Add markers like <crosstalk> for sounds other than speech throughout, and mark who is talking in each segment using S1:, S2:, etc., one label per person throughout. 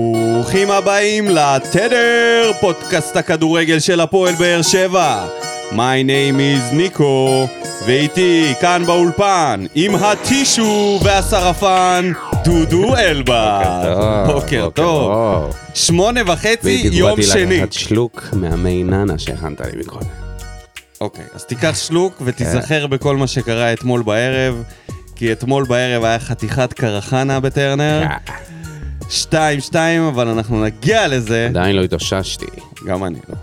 S1: ברוכים הבאים לתדר, פודקאסט הכדורגל של הפועל באר שבע. My name is ניקו, ואיתי כאן באולפן, עם הטישו והשרפן, דודו אלבה. בוקר טוב. שמונה וחצי,
S2: בדיוק
S1: יום
S2: באתי
S1: שני.
S2: לקחת שלוק מהמי ננה שהכנת לי מקודם.
S1: אוקיי, אז תיקח שלוק ותיזכר בכל מה שקרה אתמול בערב, כי אתמול בערב היה חתיכת קרחנה בטרנר.
S2: אה,
S1: 2-2, אבל אנחנו נגיע לזה.
S2: עדיין לא התאוששתי.
S1: גם אני לא.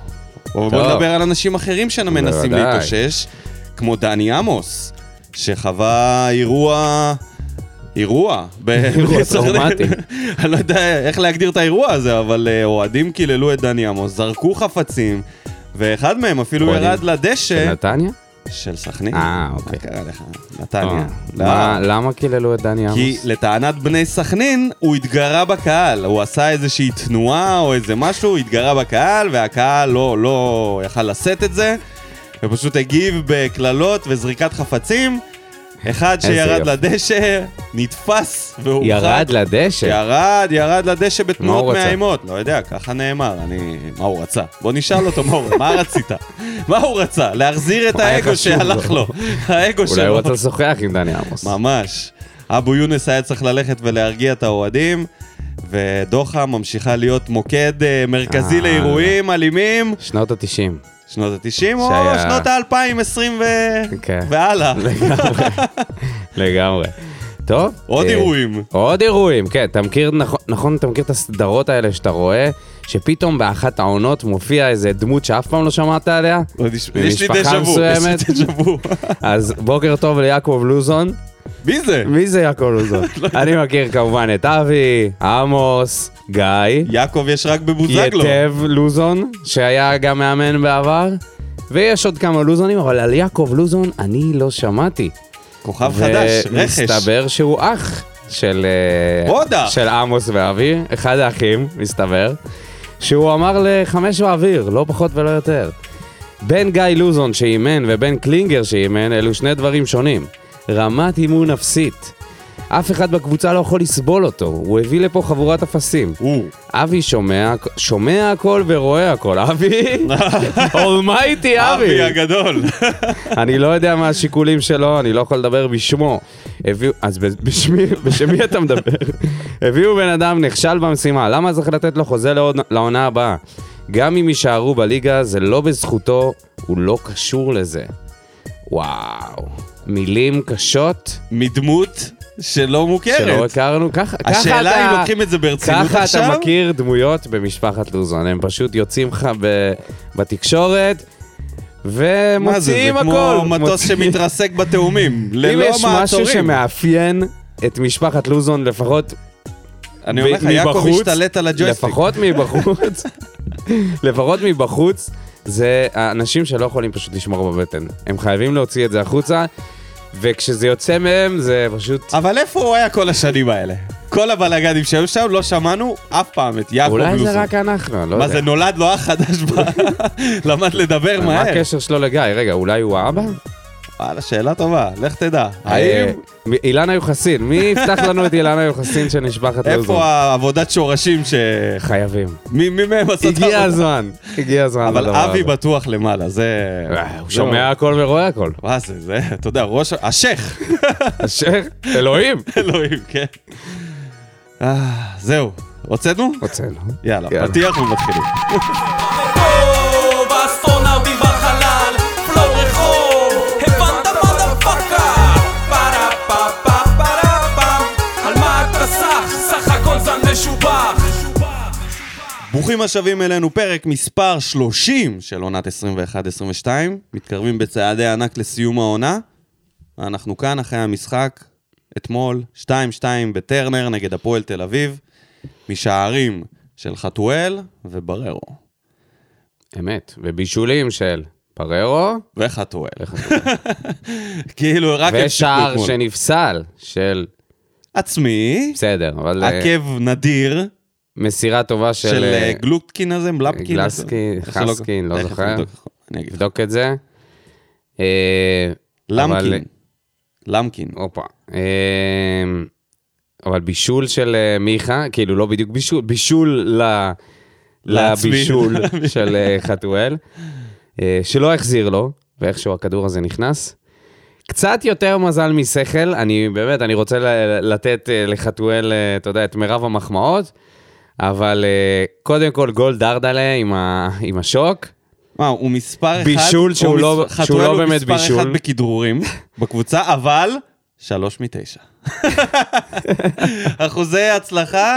S1: אבל בוא
S2: טוב.
S1: נדבר על אנשים אחרים שמנסים
S2: בוודאי.
S1: להתאושש, כמו דני עמוס, שחווה אירוע... אירוע. ב- <laughs>
S2: <laughs> אירוע טראומטי.
S1: אני לא יודע איך להגדיר את האירוע הזה, אבל אה, אוהדים קיללו את דני עמוס, זרקו חפצים, ואחד מהם אפילו
S2: אוהדים.
S1: ירד לדשא
S2: נתניה?
S1: של סכנין.
S2: אה,
S1: מה
S2: אוקיי.
S1: קרה לך?
S2: אה,
S1: נתניה. לא.
S2: מה- למה קיללו את דני
S1: כי
S2: עמוס?
S1: לטענת בני סכנין, הוא התגרה בקהל. הוא עשה איזושהי תנועה או איזה משהו, הוא התגרה בקהל, והקהל לא, לא יכל לשאת את זה, ופשוט הגיב בקללות וזריקת חפצים. אחד
S2: איזה
S1: שירד
S2: יופי.
S1: לדשא, נתפס והורחק.
S2: ירד לדשא.
S1: ירד, ירד לדשא
S2: מה
S1: בתנועות
S2: הוא רצה?
S1: מאיימות. לא יודע, ככה נאמר, אני... מה הוא רצה? בוא נשאל אותו מה הוא... מה רצית? מה הוא רצה? להחזיר את
S2: מה היה
S1: האגו
S2: חשוב
S1: שהלך לו.
S2: לו?
S1: האגו שלו.
S2: אולי הוא רוצה לשוחח עם דני עמוס.
S1: ממש. אבו יונס היה צריך ללכת ולהרגיע את האוהדים, ודוחה ממשיכה להיות מוקד אה, מרכזי
S2: אה.
S1: לאירועים אלימים,
S2: שנות התשעים.
S1: שנות ה-90 או
S2: שהיה-
S1: שנות ה-2020 ו...
S2: כן.
S1: והלאה.
S2: <laughs> לגמרי. לגמרי. טוב.
S1: עוד
S2: אה,
S1: אירועים.
S2: עוד אירועים, כן, אתה מכיר, נכון, נכון, אתה מכיר את הסדרות האלה שאתה רואה, שפתאום באחת העונות מופיע איזה דמות שאף פעם לא שמעת עליה?
S1: עוד יש יש לי
S2: ממשפחה
S1: דז'ה וו, יש לי
S2: מסוימת.
S1: דז'ה וו. <laughs>
S2: אז בוקר טוב ליעקב לוזון.
S1: מי זה?
S2: מי זה יעקב לוזון? אני מכיר כמובן את אבי, עמוס, גיא,
S1: יעקב יש רק בבוזגלו.
S2: יתב לוזון, שהיה גם מאמן בעבר, ויש עוד כמה לוזונים, אבל על יעקב לוזון אני לא שמעתי.
S1: כוכב חדש, רכש.
S2: ומסתבר שהוא אח של... אה,
S1: עוד אח.
S2: של עמוס ואבי, אחד האחים, מסתבר, שהוא אמר לחמש באוויר, לא פחות ולא יותר. בין גיא לוזון שאימן ובין קלינגר שאימן, אלו שני דברים שונים. רמת אימון אפסית. אף אחד בקבוצה לא יכול לסבול אותו, הוא הביא לפה חבורת אפסים.
S1: הוא.
S2: אבי שומע, שומע הכל ורואה הכל. אבי,
S1: <laughs>
S2: אולמייטי
S1: אבי
S2: אבי.
S1: הגדול. <laughs>
S2: אני לא יודע מה השיקולים שלו, אני לא יכול לדבר בשמו. הביאו, אז ב- בשמי, בשמי אתה מדבר.
S1: <laughs>
S2: הביאו בן אדם נכשל במשימה, למה צריך לתת לו חוזה לעוד, לעונה הבאה? גם אם יישארו בליגה, זה לא בזכותו, הוא לא קשור לזה. וואו, מילים קשות
S1: מדמות שלא
S2: שלא
S1: מוכרת.
S2: הכרנו, ככה, ככה אתה...
S1: השאלה אם לוקחים את זה ברצינות
S2: ככה
S1: עכשיו?
S2: אתה מכיר דמויות במשפחת לוזון, הם פשוט יוצאים לך ב- בתקשורת
S1: מה זה, זה
S2: ומוציאים הכל.
S1: כמו מטוס
S2: מוציאים-
S1: שמתרסק בתאומים,
S2: אם
S1: ללא
S2: יש משהו
S1: מעצורים.
S2: שמאפיין את משפחת לוזון, לפחות
S1: אני אומר לך,
S2: ב-
S1: יעקב
S2: מבחוץ,
S1: השתלט על הג'ויסטיק.
S2: לפחות מבחוץ, <laughs> לפחות מבחוץ, זה האנשים שלא יכולים פשוט לשמור בבטן. הם חייבים להוציא את זה החוצה, וכשזה יוצא מהם זה פשוט...
S1: אבל איפה הוא היה כל השנים האלה? כל הבלאגנים שהיו שם, לא שמענו אף פעם את יעקב
S2: אולי
S1: לוזון.
S2: זה רק אנחנו, אני לא יודע.
S1: מה זה, נולד לו אח חדש, ב- <laughs> למד לדבר
S2: מה
S1: מהר.
S2: הקשר שלו לגיא? רגע, אולי הוא האבא?
S1: וואלה, שאלה טובה, לך תדע.
S2: אה,
S1: האם,
S2: מ- אילנה יוחסין, מי יפתח לנו את אילנה יוחסין של משפחת לוזון?
S1: איפה העבודת שורשים ש...
S2: חייבים.
S1: מי מי מהם עשה את
S2: <laughs> הגיע
S1: העבודה?
S2: הזמן, הגיע הזמן
S1: אבל
S2: לדבר
S1: אבי
S2: הזה.
S1: בטוח למעלה, זה...
S2: אה, הוא
S1: זה-
S2: שומע הכל ורואה
S1: <laughs>
S2: הכל.
S1: מה זה, זה, אתה יודע, ראש... השייח!
S2: אשר, אלוהים.
S1: אלוהים, כן. אה, זהו, הוצאנו?
S2: הוצאנו.
S1: יאללה,
S2: יאללה.
S1: פתיח ומתחילים.
S3: רחוב, אסטרונאוטים בחלל, פלואו רחוב, הבנת מודפאקה? פרה פה פה פרה פם, על מה אתה סח? סך הכל זן משובח.
S1: ברוכים השבים אלינו, פרק מספר 30 של עונת 21-22. מתקרבים בצעדי ענק לסיום העונה. אנחנו כאן אחרי המשחק, אתמול, 2-2 בטרנר נגד הפועל תל אביב, משערים של חתואל ובררו.
S2: אמת, ובישולים של פררו, <laughs>
S1: וחתואל. כאילו, רק הם שיחקו
S2: ושער
S1: אתמול.
S2: שנפסל של,
S1: עצמי,
S2: בסדר, אבל אה,
S1: עקב נדיר
S2: מסירה טובה של...
S1: של
S2: אה,
S1: אה, גלוטקין הזה, מלפקין.
S2: גלסקי,
S1: איך שלא-
S2: חסקין, לא
S1: תכף
S2: זוכר.
S1: נבדוק, אני אגיד לך.
S2: נבדוק את זה. אה, אבל-
S1: למקין. למקין.
S2: הופה. אה, אבל בישול של אה, מיכה, כאילו לא בדיוק בישול, בישול ל...
S1: <laughs> לעצמי.
S2: לבישול של אה, חתואל, אה, שלא החזיר לו, ואיכשהו הכדור הזה נכנס. קצת יותר מזל משכל, אני באמת, אני רוצה ל- לתת אה, לחתואל, אה, אתה יודע, את מירב המחמאות, אבל אה, קודם כל גול דרדלה עם, ה, עם השוק.
S1: מה, הוא מספר אחד...
S2: בישול
S1: הוא
S2: שהוא
S1: מס-
S2: לא-
S1: חתואל
S2: שהוא לא
S1: הוא
S2: באמת
S1: מספר
S2: בישול.
S1: אחד
S2: <laughs>
S1: בכדרורים בקבוצה, אבל שלוש מתשע. אחוזי הצלחה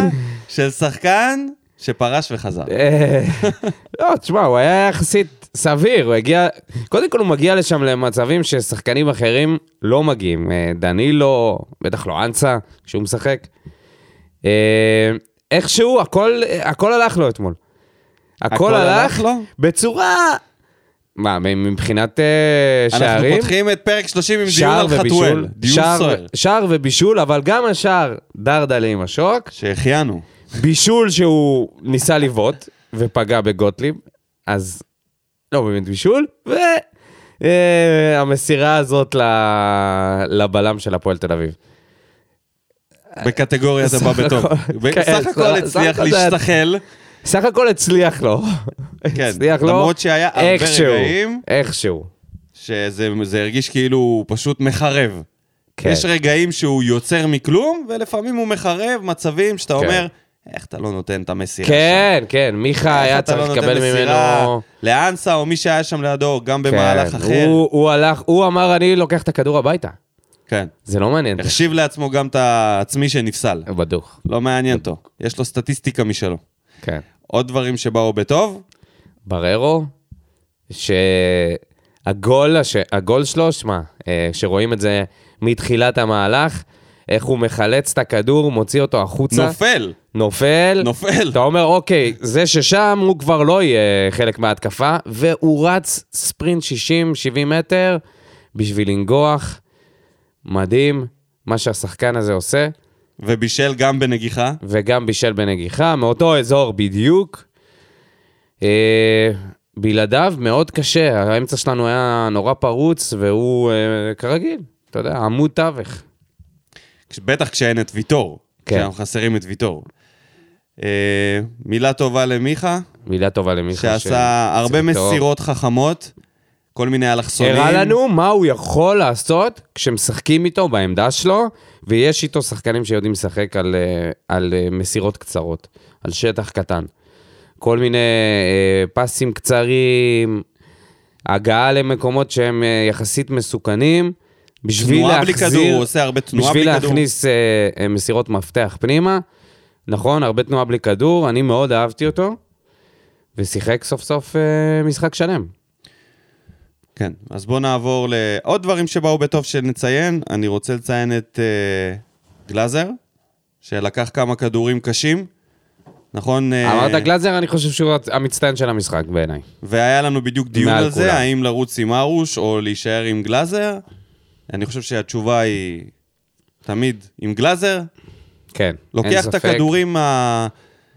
S1: של שחקן שפרש וחזר.
S2: אה, לא, תשמע, הוא היה יחסית סביר, הוא הגיע... קודם כל הוא מגיע לשם למצבים ששחקנים אחרים לא מגיעים. אה, דנילו, בטח לא אנסה, כשהוא משחק. אה, איכשהו, הכל, הכל הלך לו אתמול. הכל,
S1: הכל
S2: הלך,
S1: הלך לו?
S2: בצורה... מה, מבחינת אה,
S1: אנחנו
S2: שערים?
S1: פותחים את פרק 30 עם דיון
S2: שער
S1: על חתואל.
S2: ובישול.
S1: דיון
S2: שער-
S1: סוער.
S2: שער ובישול, אבל גם השער דרדלה עם השוק.
S1: שהחיינו.
S2: בישול שהוא ניסה לבעוט ופגע בגוטליב, אז לא באמת בישול, והמסירה הזאת ל- לבלם של הפועל תל אביב.
S1: בקטגוריה זה בא
S2: סך
S1: בטוב.
S2: הכל-
S1: ב-
S2: כן,
S1: סך הכל
S2: סך-
S1: הצליח
S2: סך הכל זה-
S1: להשתחל.
S2: סך הכל הצליח לו.
S1: <laughs> כן,
S2: הצליח לו.
S1: למרות שהיה הרבה
S2: איכשהו,
S1: רגעים.
S2: איכשהו.
S1: שזה זה הרגיש כאילו הוא פשוט מחרב.
S2: כן.
S1: כן. יש רגעים שהוא יוצר מכלום, ולפעמים הוא מחרב מצבים שאתה
S2: כן.
S1: אומר, איך אתה לא נותן את המסירה שם?
S2: כן, כן, מיכה
S1: איך
S2: היה
S1: אתה
S2: צריך
S1: לא
S2: לקבל
S1: נותן מסירה
S2: ממנו...
S1: לאנסה או מי שהיה שם לידו, גם
S2: כן,
S1: במהלך אחר.
S2: הוא, הוא הלך, הוא אמר, אני לוקח את הכדור הביתה.
S1: כן.
S2: זה לא מעניין.
S1: החשיב לעצמו גם את העצמי שנפסל.
S2: בדוק,
S1: לא מעניין אותו. יש לו סטטיסטיקה משלו.
S2: כן.
S1: עוד דברים שבאו בטוב,
S2: בררו, שהגול הש... הגול שלו, שמע, אה, שרואים את זה מתחילת המהלך, איך הוא מחלץ את הכדור, מוציא אותו החוצה,
S1: נופל.
S2: נופל,
S1: נופל.
S2: אתה אומר, אוקיי, זה ששם הוא כבר לא יהיה חלק מההתקפה, והוא רץ ספרינט 60-70 מטר בשביל לנגוח. מדהים מה שהשחקן הזה עושה.
S1: ובישל גם בנגיחה.
S2: וגם בישל בנגיחה, מאותו אזור בדיוק. אה, בלעדיו מאוד קשה, האמצע שלנו היה נורא פרוץ, והוא אה, כרגיל, אתה יודע, עמוד תווך.
S1: כש- בטח כשאין את ויטור.
S2: כן.
S1: כשאנחנו חסרים את ויטור. אה, מילה טובה למיכה,
S2: מילה טובה למיכה.
S1: שעשה הרבה
S2: צוותו.
S1: מסירות חכמות, כל מיני אלכסונים.
S2: הראה לנו מה הוא יכול לעשות כשמשחקים איתו בעמדה שלו, ויש איתו שחקנים שיודעים לשחק על, אה, על אה, מסירות קצרות, על שטח קטן. כל מיני אה, פסים קצרים, הגעה למקומות שהם אה, יחסית מסוכנים, בשביל
S1: תנועה בלי
S2: להחזיר...
S1: כדור, הוא עושה הרבה תנועה בלי
S2: בשביל
S1: כדור.
S2: להכניס אה, אה, מסירות מפתח פנימה. נכון, הרבה תנועה בלי כדור, אני מאוד אהבתי אותו, ושיחק סוף סוף אה, משחק שלם.
S1: כן, אז בואו נעבור לעוד דברים שבאו בטוב שנציין. אני רוצה לציין את אה, גלאזר, שלקח כמה כדורים קשים. נכון? אה,
S2: אמרת גלאזר, אני חושב שהוא המצטיין של המשחק בעיניי.
S1: והיה לנו בדיוק דיון
S2: מעל
S1: על זה,
S2: כולם.
S1: האם לרוץ עם ארוש או להישאר עם גלאזר. אני חושב שהתשובה היא תמיד עם גלאזר.
S2: כן, אין
S1: לוקח את
S2: ספק.
S1: הכדורים ה...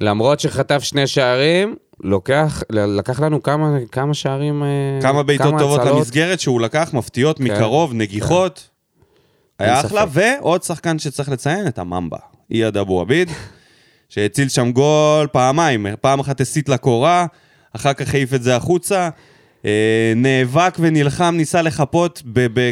S2: למרות שחטף שני שערים, לוקח, ל- לקח לנו כמה, כמה שערים, אה,
S1: כמה בעיטות טובות
S2: הצלות. כן,
S1: למסגרת שהוא לקח, מפתיעות מקרוב, נגיחות. היה
S2: אין
S1: אחלה, ועוד שחקן שצריך לציין, את הממבה, אייד אבו
S2: <laughs>
S1: עביד, שהציל שם גול פעמיים, פעם אחת הסית לקורה, אחר כך העיף את זה החוצה, אה, נאבק ונלחם, ניסה לחפות ב... ב-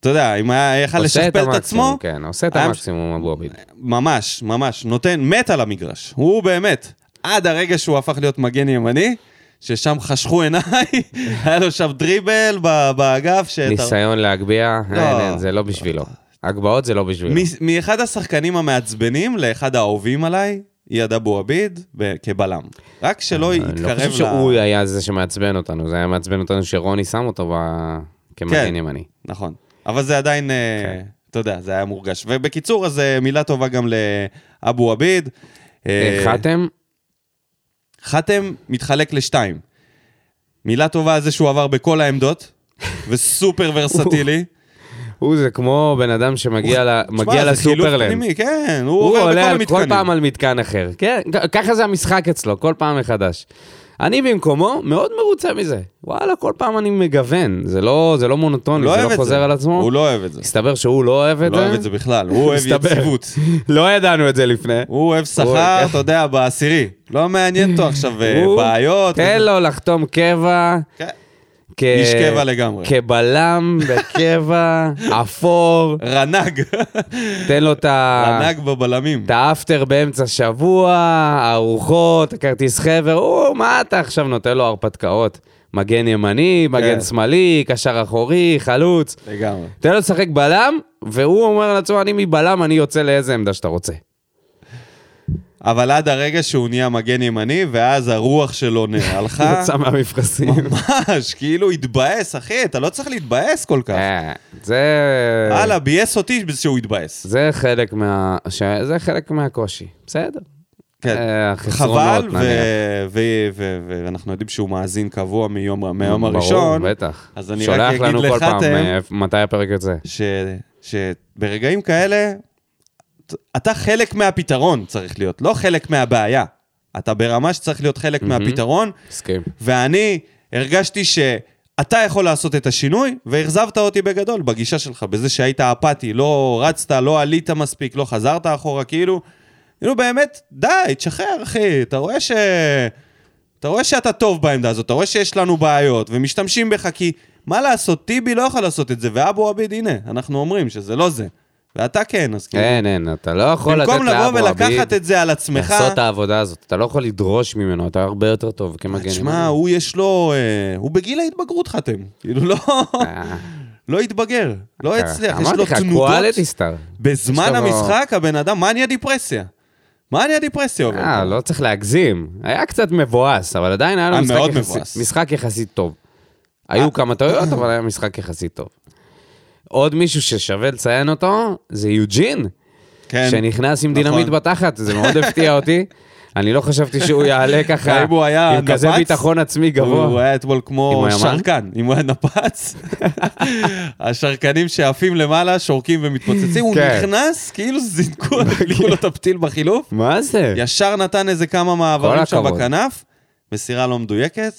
S1: אתה יודע, אם היה יכל
S2: עושה את
S1: לשכפל את
S2: המקסימום,
S1: עצמו, אה,
S2: כן, עושה את
S1: היה-
S2: המקסימום, אבו עביד.
S1: ממש, ממש, נותן, מת על המגרש. הוא באמת, עד הרגע שהוא הפך להיות מגן ימני, ששם חשכו עיניי, <laughs> היה לו שם דריבל ב- באגף, שאתה...
S2: ניסיון להגביה,
S1: לא.
S2: אין, אין, זה לא בשבילו. הגבהות זה לא בשבילו.
S1: מ- מאחד השחקנים המעצבנים לאחד האהובים עליי, אייד אבו עביד, ב- כבלם. רק שלא
S2: אני לא חושב
S1: יתקרב
S2: שהוא
S1: ל...
S2: היה זה שמעצבן אותנו, זה היה מעצבן אותנו שרוני שם אותו ב- כמגן
S1: כן.
S2: ימני.
S1: נכון. אבל זה עדיין, אה,
S2: כן.
S1: אתה יודע, זה היה מורגש. ובקיצור, אז אה, מילה טובה גם לאבו עביד. אה,
S2: חתם,
S1: חתם מתחלק לשתיים. מילה טובה על זה שהוא עבר בכל העמדות, וסופר ורסטילי.
S2: הוא זה כמו בן אדם שמגיע ל-
S1: תשמע,
S2: מגיע
S1: זה חילוף
S2: לסופרלנד.
S1: פנימי, כן, הוא
S2: הוא
S1: עובר בכל
S2: עולה על- כל
S1: המתקנים.
S2: פעם על מתקן אחר. כן, כ- ככה זה המשחק אצלו, כל פעם מחדש. אני במקומו מאוד מרוצה מזה. וואלה, כל פעם אני מגוון, זה לא, זה לא מונוטוני,
S1: לא
S2: זה
S1: אוהב
S2: לא
S1: את
S2: חוזר
S1: זה.
S2: על עצמו.
S1: הוא לא אוהב את זה.
S2: מסתבר שהוא לא אוהב את
S1: לא
S2: זה.
S1: אוהב את זה בכלל, הוא אוהב
S2: מסתבר.
S1: יציבות.
S2: <laughs> לא ידענו את זה לפני.
S1: הוא אוהב שכר,
S2: אוהב.
S1: אתה יודע, בעשירי. לא מעניין אותו עכשיו אה,
S2: הוא-
S1: בעיות.
S2: תן לו לחתום קבע.
S1: כן.
S2: כ...
S1: איש קבע לגמרי.
S2: כבלם בקבע, <laughs> אפור,
S1: רנג,
S2: תן לו את ה...
S1: רנג בבלמים.
S2: את האפטר באמצע שבוע, הארוחות, הכרטיס חבר, או, מה אתה עכשיו נותן לו הרפתקאות? מגן ימני, מגן
S1: כן.
S2: שמאלי, קשר אחורי, חלוץ.
S1: לגמרי.
S2: תן לו לשחק בלם, והוא אומר לעצמו, אני מבלם, אני יוצא לאיזה עמדה שאתה רוצה.
S1: אבל עד הרגע שהוא נהיה מגן ימני, ואז הרוח שלו נ- הלכה.
S2: <laughs> יצא מהמפרשים.
S1: ממש, כאילו התבאס, אחי, אתה לא צריך להתבאס כל כך.
S2: אה, זה...
S1: הלאה, ביאס אותי שהוא התבאס.
S2: זה חלק מה... ש... זה חלק מהקושי, בסדר.
S1: כן.
S2: אה, החסרונות,
S1: חבל, ו-
S2: נניח.
S1: ו- ו- ואנחנו יודעים שהוא מאזין קבוע מיום מהיום
S2: ברור,
S1: הראשון,
S2: בטח.
S1: אז אני
S2: שולח
S1: רק אגיד
S2: לנו כל
S1: לך,
S2: פעם,
S1: תאם.
S2: אה, מתי הפרק יוצא.
S1: ש- שברגעים כאלה, ת- אתה חלק מהפתרון צריך להיות, לא חלק מהבעיה. אתה ברמה שצריך להיות חלק מהפתרון,
S2: מסכים.
S1: ואני הרגשתי שאתה יכול לעשות את השינוי, ואכזבת אותי בגדול בגישה שלך, בזה שהיית אפאתי, לא רצת, לא עלית מספיק, לא חזרת אחורה, כאילו, כאילו באמת, די, תשחרר, אחי, אתה רואה ש... אתה רואה שאתה טוב בעמדה הזאת, אתה רואה שיש לנו בעיות, ומשתמשים בך כי מה לעשות, טיבי לא יכול לעשות את זה, ואבו עביד, הנה, אנחנו אומרים שזה לא זה. ואתה כן, אז כאילו,
S2: אין, אין, אתה לא יכול לתת לאבו
S1: במקום
S2: עביד...
S1: לבוא ולקחת את זה על עצמך,
S2: לעשות את העבודה הזאת, אתה לא יכול לדרוש ממנו, אתה הרבה יותר טוב כמגן.
S1: תשמע, הוא יש לו... אה, הוא בגיל ההתבגרות חתם. כאילו, לא...
S2: אה,
S1: לא התבגר. לא
S2: אתה-
S1: הצליח. יש לו
S2: אה, אמרתי לך,
S1: תנודות.
S2: קואליטי סטאר. יש
S1: בזמן
S2: לו-
S1: המשחק, הבן אדם, מה נהיה דיפרסיה? מה נהיה דיפרסיה עובר?
S2: אה, לא צריך להגזים. היה קצת מבואס, אבל עדיין היה לו
S1: היה
S2: משחק
S1: אה, מאוד
S2: יחסית-
S1: מבואס. אה.
S2: משחק יחסית טוב. היו כמה טעויות, אבל היה משחק יחסית טוב. עוד מישהו ששווה לציין אותו, זה יוג'ין.
S1: כן.
S2: שנכנס עם
S1: נכון.
S2: דינמיט בתחת, זה מאוד הפתיע
S1: <laughs>
S2: אותי. אני לא חשבתי שהוא יעלה ככה,
S1: אם הוא היה
S2: עם כזה
S1: נפץ,
S2: ביטחון עצמי
S1: הוא
S2: גבוה.
S1: היה אתמול
S2: אם הוא
S1: כמו
S2: היה מה?
S1: שרקן, אם הוא היה
S2: <laughs>
S1: נפץ. השרקנים שעפים למעלה, שורקים ומתפוצצים, הוא
S2: כן.
S1: נכנס, כאילו
S2: <laughs>
S1: זינקו הדליקו לו את הפתיל בחילוף,
S2: מה זה?
S1: ישר נתן איזה כמה מעברים שם
S2: הכבוד.
S1: בכנף, מסירה לא מדויקת,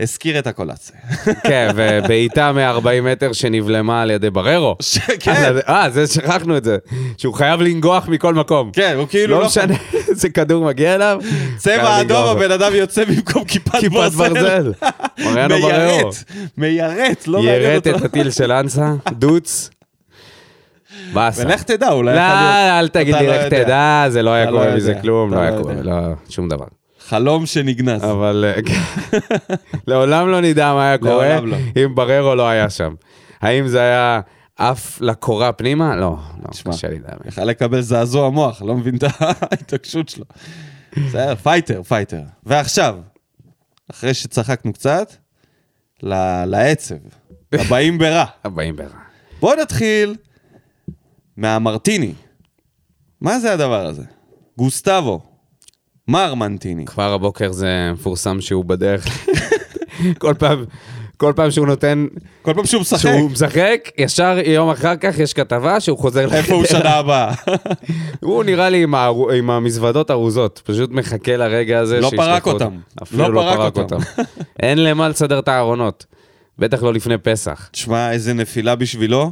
S1: הזכיר את הקולציה.
S2: כן, ובעיטה מ-40 מטר שנבלמה על ידי בררו.
S1: כן,
S2: אה, זה שכחנו את זה, שהוא חייב לנגוח מכל מקום.
S1: כן, הוא כאילו
S2: לא
S1: לא...
S2: משנה איזה כדור מגיע אליו.
S1: צבע
S2: חייב
S1: אדום,
S2: לנגוח בו.
S1: הבן אדם יוצא במקום כיפת
S2: כיפת
S1: ברזל.
S2: ברזל. מריאנו בררו.
S1: מיירט, לא מעניין
S2: יירט
S1: אותו.
S2: את הטיל של אנסה, דוץ. באסה.
S1: ולך תדע,
S2: לא,
S1: אולי חלום-
S2: אל תגיד
S1: אתה
S2: לי
S1: לא
S2: רק
S1: יודע.
S2: תדע, זה לא היה
S1: אתה לא
S2: קורה מזה
S1: יודע,
S2: כלום,
S1: אתה
S2: לא היה
S1: לא
S2: קורה,
S1: יודע.
S2: לא, שום דבר.
S1: חלום שנגנז.
S2: אבל אה, כן. לעולם לא נדע מה היה קורה
S1: לעולם לא.
S2: אם בררו לא היה שם. האם זה היה עף לקורה פנימה? לא, לא,
S1: תשמע,
S2: קשה לי לדעת.
S1: יכל לקבל זעזוע מוח, לא מבין את ההתעקשות שלו. בסדר, פייטר, פייטר. ועכשיו, אחרי שצחקנו קצת, ל- לעצב, לבאים ברע.
S2: הבאים ברע.
S1: בואו נתחיל מהמרטיני. מה זה הדבר הזה? גוסטבו, מרמנטיני.
S2: כבר הבוקר זה מפורסם שהוא בדרך. כל פעם, כל פעם שהוא נותן,
S1: כל פעם שהוא משחק,
S2: שהוא משחק, ישר יום אחר כך יש כתבה שהוא חוזר
S1: איפה הוא
S2: לחדרה.
S1: שנה הבאה? <laughs>
S2: הוא נראה לי עם, הארו- עם המזוודות ארוזות, פשוט מחכה לרגע הזה
S1: לא
S2: שישלחו
S1: פרק
S2: אותו.
S1: אותם.
S2: אפילו לא פרק אותם. אין למה לסדר את הארונות. בטח לא לפני פסח.
S1: תשמע, איזה נפילה בשבילו.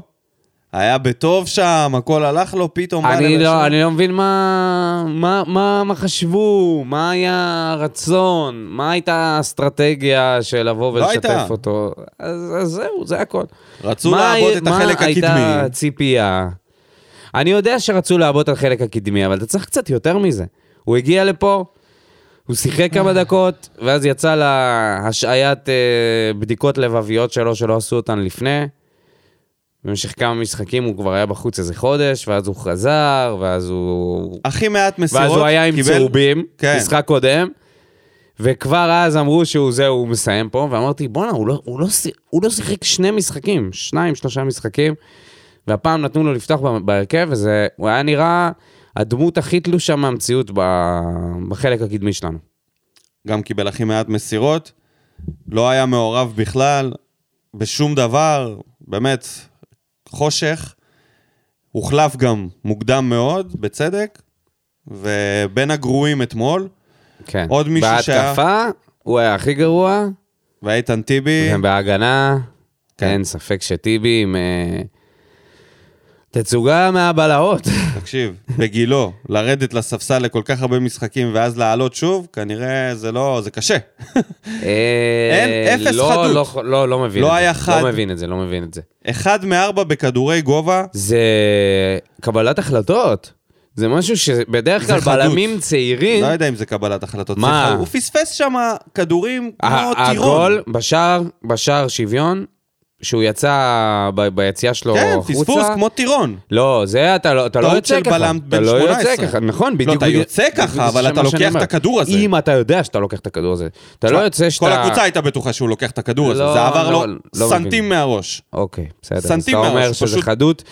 S1: היה בטוב שם, הכל הלך לו, פתאום בא
S2: אני
S1: לבאר שבע.
S2: לא, אני לא מבין מה, מה, מה, מה חשבו, מה היה הרצון, מה הייתה האסטרטגיה של לבוא
S1: לא
S2: ולשתף
S1: הייתה.
S2: אותו. אז, אז זהו, זה הכל.
S1: רצו
S2: מה
S1: לעבות
S2: הי-
S1: את החלק
S2: מה הייתה
S1: הקדמי.
S2: הציפייה? אני יודע שרצו לעבוד על חלק הקדמי, אבל אתה צריך קצת יותר מזה. הוא הגיע לפה, הוא שיחק כמה
S1: אה.
S2: דקות, ואז יצא להשעיית אה, בדיקות לבביות שלו, שלא עשו אותן לפני. במשך כמה משחקים הוא כבר היה בחוץ איזה חודש, ואז הוא חזר, ואז הוא...
S1: הכי מעט מסירות,
S2: ואז הוא היה עם
S1: קיבל-
S2: צהובים,
S1: כן.
S2: משחק קודם, וכבר אז אמרו שהוא זה, הוא מסיים פה, ואמרתי, בואנה, הוא, לא, הוא, לא, שי- הוא לא שיחק שני משחקים, שניים, שלושה משחקים, והפעם נתנו לו לפתוח ב- בהרכב, וזה, הוא היה נראה הדמות הכי תלושה מהמציאות ב- בחלק הקדמי שלנו.
S1: גם קיבל הכי מעט מסירות. לא היה מעורב בכלל, בשום דבר, באמת, חושך. הוחלף גם מוקדם מאוד, בצדק, ובין הגרועים אתמול.
S2: כן.
S1: עוד מישהו שהיה-
S2: בהתקפה, הוא היה הכי גרוע,
S1: ואיתן טיבי,
S2: בהגנה,
S1: כן.
S2: אין ספק שטיבי עם... אה, תצוגה מהבלהות.
S1: תקשיב, בגילו, לרדת לספסל לכל כך הרבה משחקים ואז לעלות שוב, כנראה זה לא, זה קשה. אין, אפס
S2: לא,
S1: חדות.
S2: לא, לא, לא מבין
S1: לא
S2: את זה.
S1: היה חד.
S2: לא מבין את זה, לא מבין את זה.
S1: אחד מארבע בכדורי גובה,
S2: זה קבלת החלטות. זה משהו שבדרך
S1: זה
S2: כלל
S1: חדות.
S2: בלמים צעירים...
S1: לא יודע אם זה קבלת החלטות.
S2: כן. מה?
S1: סליחה, הוא פספס שם כדורים כמו
S2: ה-
S1: טירון.
S2: הגול בשער, בשער שוויון, שהוא יצא ב- ביציאה שלו
S1: כן,
S2: החוצה.
S1: פספוס כמו טירון.
S2: לא, זה אתה לא, אתה לא
S1: טעות
S2: יוצא
S1: של
S2: ככה.
S1: בלם
S2: אתה
S1: בן
S2: לא
S1: 18.
S2: יוצא ככה, נכון, בדיוק.
S1: אתה
S2: בדיוק-
S1: יוצא ככה,
S2: בדיוק
S1: אבל
S2: זה
S1: אתה
S2: מה
S1: לוקח
S2: שאני אומר.
S1: את הכדור הזה.
S2: אם אתה יודע שאתה לוקח את הכדור הזה, אתה לא יוצא שאתה...
S1: כל הקבוצה הייתה בטוחה שהוא לוקח את הכדור הזה,
S2: לא,
S1: זה עבר
S2: לא,
S1: לו
S2: לא מבין.
S1: סנטים מהראש.
S2: אוקיי, בסדר.
S1: סנטים
S2: אז אתה אומר
S1: מהראש,
S2: שזה
S1: פשוט-
S2: חדות.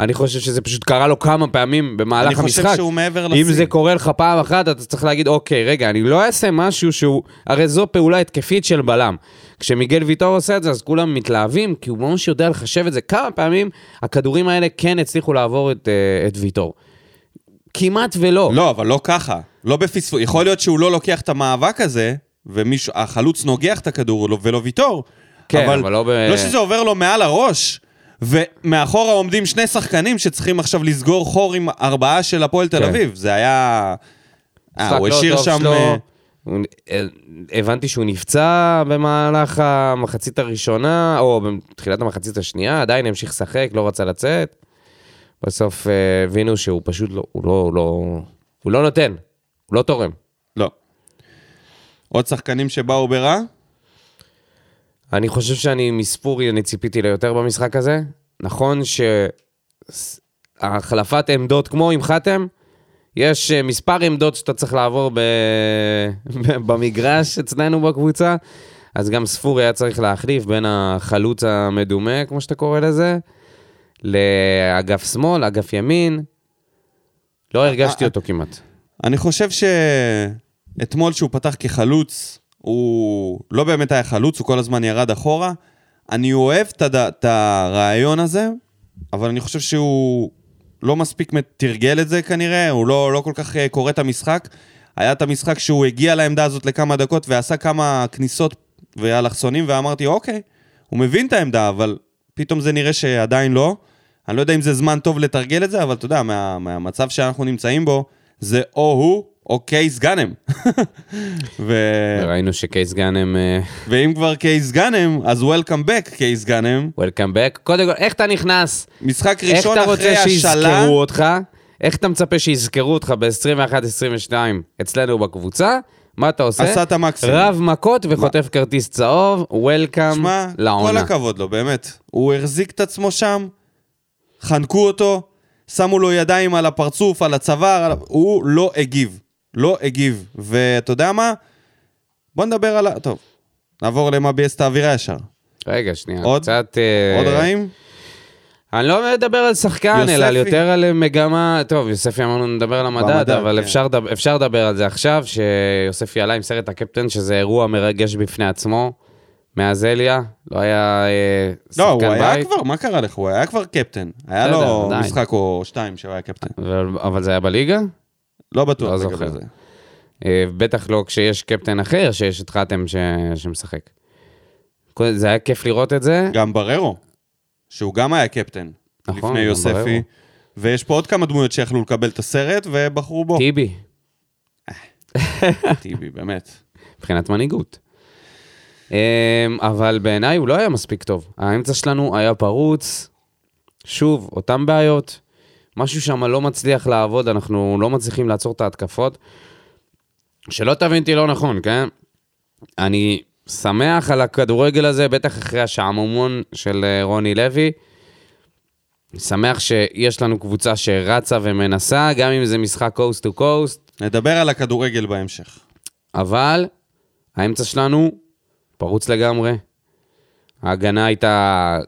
S2: אני חושב שזה פשוט קרה לו כמה פעמים
S1: אני
S2: במהלך המשחק.
S1: חושב שהוא מעבר
S2: אם
S1: לסין.
S2: זה קורה לך פעם אחת, אתה צריך להגיד, אוקיי, רגע, אני לא אעשה משהו שהוא... הרי זו פעולה התקפית של בלם. כשמיגל ויטור עושה את זה, אז כולם מתלהבים, כי הוא ממש יודע לחשב את זה. כמה פעמים הכדורים האלה כן הצליחו לעבור את, אה, את ויטור. כמעט ולא.
S1: לא, אבל לא ככה. לא בפספוס. יכול להיות שהוא לא לוקח את המאבק הזה, והחלוץ נוגח את הכדור לא- ולא ויטור.
S2: כן, אבל לא ב-
S1: לא שזה עובר לו מעל הראש. ומאחורה עומדים שני שחקנים שצריכים עכשיו לסגור חור עם ארבעה של הפועל תל
S2: כן.
S1: אביב. זה היה... אה,
S2: משחק
S1: הוא
S2: לא
S1: השאיר
S2: טוב
S1: שם...
S2: שלו.
S1: אה,
S2: הוא- אה, הבנתי שהוא נפצע במהלך המחצית הראשונה, או בתחילת המחצית השנייה, עדיין המשיך לשחק, לא רצה לצאת. בסוף אה, הבינו שהוא פשוט לא, הוא לא, הוא לא, הוא לא נותן, הוא לא תורם.
S1: לא. עוד שחקנים שבאו ברע?
S2: אני חושב שאני מספורי, אני ציפיתי ליותר במשחק הזה. נכון שהחלפת עמדות, כמו עם חתם, יש אה, מספר עמדות שאתה צריך לעבור ב... <laughs> במגרש אצלנו בקבוצה, אז גם ספורי היה צריך להחליף בין החלוץ המדומה, כמו שאתה קורא לזה, לאגף שמאל, אגף ימין. לא הרגשתי אותו כמעט.
S1: אני חושב שאתמול שהוא פתח כחלוץ, הוא לא באמת היה חלוץ, הוא כל הזמן ירד אחורה. אני אוהב את הד- את הרעיון הזה, אבל אני חושב שהוא לא מספיק תרגל את זה כנראה, הוא לא, לא כל כך אה, קורא את המשחק. היה את המשחק שהוא הגיע לעמדה הזאת לכמה דקות ועשה כמה כניסות ואלכסונים, ואמרתי, אוקיי, הוא מבין את העמדה, אבל פתאום זה נראה שעדיין לא. אני לא יודע אם זה זמן טוב לתרגל את זה, אבל אתה יודע, מה, מהמצב שאנחנו נמצאים בו, זה או הוא או קייס גאנם. <laughs> ו...
S2: <laughs> ראינו שקייס גאנם, אה,
S1: ואם כבר קייס גאנם, אז וולקאם בק קייס גאנם.
S2: Welcome back. קודם כל, איך אתה נכנס?
S1: משחק
S2: איך
S1: ראשון
S2: אתה
S1: אחרי
S2: רוצה
S1: השאלה,
S2: שיזכרו אותך? איך אתה מצפה שיזכרו אותך ב-21-22 אצלנו בקבוצה? מה אתה עושה?
S1: עשה את המקסימום.
S2: רב מכות וחוטף כרטיס צהוב, וולקאם
S1: שמע, כל
S2: לעונה.
S1: הכבוד לו, באמת. הוא החזיק את עצמו שם, חנקו אותו, שמו לו ידיים על הפרצוף, על הצוואר, על... ה- הוא לא הגיב. לא הגיב. ואתה יודע מה? בוא נדבר על ה... טוב, נעבור למה ביאס את האווירה ישר.
S2: רגע, שנייה,
S1: עוד?
S2: קצת... אה,
S1: עוד רעים?
S2: אני לא מדבר על שחקן,
S1: יוספי.
S2: אלא על יותר על מגמה... טוב, יוספי אמרנו נדבר על המדד,
S1: במדד,
S2: אבל
S1: כן.
S2: אפשר לדב- אפשר לדבר על זה עכשיו, שיוספי עלה עם סרט הקפטן, שזה אירוע מרגש בפני עצמו, מאז אליה. לא היה אה, שחקן בית.
S1: לא, הוא היה כבר, מה קרה לך? הוא היה כבר קפטן. היה
S2: בסדר,
S1: לו
S2: עדיין.
S1: משחק או שתיים שהוא היה קפטן.
S2: אבל- אבל זה היה בליגה?
S1: לא בטוח.
S2: לא
S1: לגבי
S2: זוכר.
S1: זה.
S2: אה, בטח לא כשיש קפטן אחר, שיש את חתם ש... שמשחק. כל- זה היה כיף לראות את זה.
S1: גם בררו, שהוא גם היה קפטן.
S2: נכון,
S1: לפני
S2: גם בררו.
S1: יוספי. ויש פה עוד כמה דמויות שיכלו לקבל את הסרט, ובחרו בו.
S2: טיבי,
S1: טיבי, באמת.
S2: מבחינת מנהיגות. אה, אבל בעיניי הוא לא היה מספיק טוב. האמצע שלנו היה פרוץ, שוב, אותן בעיות. משהו שם לא מצליח לעבוד, אנחנו לא מצליחים לעצור את ההתקפות. שלא תבין אותי לא נכון, כן? אני שמח על הכדורגל הזה, בטח אחרי השעמומון של אה, רוני לוי. שמח שיש לנו קבוצה שרצה ומנסה, גם אם זה משחק קוסט טו קוסט,
S1: נדבר על הכדורגל בהמשך.
S2: אבל האמצע שלנו פרוץ לגמרי. ההגנה הייתה...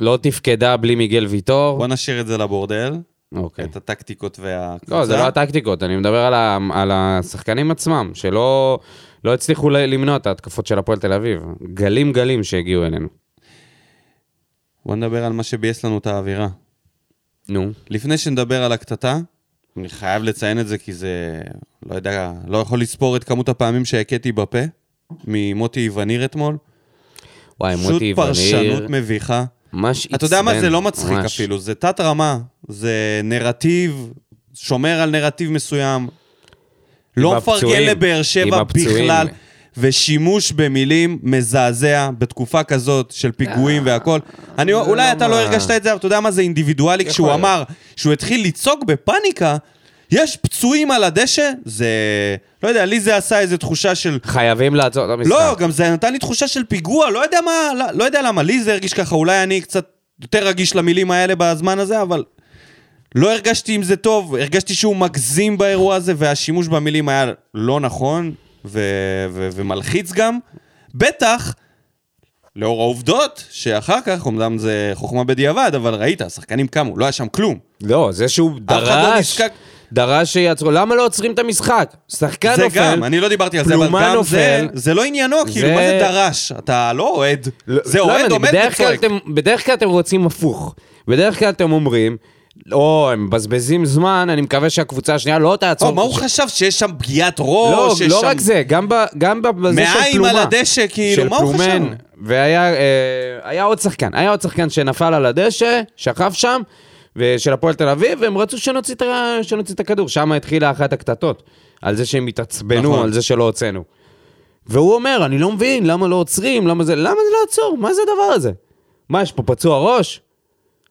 S2: לא תפקדה בלי מיגל ויטור.
S1: בוא נשאיר את זה לבורדל,
S2: אוקיי.
S1: את הטקטיקות והקבוצה.
S2: לא, זה לא הטקטיקות, אני מדבר על, ה, על השחקנים עצמם, שלא לא הצליחו ל- למנוע את ההתקפות של הפועל תל אביב. גלים גלים שהגיעו אלינו.
S1: בוא נדבר על מה שביאס לנו את האווירה.
S2: נו,
S1: לפני שנדבר על הקטטה, אני חייב לציין את זה כי זה... לא יודע, לא יכול לספור את כמות הפעמים שהכיתי בפה ממוטי איווניר אתמול.
S2: וואי,
S1: פשוט
S2: מוטי
S1: פרשנות
S2: וניר,
S1: מביכה.
S2: ממש עצבן.
S1: אתה יודע מה? זה לא מצחיק
S2: ממש.
S1: אפילו, זה תת-רמה, זה נרטיב, שומר על נרטיב מסוים. לא מפרגן
S2: הפצועים,
S1: לבאר
S2: עם
S1: שבע
S2: הפצועים.
S1: בכלל, ושימוש במילים מזעזע בתקופה כזאת של פיגועים
S2: אה.
S1: והכל. אני, אולי
S2: לא
S1: אתה לא
S2: מה.
S1: הרגשת את זה, אבל אתה יודע מה זה אינדיבידואלי, כשהוא
S2: להיות.
S1: אמר, כשהוא התחיל לצעוק בפאניקה, יש פצועים על הדשא? זה... לא יודע, לי זה עשה איזו תחושה של...
S2: חייבים לעצור את המשחק.
S1: לא, גם זה נתן לי תחושה של פיגוע, לא יודע מה, לא- לא יודע למה, לי זה הרגיש ככה, אולי אני קצת יותר רגיש למילים האלה בזמן הזה, אבל לא הרגשתי עם זה טוב, הרגשתי שהוא מגזים באירוע הזה, והשימוש במילים היה לא נכון, ו- ו- ומלחיץ גם. בטח, לאור העובדות, שאחר כך, אמנם זה חוכמה בדיעבד, אבל ראית, השחקנים קמו, לא היה שם כלום.
S2: לא, זה שהוא
S1: אחד לא
S2: דרש,
S1: נזקק-
S2: דרש שיעצרו. למה לא עוצרים את המשחק? שחקן
S1: זה
S2: נופל.
S1: גם, אני לא דיברתי על זה, אבל
S2: פלומה
S1: גם זה,
S2: נופל.
S1: זה לא עניינו, כאילו,
S2: זה-
S1: מה זה דרש? אתה לא אוהד,
S2: לא-
S1: זה
S2: לא
S1: אוהד
S2: הבנתי,
S1: עומד
S2: בדרך כלל
S1: וצועק.
S2: אתם- בדרך כלל אתם רוצים הפוך. בדרך כלל אתם אומרים, או, הם מבזבזים זמן, אני מקווה שהקבוצה השנייה לא תעצור.
S1: או, מה הוא חשב? שיש שם פגיעת ראש?
S2: לא,
S1: שיש
S2: לא
S1: שם...
S2: רק זה, גם ב- גם ב- בזה של פלומה.
S1: מעיים על הדשא, כאילו,
S2: של
S1: מה הוא חשב?
S2: פלומן, והיה אה, היה עוד שחקן, היה עוד שחקן שנפל על הדשא, שכב שם, של הפועל תל אביב, והם רצו שנוציא את ה- שנוציא את הכדור. שם התחילה אחת הקטטות, על זה שהם התעצבנו,
S1: נכון.
S2: על זה שלא הוצאנו. והוא אומר, אני לא מבין, למה לא עוצרים, למה זה, למה זה לעצור? מה זה הדבר הזה? מה, יש פה פצוע ראש?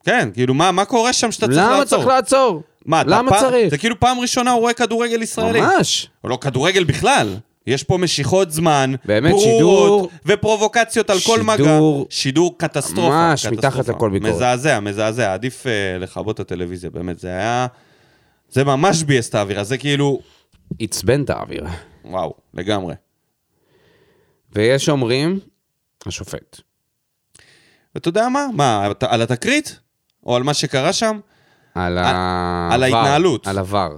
S1: כן, כאילו, מה, מה קורה שם שאתה צריך לעצור?
S2: למה צריך לעצור?
S1: מה, אתה
S2: למה
S1: פעם-
S2: צריך?
S1: זה כאילו פעם ראשונה הוא רואה כדורגל ישראלי.
S2: ממש.
S1: או לא כדורגל בכלל. יש פה משיכות זמן,
S2: באמת,
S1: ברורות,
S2: שידור-
S1: ופרובוקציות על כל מגע.
S2: שידור-
S1: שידור קטסטרופה.
S2: ממש,
S1: קטסטרופה.
S2: מתחת לכל ביקורת.
S1: מזעזע, מזעזע. עדיף אה, לכבות את הטלוויזיה, באמת. זה היה... זה ממש ביאס את האווירה. זה כאילו...
S2: עצבן את האוויר.
S1: וואו, לגמרי.
S2: ויש אומרים, השופט.
S1: ואתה יודע מה? מה, אתה- על התקרית? או על מה שקרה שם?
S2: על ה...
S1: על ההתנהלות.
S2: על הוואר.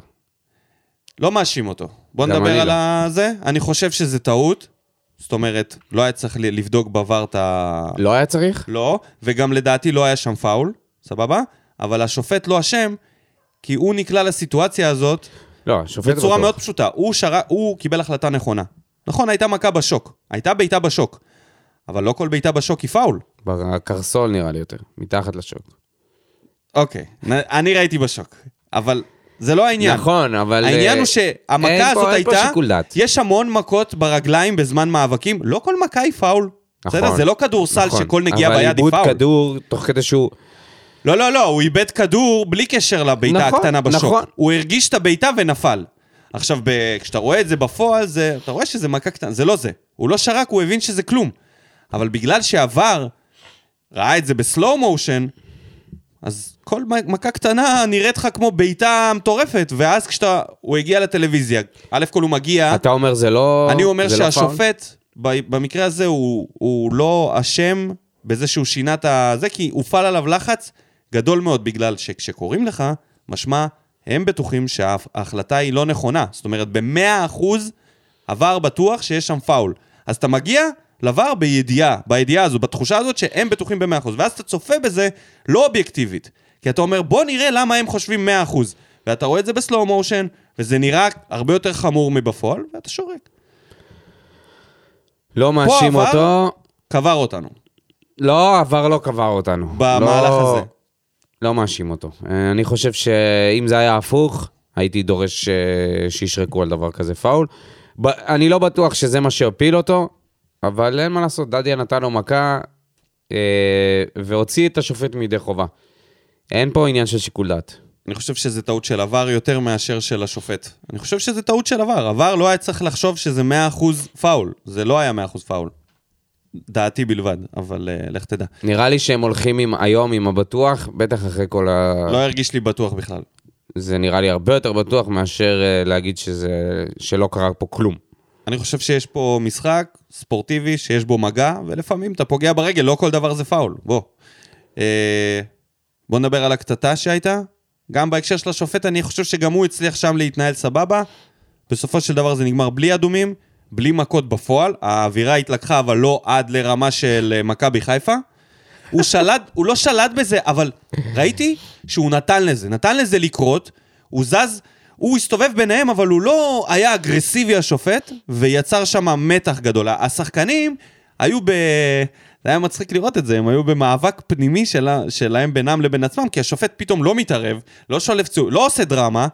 S1: לא מאשים אותו. בוא
S2: גם אני
S1: נדבר על
S2: לא.
S1: זה. אני חושב שזה טעות. זאת אומרת, לא היה צריך ל- לבדוק בVAR את ה...
S2: לא היה צריך?
S1: לא, וגם לדעתי לא היה שם פאול, סבבה? אבל השופט לא אשם, כי הוא נקלע לסיטואציה הזאת
S2: לא, השופט
S1: בצורה
S2: בטוח.
S1: מאוד פשוטה. הוא, שרה, הוא קיבל החלטה נכונה. נכון, הייתה מכה בשוק. הייתה בעיטה בשוק. אבל לא כל בעיטה בשוק היא פאול.
S2: בקרסול נראה לי יותר, מתחת לשוק.
S1: אוקיי, נ- אני ראיתי בשוק. אבל זה לא העניין.
S2: נכון, אבל...
S1: העניין
S2: אה,
S1: הוא
S2: אין
S1: שהמכה
S2: פה-
S1: הזאת
S2: אין פה
S1: הייתה,
S2: שיקול דעת.
S1: יש המון מכות ברגליים בזמן מאבקים, לא כל מכה היא פאול.
S2: נכון,
S1: בסדר? זה לא כדורסל
S2: נכון.
S1: שכל נגיעה
S2: אבל
S1: ביד היא
S2: עיבוד
S1: פאול.
S2: כדור, תוך כדי שהוא...
S1: לא, לא, לא, הוא איבד כדור בלי קשר לבעיטה
S2: נכון,
S1: הקטנה בשוק.
S2: נכון.
S1: הוא הרגיש את הבעיטה ונפל. עכשיו, ב... כשאתה רואה את זה בפועל, זה... אתה רואה שזה מכה קטנה, זה לא זה. הוא לא שרק, הוא הבין שזה כלום. אבל בגלל שעבר, ראה את זה בסלואו מושן, אז כל מ- מכה קטנה נראית לך כמו בעיטה מטורפת, ואז כשאתה... הוא הגיע לטלוויזיה, א' כל הוא מגיע...
S2: אתה אומר זה לא...
S1: אה? אני אומר
S2: זה לא פאול?
S1: שהשופט, ב- במקרה הזה, הוא, הוא לא אשם בזה שהוא שינה את ה... זה, כי הופעל עליו לחץ גדול מאוד, בגלל שכשקוראים לך, משמע, הם בטוחים שההחלטה היא לא נכונה. זאת אומרת, ב-100% עבר בטוח שיש שם פאול. אז אתה מגיע לבר בידיעה, בידיעה הזו, בתחושה הזאת שהם בטוחים ב-100%, ואז אתה צופה בזה לא אובייקטיבית. כי אתה אומר, בוא נראה למה הם חושבים 100%. ואתה רואה את זה בסלואו מושן, וזה נראה הרבה יותר חמור מבפועל, ואתה שורק.
S2: לא מאשים
S1: עבר?
S2: אותו.
S1: קבר אותנו.
S2: לא, עבר לא קבר אותנו.
S1: במהלך
S2: לא-
S1: הזה.
S2: לא מאשים אותו. אה, אני חושב שאם זה היה הפוך, הייתי דורש אה, שישרקו על דבר כזה פאול. ב- אני לא בטוח שזה מה שהפיל אותו, אבל אין מה לעשות, דדיה נתן לו מכה אה, והוציא את השופט מידי חובה. אין פה עניין של שיקול דעת.
S1: אני חושב שזה טעות של עבר יותר מאשר של השופט. אני חושב שזה טעות של עבר. עבר לא היה צריך לחשוב שזה 100% פאול. זה לא היה 100% פאול. דעתי בלבד, אבל uh, לך תדע.
S2: נראה לי שהם הולכים עם, היום עם הבטוח, בטח אחרי כל ה...
S1: לא הרגיש לי בטוח בכלל.
S2: זה נראה לי הרבה יותר בטוח מאשר אה, להגיד שזה... שלא קרה פה כלום.
S1: אני חושב שיש פה משחק ספורטיבי שיש בו מגע, ולפעמים אתה פוגע ברגל, לא כל דבר זה פאול. בוא. אה, בוא נדבר על הקטטה שהייתה. גם בהקשר של השופט, אני חושב שגם הוא הצליח שם להתנהל סבבה. בסופו של דבר זה נגמר בלי אדומים, בלי מכות בפועל. האווירה התלקחה, אבל לא עד לרמה של אה, מכבי חיפה. הוא שלט, הוא לא שלט בזה, אבל ראיתי שהוא נתן לזה. נתן לזה לקרות, הוא זז, הוא הסתובב ביניהם, אבל הוא לא היה אגרסיבי השופט, ויצר שם מתח גדול. השחקנים היו ב... זה היה מצחיק לראות את זה, הם היו במאבק פנימי שלה, שלהם בינם לבין עצמם, כי השופט פתאום לא מתערב, לא שולף ציור, לא עושה דרמה,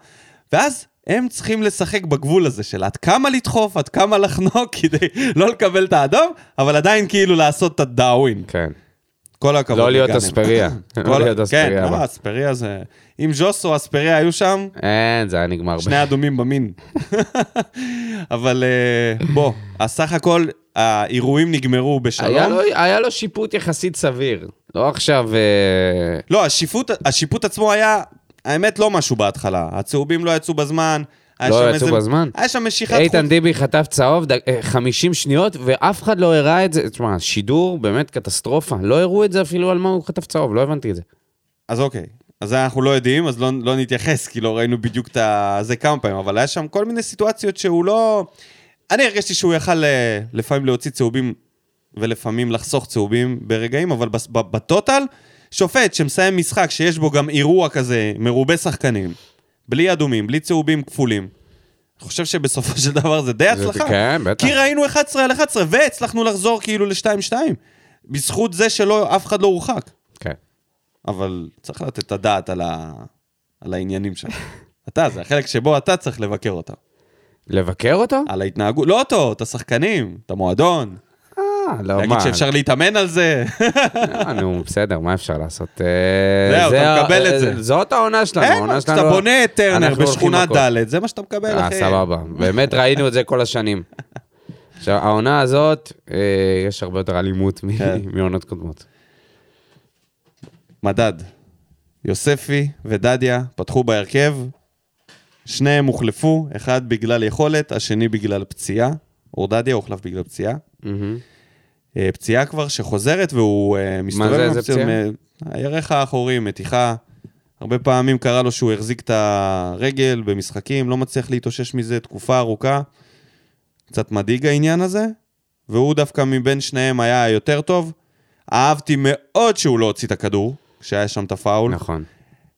S1: ואז הם צריכים לשחק בגבול הזה של עד כמה לדחוף, עד כמה לחנוק, <laughs> כדי לא לקבל את האדום, אבל עדיין כאילו לעשות את הדאווין.
S2: כן.
S1: כל הכבוד.
S2: לא להיות
S1: לגאנם. <laughs>
S2: אספריה.
S1: כל-
S2: לא להיות אספריה,
S1: כן,
S2: אבל.
S1: לא, אספריה זה... אם ז'וס או אספריה היו שם,
S2: אין, זה היה נגמר. ב- <laughs>
S1: שני אדומים במין. <laughs> אבל אה, בוא, אז סך הכל האירועים נגמרו
S2: היה לא-
S1: בשלום.
S2: לו- היה לו שיפוט יחסית סביר. לא עכשיו... אה,
S1: לא, השיפוט, השיפוט עצמו היה, האמת, לא משהו בהתחלה. הצהובים לא יצאו בזמן. היה
S2: לא
S1: שם
S2: יצאו
S1: איזה-
S2: בזמן?
S1: היה שם משיכת
S2: איתן דיבי חטף צהוב דק- אה, 50 שניות, ואף אחד לא הראה את זה. תשמע, שידור באמת קטסטרופה. לא הראו את זה אפילו על מה הוא חטף צהוב, לא הבנתי את זה.
S1: אז אוקיי. אז זה אנחנו לא יודעים, אז לא, לא נתייחס, כי לא ראינו בדיוק את ה- זה כמה פעמים, אבל היה שם כל מיני סיטואציות שהוא לא... אני הרגשתי שהוא יכל אה, לפעמים להוציא צהובים ולפעמים לחסוך צהובים ברגעים, אבל בס- ב- בטוטל, שופט שמסיים משחק שיש בו גם אירוע כזה מרובה שחקנים, בלי אדומים, בלי צהובים כפולים, אני חושב שבסופו של דבר זה די
S2: זה-
S1: הצלחה.
S2: כן, בטח.
S1: כי ראינו 11 על 11, והצלחנו לחזור כאילו ל-2-2, בזכות זה שלא, אף אחד לא הורחק.
S2: כן.
S1: אבל צריך לתת את הדעת על, ה... על העניינים שלך. אתה, זה החלק שבו אתה צריך לבקר אותם.
S2: לבקר אותו?
S1: על ההתנהגות, לא אותו, את השחקנים, את המועדון.
S2: אה, לא,
S1: להגיד
S2: מה?
S1: שאפשר להתאמן על
S2: <laughs>
S1: זה.
S2: אה, נו, בסדר, מה אפשר לעשות? אה,
S1: זהו,
S2: זה
S1: אתה
S2: ה-
S1: מקבל את
S2: אה,
S1: זה.
S2: זאת העונה שלנו,
S1: אין,
S2: העונה
S1: מה,
S2: שלנו...
S1: כשאתה בונה את טרנר
S2: אנחנו הולכים
S1: בשכונה
S2: מכות.
S1: ד', זה מה שאתה מקבל,
S2: אה,
S1: אחי.
S2: סבבה. באמת ראינו את זה כל השנים. עכשיו, העונה הזאת, אה, יש הרבה יותר אלימות מ-
S1: כן.
S2: מעונות קודמות.
S1: מדד. יוספי ודדיה פתחו בהרכב, שניהם הוחלפו, אחד בגלל יכולת, השני בגלל פציעה. אורדדיה הוחלף בגלל פציעה.
S2: מהמם.
S1: אה, פציעה כבר שחוזרת והוא אה, מסתובב
S2: זה,
S1: עם
S2: זה
S1: הפציעה,
S2: פציעה?
S1: מ- הירך האחורי, מתיחה. הרבה פעמים קרה לו שהוא החזיק את הרגל במשחקים, לא מצליח להתאושש מזה תקופה ארוכה. קצת מדאיג העניין הזה, והוא דווקא מבין שניהם היה היותר טוב. אהבתי מאוד שהוא לא הוציא את הכדור, כשהיה שם את הפאול.
S2: נכון.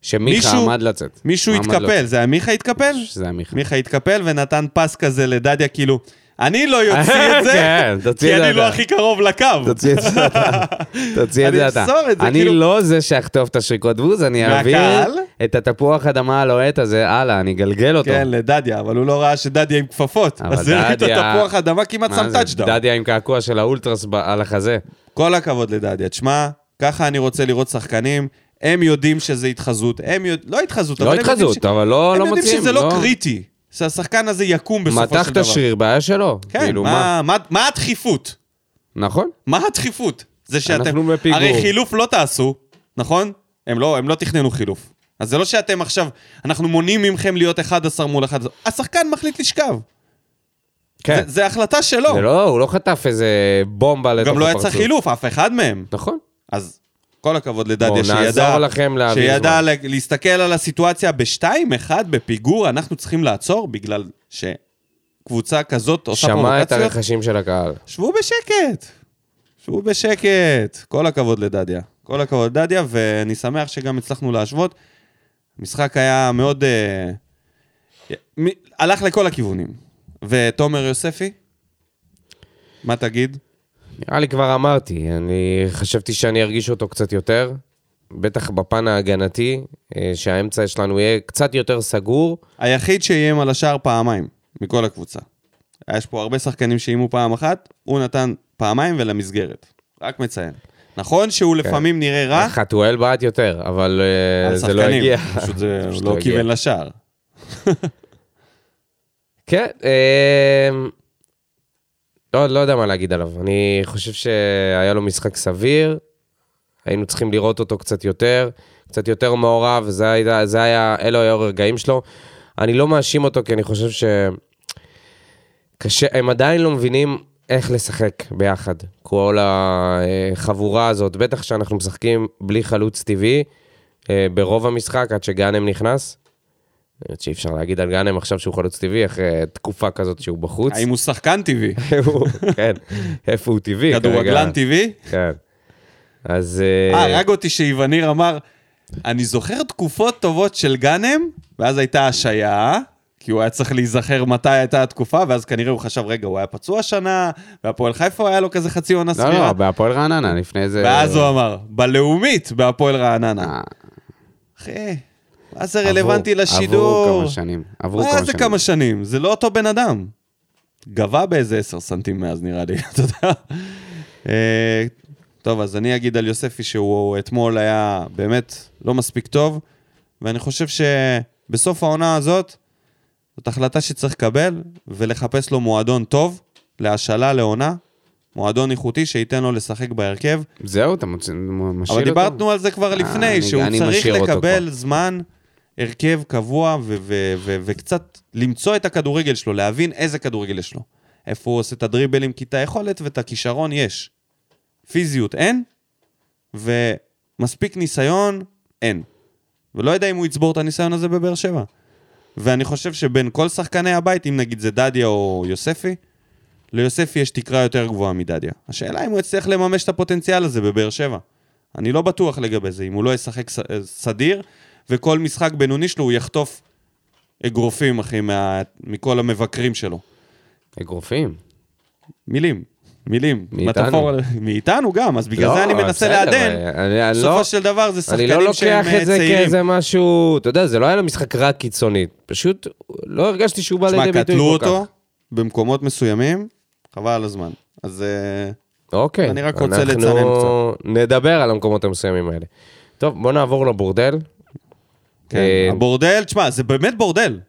S2: שמיכה
S1: מישהו-
S2: עמד לצאת.
S1: מישהו
S2: עמד לצאת.
S1: התקפל, זה היה מיכה התקפל?
S2: שזה היה מיכה.
S1: מיכה התקפל ונתן פס כזה לדדיה, כאילו, אני לא
S2: <laughs>
S1: אוציא את זה,
S2: כן, תוציא
S1: כי
S2: את זה
S1: אני לא
S2: אתה.
S1: הכי קרוב לקו.
S2: תוציא את זה אתה. <laughs> תוציא את
S1: אני
S2: זה אתה.
S1: אמסור את זה,
S2: אני
S1: כאילו-
S2: לא זה שאחטוף את השריקות בוז, אני
S1: מהקהל?
S2: אעביר את התפוח אדמה הלוהט הזה הלאה, אני אגלגל אותו.
S1: כן, לדדיה, אבל הוא לא ראה שדדיה עם כפפות.
S2: אבל
S1: אז הוא ראית את
S2: דדיה-
S1: תפוח אדמה, כמעט
S2: מה
S1: שם
S2: זה?
S1: טאצ'דאון.
S2: דדיה עם קעקוע של האולטרס ב- על החזה.
S1: כל הכבוד לדדיה. תשמע, ככה אני רוצה לראות שחקנים, הם יודעים שזה התחזות. הם יודעים, לא התחזות, אבל
S2: לא
S1: הם יודעים
S2: התחזות,
S1: ש-
S2: אבל לא
S1: הם
S2: לא
S1: יודעים
S2: מוציאים.
S1: שזה לא קריטי, שהשחקן הזה יקום בסופו של
S2: מתח את
S1: דבר.
S2: השריר, בעיה שלו.
S1: כן,
S2: כאילו,
S1: מה- מה- מה הדחיפות?
S2: נכון?
S1: מה הדחיפות? זה שאתם...
S2: אנחנו בפיגור.
S1: הרי חילוף לא תעשו, נכון? הם לא, הם לא תכננו חילוף. אז זה לא שאתם עכשיו, אנחנו מונעים מכם להיות 11 מול 11. השחקן מחליט לשכב.
S2: כן.
S1: זה, זה החלטה שלו.
S2: זה לא, הוא לא חטף איזה בומבה לתוך
S1: גם
S2: הפרצוף.
S1: לא יצא חילוף, אף אחד מהם.
S2: נכון.
S1: אז כל הכבוד לדדיה,
S2: בואו,
S1: שידע,
S2: נעזור לכם להעביר
S1: שידע
S2: זמן.
S1: לה- להסתכל על הסיטואציה ב-2-1 בפיגור, אנחנו צריכים לעצור בגלל שקבוצה כזאת עושה
S2: שמע את
S1: פרובוקציות.
S2: הרחשים של הקהל.
S1: שבו בשקט, שבו בשקט. כל הכבוד לדדיה. כל הכבוד לדדיה, ואני שמח שגם הצלחנו להשוות. המשחק היה מאוד... אה, מ- הלך לכל הכיוונים. ותומר יוספי? מה תגיד?
S2: נראה לי כבר אמרתי, אני חשבתי שאני ארגיש אותו קצת יותר, בטח בפן ההגנתי, אה, שהאמצע שלנו יהיה קצת יותר סגור.
S1: היחיד שאיים על השער פעמיים, מכל הקבוצה. יש פה הרבה שחקנים שאיימו פעם אחת, הוא נתן פעמיים ולמסגרת. רק מציין. נכון שהוא לפעמים נראה רע,
S2: חתואל בעט יותר, אבל כן. אה,
S1: אה? על
S2: זה לא
S1: שחקנים.
S2: הגיע.
S1: פשוט זה
S2: <laughs> פשוט
S1: לא
S2: הגיע.
S1: כיוון לשער.
S2: כן, אה, לא, לא יודע מה להגיד עליו. אני חושב שהיה לו משחק סביר, היינו צריכים לראות אותו קצת יותר, קצת יותר מעורב, זה היה, זה היה אלו היו הרגעים שלו. אני לא מאשים אותו, כי אני חושב ש... קשה, הם עדיין לא מבינים איך לשחק ביחד. כל החבורה הזאת, בטח שאנחנו משחקים בלי חלוץ טבעי, אה, ברוב המשחק, עד שגאנם נכנס. האמת שאי אפשר להגיד על גאנם עכשיו שהוא חלוץ טבעי, אחרי תקופה כזאת שהוא בחוץ.
S1: האם הוא שחקן
S2: <laughs>
S1: טבעי?
S2: הוא- כן, איפה הוא טבעי? כרגע.
S1: כדורגלן טבעי?
S2: כן. אז...
S1: אה, הרג אותי שאיווניר אמר, אני זוכר תקופות טובות של גאנם, ואז הייתה השעיה, כי הוא היה צריך להיזכר מתי הייתה התקופה, ואז כנראה הוא חשב, רגע, הוא היה פצוע שנה, והפועל חיפה היה לו כזה חצי עונה
S4: לא, לא,
S1: סבירה.
S4: בהפועל רעננה, לפני זה...
S1: ואז הוא אמר, בלאומית, בהפועל רעננה.
S4: אה,
S1: אחי, מה זה
S4: עברו-
S1: רלוונטי
S4: עברו
S1: לשידור?
S4: כמה שנים. עברו כמה
S1: מה זה
S4: שנים.
S1: כמה שנים? זה לא אותו בן אדם. גבה באיזה עשר סנטים מאז, נראה לי, <laughs> אתה יודע. אה, טוב, אז אני אגיד על יוספי שהוא אתמול היה באמת לא מספיק טוב, ואני חושב שבסוף העונה הזאת, זאת החלטה שצריך לקבל, ולחפש לו מועדון טוב, להשאלה לעונה, מועדון איכותי שייתן לו לשחק בהרכב,
S4: זהו, אתה מוצ- מ- משאיר
S1: אבל
S4: אותו? אה,
S1: דיברנו על זה כבר לפני,
S4: אני-
S1: שהוא
S4: אני
S1: צריך
S4: משאיר אותו
S1: לקבל
S4: כבר.
S1: זמן, הרכב קבוע, ו- ו- ו- וקצת למצוא את הכדורגל שלו, להבין איזה כדורגל יש לו. איפה הוא עושה את הדריבלים, כי את היכולת ואת הכישרון יש. פיזיות אין, ומספיק ניסיון אין. ולא יודע אם הוא יצבור את הניסיון הזה בבאר שבע. ואני חושב שבין כל שחקני הבית, אם נגיד זה דדיה או יוספי, ליוספי יש תקרה יותר גבוהה מדדיה. השאלה אם הוא יצליח לממש את הפוטנציאל הזה בבאר שבע. אני לא בטוח לגבי זה, אם הוא לא ישחק ס- אה, סדיר, וכל משחק בינוני שלו הוא יחטוף אגרופים, אחי, מה... מכל המבקרים שלו.
S4: אגרופים.
S1: מילים, מילים.
S4: מאיתנו.
S1: מטאפורה- מאיתנו גם, אז בגלל
S4: לא,
S1: זה אני מנסה
S4: בסדר,
S1: לעדן.
S4: אני- אני
S1: בסופו
S4: לא-
S1: של דבר זה
S2: אני
S1: שחקנים
S2: לא
S1: שהם
S2: לוקח
S1: אה,
S2: את זה
S1: צעירים.
S2: כאיזה משהו, אתה יודע, זה לא היה לו משחק רק קיצונית. פשוט לא הרגשתי שהוא בא לידי
S1: תשמע,
S2: ביטוי כל כך.
S1: קטלו אותו במקומות מסוימים, חבל על הזמן. אז אה,
S2: אוקיי.
S1: אני רק רוצה
S2: אנחנו
S1: לצנן
S2: נדבר על המקומות המסוימים האלה. טוב, בוא נעבור לבורדל.
S1: כן,
S2: אה,
S1: הבורדל, תשמע, זה באמת בורדל.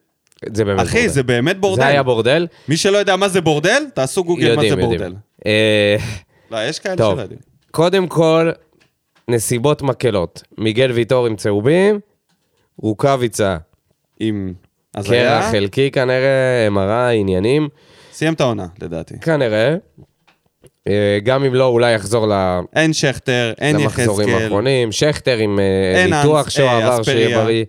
S2: זה באמת בורדל.
S1: אחי, זה באמת בורדל.
S2: זה היה בורדל.
S1: מי שלא יודע מה זה בורדל, תעשו גוגל כן, מה
S2: יודעים,
S1: זה
S2: יודעים.
S1: בורדל.
S2: אה,
S1: לא, יש כאלה
S2: טוב,
S1: שלא יודעים.
S2: קודם כל, נסיבות מקלות. מיגל ויטור עם צהובים, רוקאביצה,
S1: עם הזיה,
S2: קרח חלקי כנראה, MRI, עניינים,
S1: סיים את העונה, לדעתי.
S2: כנראה. אה, גם אם לא, אולי יחזור ל-
S1: אין שכטר, אין
S2: למחזורים
S1: יחזקאל.
S2: האחרונים. שכטר עם אה,
S1: אין
S2: ניתוח
S1: אנס-
S2: שהוא
S1: אה,
S2: עבר, שיהיה
S1: אספריה.
S2: בריא.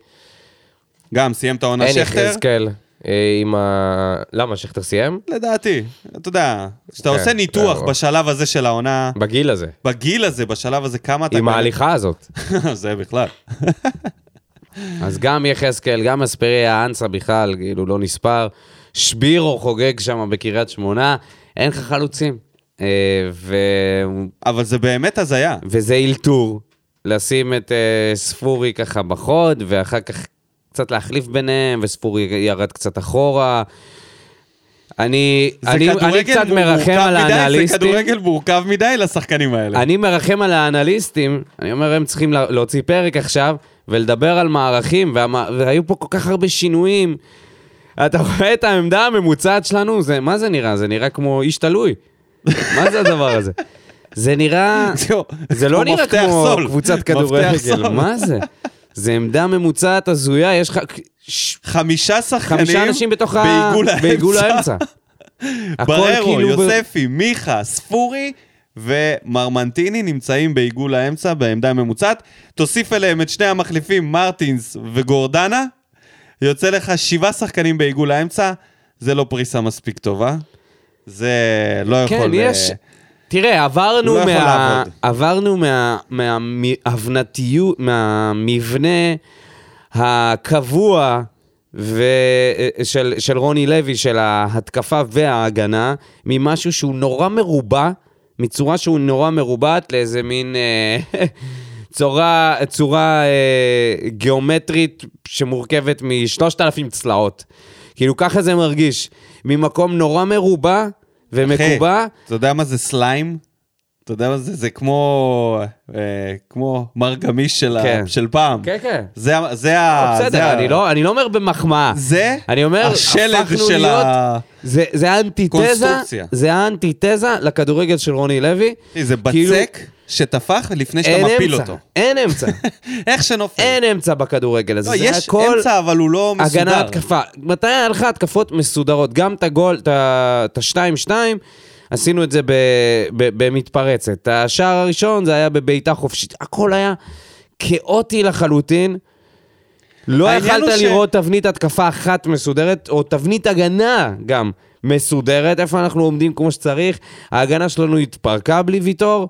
S1: גם, סיים את העונה
S2: אין
S1: שכטר.
S2: יחזקאל אה, עם ה... למה, שכטר סיים?
S1: לדעתי, אתה יודע, כשאתה
S2: כן,
S1: עושה ניתוח
S2: ברור.
S1: בשלב הזה של העונה,
S2: בגיל הזה.
S1: בגיל הזה, בשלב הזה, כמה אתה...
S2: עם
S1: קולט-
S2: ההליכה הזאת.
S1: <laughs> זה בכלל.
S2: אז גם יחזקאל, גם אספריה, אנסה בכלל, כאילו לא נספר. שבירו חוגג שם בקריית שמונה, אין לך חלוצים. אה, ו...
S1: אבל זה באמת הזיה.
S2: וזה אלתור, לשים את אה, ספורי ככה בחוד, ואחר כך קצת להחליף ביניהם, וספורי ירד קצת אחורה. אני,
S1: זה
S2: אני, אני
S1: כדורגל
S2: קצת מרחם
S1: מורכב
S2: על
S1: מדי, זה
S2: האנליסטים.
S1: כדורגל מורכב מדי לשחקנים <laughs> האלה.
S2: אני מרחם על האנליסטים, אני אומר, הם צריכים לה- להוציא פרק עכשיו ולדבר על מערכים, והמע- והיו פה כל כך הרבה שינויים. אתה <laughs> רואה את העמדה הממוצעת שלנו? זה, מה זה נראה? זה נראה כמו איש תלוי. מה זה הדבר הזה? זה
S1: <laughs>
S2: נראה...
S1: זהו,
S2: זה לא
S1: כמו
S2: נראה
S1: מפתח
S2: כמו
S1: סול.
S2: קבוצת
S1: מפתח סול.
S2: כדורגל, מה זה? זה עמדה ממוצעת הזויה, יש לך ש-
S1: חמישה שחקנים
S2: חמישה אנשים בתוך ה...
S1: בעיגול האמצע.
S2: בעיגול
S1: <laughs>
S2: האמצע. הכל
S1: בררו,
S2: כאילו ב-
S1: יוספי, מיכה, ספורי ומרמנטיני נמצאים בעיגול האמצע בעמדה הממוצעת. תוסיף אליהם את שני המחליפים, מרטינס וגורדנה, יוצא לך שבעה שחקנים בעיגול האמצע, זה לא פריסה מספיק טובה. זה לא יכול...
S2: כן,
S1: אה,
S2: יש... תראה, עברנו
S1: לא יכול
S2: מה...
S1: לעבוד.
S2: עברנו מה... מההבנתיות, מהמבנה הקבוע ו... אה, של, של רוני לוי, של ההתקפה וההגנה, ממשהו שהוא נורא מרובע, מצורה שהוא נורא מרובעת לאיזה מין... אה, <laughs> צורה, צורה אה, גיאומטרית שמורכבת משלושת אלפים צלעות. כאילו ככה זה מרגיש, ממקום נורא מרובע ומקובע,
S1: אחי, אה, אתה יודע מה זה סליים? אתה יודע מה זה? זה כמו... אה, כמו מר גמיש של,
S2: כן.
S1: ה, של פעם.
S2: כן, כן.
S1: זה, ה- זה ה...
S2: לא,
S1: אה, זה
S2: בסדר,
S1: ה-
S2: אני לא, אני לא אומר במחמאה.
S1: זה
S2: אני אומר,
S1: השלד
S2: הפכנו
S1: של
S2: להיות...
S1: ה...
S2: זה, זה האנטיתזה,
S1: קונסטרוקציה.
S2: זה האנטיתזה לכדורגל של רוני לוי.
S1: אחי, זה בצק
S2: כאילו,
S1: שטפח לפני שאתה
S2: אין
S1: מפיל
S2: אמצע,
S1: אותו.
S2: אין אמצע,
S1: איך שנופל.
S2: אין אמצע בכדורגל הזה.
S1: לא,
S2: זה
S1: יש
S2: הכל...
S1: אמצע, אבל הוא לא מסודר.
S2: הגנה התקפה. מתי היה לך התקפות מסודרות? גם את הגול, את ה- את ה-2-2, עשינו את זה ב- ב- במתפרצת. את השער הראשון זה היה בבעיטה חופשית. הכל היה כאוטי לחלוטין. לא
S1: העניין
S2: יכלת
S1: הוא ש-
S2: לראות תבנית התקפה אחת מסודרת, או תבנית הגנה גם מסודרת, איפה אנחנו עומדים כמו שצריך. ההגנה שלנו התפרקה בלי ויטור.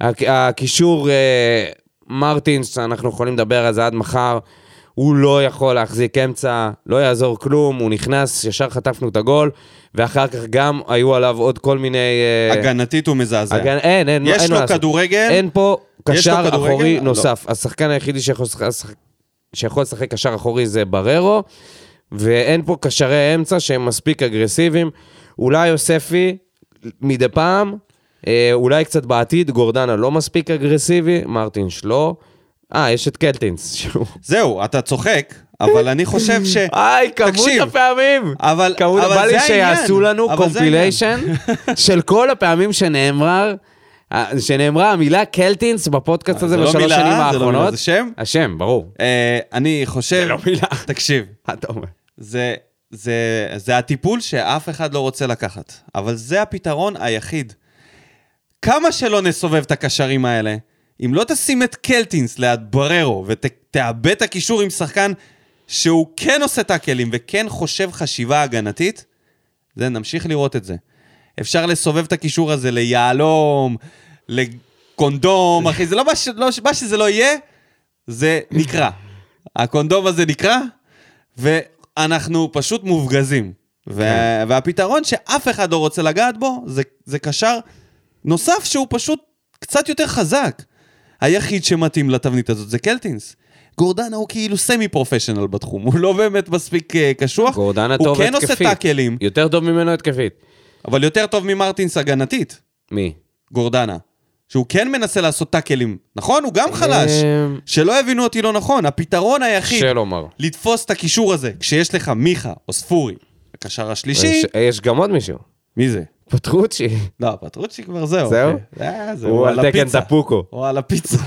S2: הק- הקישור אה, מרטינס, אנחנו יכולים לדבר על זה עד מחר, הוא לא יכול להחזיק אמצע, לא יעזור כלום, הוא נכנס, ישר חטפנו את הגול, ואחר כך גם היו עליו עוד כל מיני... אה,
S1: הגנתית הוא מזעזע.
S2: הגן... אין, אין,
S1: יש
S2: אין מה
S1: לו
S2: לעשות.
S1: כדורגל?
S2: אין פה
S1: כן. יש לו
S2: קשר
S1: כדורגל?
S2: אחורי
S1: לא.
S2: נוסף. השחקן היחידי שיכול לשחק- שיכול לשחק קשר אחורי זה בררו, ואין פה קשרי אמצע שהם מספיק אגרסיביים. אולי יוספי, מדי פעם, אה, אולי קצת בעתיד, גורדנה לא מספיק אגרסיבי, מרטינש לא. אה, יש את קלטינס. שהוא-
S1: זהו, אתה צוחק, אבל אני חושב
S2: <laughs>
S1: ש...
S2: איי, כמות
S1: תקשיב.
S2: הפעמים!
S1: אבל-
S2: כמות,
S1: אבל
S2: בא לי
S1: זה העניין.
S2: שיעשו לנו
S1: אבל זה
S2: קומפיליישן של כל הפעמים שנאמר, שנאמרה המילה קלטינס בפודקאסט הזה
S1: זה לא
S2: בשלוש
S1: מילה,
S2: שנים
S1: זה לא מילה,
S2: האחרונות.
S1: זה שם?
S2: השם, ברור.
S1: אה, אני חושב...
S2: זה לא מילה. <laughs>
S1: תקשיב,
S2: אתה אומר.
S1: זה, זה, זה הטיפול שאף אחד לא רוצה לקחת, אבל זה הפתרון היחיד. כמה שלא נסובב את הקשרים האלה, אם לא תשים את קלטינס ליד בררו ותאבד את הקישור עם שחקן שהוא כן עושה טאקלים וכן חושב חשיבה הגנתית, זה, נמשיך לראות את זה. אפשר לסובב את הקישור הזה ליהלום, לקונדום, אחי, זה לא מה, ש... לא... מה שזה לא יהיה, זה נקרע. הקונדום הזה נקרע, ואנחנו פשוט מופגזים. ו...
S2: כן.
S1: והפתרון שאף אחד לא רוצה לגעת בו, זה, זה קשר נוסף שהוא פשוט קצת יותר חזק. היחיד שמתאים לתבנית הזאת זה קלטינס. גורדנה הוא כאילו סמי פרופשיונל בתחום, הוא לא באמת מספיק אה, קשוח.
S2: גורדנה טוב
S1: הוא כן עושה
S2: התקפית.
S1: טאקלים,
S2: יותר טוב ממנו התקפית.
S1: אבל יותר טוב ממרטינס הגנתית,
S2: מי?
S1: גורדנה. שהוא כן מנסה לעשות טאקלים, נכון? הוא גם חלש.
S2: אמ,
S1: שלא הבינו אותי לא נכון, הפתרון היחיד
S2: קשה לומר.
S1: לתפוס את הקישור הזה, כשיש לך מיכה או ספורי, הקשר השלישי,
S2: יש- יש גם עוד מישהו.
S1: מי זה?
S2: פטרוצ'י.
S1: לא, פטרוצ'י כבר זהו.
S2: זהו?
S1: אחי. זה- זה,
S2: הוא על תקן
S1: הפיצה.
S2: טפוקו.
S1: הוא על הפיצה. <laughs>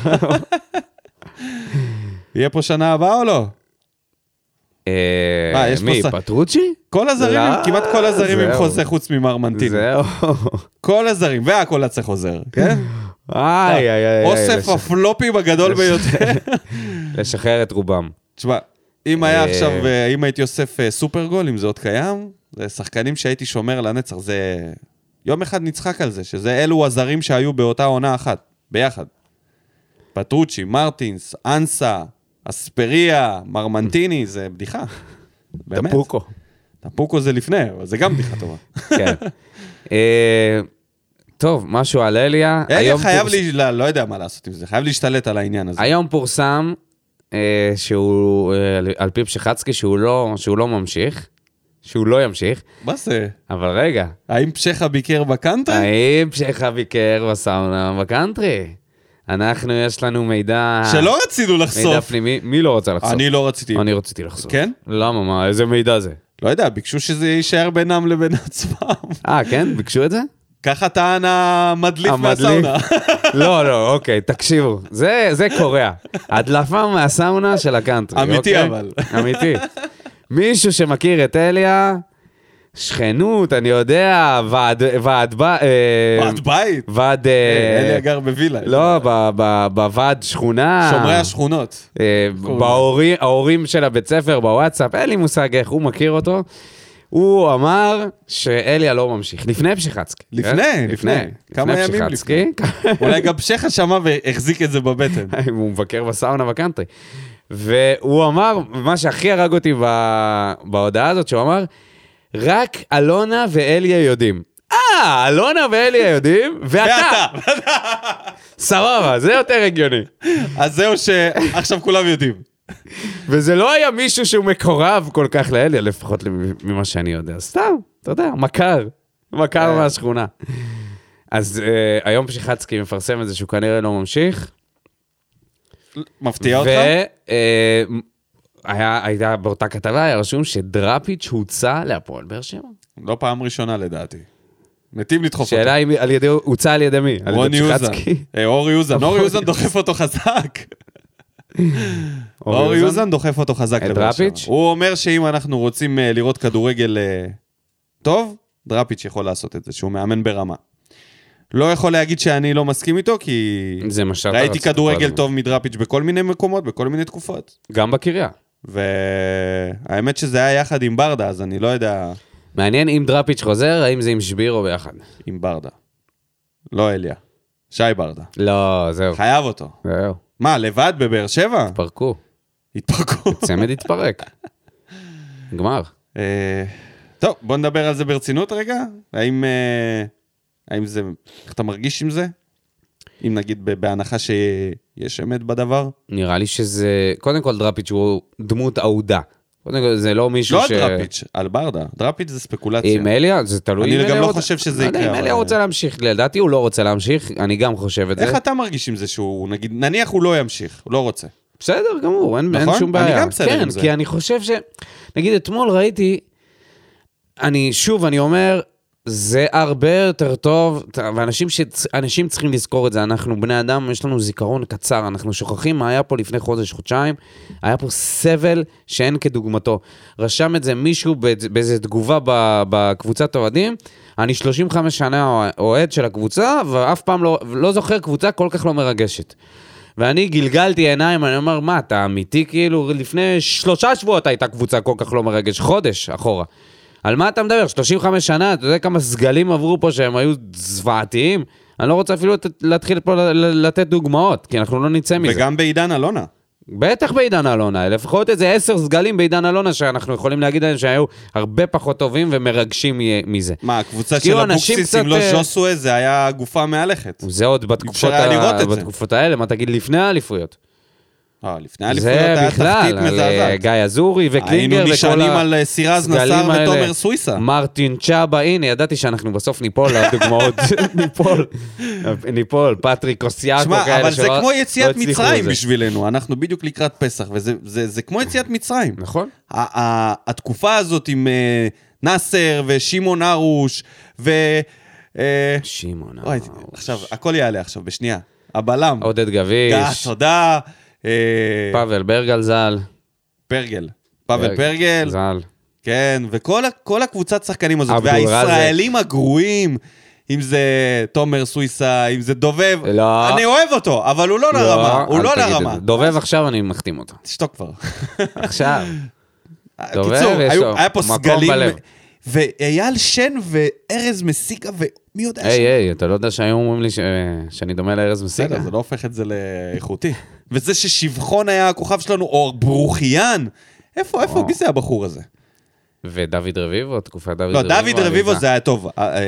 S1: יהיה פה שנה הבאה או לא?
S2: אה,
S1: מה, יש פה
S2: מי,
S1: ס-
S2: פטרוצ'י?
S1: כל הזרים,
S2: לא,
S1: הם- כמעט כל הזרים עם
S2: זהו.
S1: חוזה חוץ ממרמנטין.
S2: זהו.
S1: כל הזרים, והקולציה חוזר, כן?
S2: <laughs> איי, איי, איי. איי,
S1: אוסף
S2: לש-
S1: הפלופים הגדול ביותר.
S2: <laughs> לשחרר את רובם.
S1: תשמע, אם היה
S2: אה.
S1: עכשיו, אה, אם הייתי אוסף אה, סופרגול, אם זה עוד קיים, זה שחקנים שהייתי שומר לנצח, זה... יום אחד נצחק על זה, שזה אלו הזרים שהיו באותה עונה אחת, ביחד. פטרוצ'י, מרטינס, אנסה, אספריה, מרמנטיני, זה
S2: <laughs>
S1: בדיחה. באמת.
S2: טפוקו.
S1: טפוקו זה לפני, אבל זה גם בדיחה טובה.
S2: <laughs> כן. אה, טוב, משהו על אליה.
S1: אליה
S2: <laughs> היום
S1: חייב,
S2: פורס-
S1: לי, לא, לא יודע מה לעשות עם זה, חייב להשתלט על העניין הזה.
S2: היום פורסם אה, שהוא, אה, על- על פי פשחצקי, שהוא לא שהוא לא ממשיך, שהוא לא ימשיך,
S1: מה זה?
S2: אבל רגע,
S1: האם פשחה ביקר בקאנטרי?
S2: האם פשחה ביקר בסאונה בקאנטרי? אנחנו, יש לנו מידע...
S1: שלא רצינו
S2: מידע
S1: לחשוף.
S2: פנימי, מי לא רוצה לחשוף?
S1: אני לא רציתי.
S2: אני רציתי לחשוף.
S1: כן?
S2: למה, מה, איזה מידע זה?
S1: לא יודע, ביקשו שזה יישאר בינם לבין <laughs> עצמם.
S2: אה, כן? ביקשו את זה?
S1: ככה טען המדליף
S2: המדליף. <laughs>
S1: <laughs> מהסאונה.
S2: לא, לא, אוקיי, תקשיבו, זה, זה קורע. הדלפה מהסאונה של הקאנטרי.
S1: אמיתי,
S2: אוקיי?
S1: אבל. <laughs>
S2: אמיתי. מישהו שמכיר את אליה, שכנות, אני יודע, ועד... ועד... ב- אה,
S1: ועד בית.
S2: ועד... אה,
S1: אליה גר בווילה.
S2: לא, אה. ב- ב- בוועד שכונה.
S1: שומרי השכונות.
S2: אה, בהורי- ההורים של הבית ספר בוואטסאפ, אין לי מושג איך, הוא מכיר אותו. הוא אמר שאליה לא ממשיך, לפני פשיחצקי. כן?
S1: לפני, לפני. כמה ימים לפני.
S2: פשיחצקי. <laughs>
S1: אולי גם פשחה שמע והחזיק את זה בבטן.
S2: הוא מבקר בסאונה בקאנטרי. והוא אמר, מה שהכי הרג אותי ב... בהודעה הזאת, שהוא אמר, רק אלונה ואליה יודעים. אה, אלונה ואליה יודעים, ואתה.
S1: <laughs> ואתה.
S2: סבבה, זה יותר הגיוני.
S1: אז זהו שעכשיו כולם יודעים.
S2: וזה לא היה מישהו שהוא מקורב כל כך לאליה, לפחות למ- ממה שאני יודע. סתם, אתה יודע, מכר.
S1: כן.
S2: מכר מהשכונה. אז אה, היום פשיחצקי מפרסם את זה שהוא כנראה לא ממשיך.
S1: מפתיע אותך?
S2: והייתה אה, באותה כתבה, היה רשום שדראפיץ' הוצא להפועל באר שבע.
S1: לא פעם ראשונה לדעתי. מתים לדחוף אותו.
S2: שאלה אם על ידי, הוצא על ידי מי? על
S1: אוקיי. רוני
S2: ידי
S1: אוזן. <laughs>
S2: פשיחצקי?
S1: אה, אורי אוזן. אורי אוזן דוחף אותו חזק. אורי אוזן דוחף אותו חזק.
S2: את
S1: לבאר שבע.
S2: דראפיץ'?
S1: הוא אומר שאם אנחנו רוצים אה, לראות כדורגל אה, טוב, דראפיץ' יכול לעשות את זה, שהוא מאמן ברמה. לא יכול להגיד שאני לא מסכים איתו, כי
S2: זה מה שאתה
S1: ראיתי
S2: רצית כל
S1: כדורגל
S2: הזמן.
S1: טוב מדראפיץ' בכל מיני מקומות, בכל מיני תקופות.
S2: גם בקריה.
S1: והאמת שזה היה יחד עם ברדה, אז אני לא יודע
S2: מעניין אם דראפיץ' חוזר, האם זה עם שבירו ביחד.
S1: עם ברדה. לא אליה. שי ברדה.
S2: לא, זהו.
S1: חייב אותו.
S2: זהו, <laughs>
S1: מה, לבד בבאר שבע?
S2: פרקו.
S1: התפרקו.
S2: צמד התפרק. נגמר.
S1: אה, טוב, בוא נדבר על זה ברצינות רגע. האם, אה, האם זה, איך אתה מרגיש עם זה? אם נגיד ב- בהנחה שיש אמת בדבר?
S2: נראה לי שזה... קודם כל דראפיץ' הוא דמות אהודה. קודם כל זה לא מישהו
S1: לא
S2: ש...
S1: על דראפיץ', על ברדה. דראפיץ' זה ספקולציה.
S2: עם אליה, זה תלוי
S1: אני
S2: אם
S1: גם
S2: אליה
S1: לא
S2: רוצה-
S1: חושב שזה
S2: לא יודע,
S1: יקרה,
S2: אם אליה
S1: אבל-
S2: רוצה להמשיך, לדעתי הוא לא רוצה להמשיך, אני גם חושב את זה.
S1: איך אתה מרגיש עם זה שהוא, נגיד, נניח הוא לא ימשיך, הוא לא רוצה.
S2: בסדר גמור, אין,
S1: נכון?
S2: אין שום
S1: אני
S2: בעיה.
S1: גם בסדר
S2: כן,
S1: עם זה.
S2: כי אני חושב ש... נגיד, אתמול ראיתי, אני, שוב, אני אומר, זה הרבה יותר טוב, ת- ואנשים ש... אנשים צריכים לזכור את זה, אנחנו בני אדם, יש לנו זיכרון קצר, אנחנו שוכחים מה היה פה לפני חודש, חודשיים, היה פה סבל שאין כדוגמתו. רשם את זה מישהו באיזה- באיזה תגובה ב- בקבוצת אוהדים, אני 35 שנה אוהד של הקבוצה, ואף פעם לא, לא זוכר קבוצה כל כך לא מרגשת. ואני גלגלתי עיניים, אני אומר, מה, אתה אמיתי? כאילו, לפני שלושה שבועות הייתה קבוצה כל כך לא מרגש, חודש אחורה. על מה אתה מדבר? 35 שנה, אתה יודע כמה סגלים עברו פה שהם היו זוועתיים? אני לא רוצה אפילו לת- להתחיל פה ל- ל- לתת דוגמאות, כי אנחנו לא נצא מזה.
S1: וגם בעידן אלונה.
S2: בטח בעידן אלונה, לפחות איזה עשר סגלים בעידן אלונה שאנחנו יכולים להגיד עליהם שהיו הרבה פחות טובים ומרגשים מ- מזה.
S1: מה, הקבוצה של
S2: כאילו, אנשים
S1: אבוקסיס עם
S2: קצת,
S1: לא
S2: אה,
S1: ז'וסווה, זה היה הגופה מהלכת.
S2: זה עוד בתקופות,
S1: היה לראות
S2: ה...
S1: את זה.
S2: בתקופות האלה, מה תגיד לפני האליפויות?
S1: אה, לפני האליפויות
S2: זה
S1: היה תחתית
S2: בכלל, על אה,
S1: מזעזעת.
S2: גיא אזורי
S1: היינו
S2: וקלינגר וכל
S1: נשענים על אה, סירז נסר
S2: הסגלים האלה.
S1: ותומר סוויסה.
S2: מרטין צ'אבה, הנה, ידעתי שאנחנו בסוף ניפול
S1: <laughs>
S2: על הדוגמאות. ניפול, ניפול, פטריק אוסיאקו,
S1: שמע, אבל
S2: כאלה
S1: זה
S2: שלא
S1: כמו
S2: לא
S1: יציאת
S2: הצליחו
S1: מצרים
S2: בזה.
S1: בשבילנו, אנחנו בדיוק לקראת פסח, וזה זה- זה כמו יציאת מצרים.
S2: נכון.
S1: ה- ה- התקופה הזאת עם אה, נאסר ושמעון הרוש, ו... אה,
S2: שמעון,
S1: אוי, עכשיו, הכל יעלה עכשיו, בשנייה. הבלם.
S2: עודד
S1: תודה,
S2: גביש,
S1: תודה. אה,
S2: פאבל ברגל ז"ל.
S1: פרגל. פאבל
S2: ברג-
S1: פרגל,
S2: ז"ל.
S1: כן, וכל ה- כל הקבוצת שחקנים הזאת,
S2: עבדול
S1: והישראלים הגרועים, אם זה תומר סוויסה, אם זה דובב,
S2: לא.
S1: אני אוהב אותו, אבל הוא לא לרמה, הוא
S2: אל
S1: לא
S2: תגיד את
S1: לרמה.
S2: זה. דובב עכשיו, אני
S1: <laughs>
S2: מחתים אותו.
S1: תשתוק כבר.
S2: <laughs>
S1: <laughs>
S2: עכשיו. דובב,
S1: אה, קיצור,
S2: יש
S1: היו-
S2: לו
S1: היה פה
S2: מקום
S1: סגלים,
S2: בלב.
S1: ואייל שן וארז מסיקה, ומי יודע
S2: היי, היי, אתה לא יודע שהיום אומרים לי ש- אה, שאני דומה לארז מסיגה?
S1: בסדר, זה לא הופך את זה לאיכותי. <laughs> וזה ששבחון היה הכוכב שלנו, או ברוכיאן, איפה, איפה, מי זה הבחור הזה?
S2: ודוד רביבו, תקופת דוד
S1: לא,
S2: רביבו.
S1: דוד רביבו
S2: עליזה.
S1: זה היה טוב. אה, אה,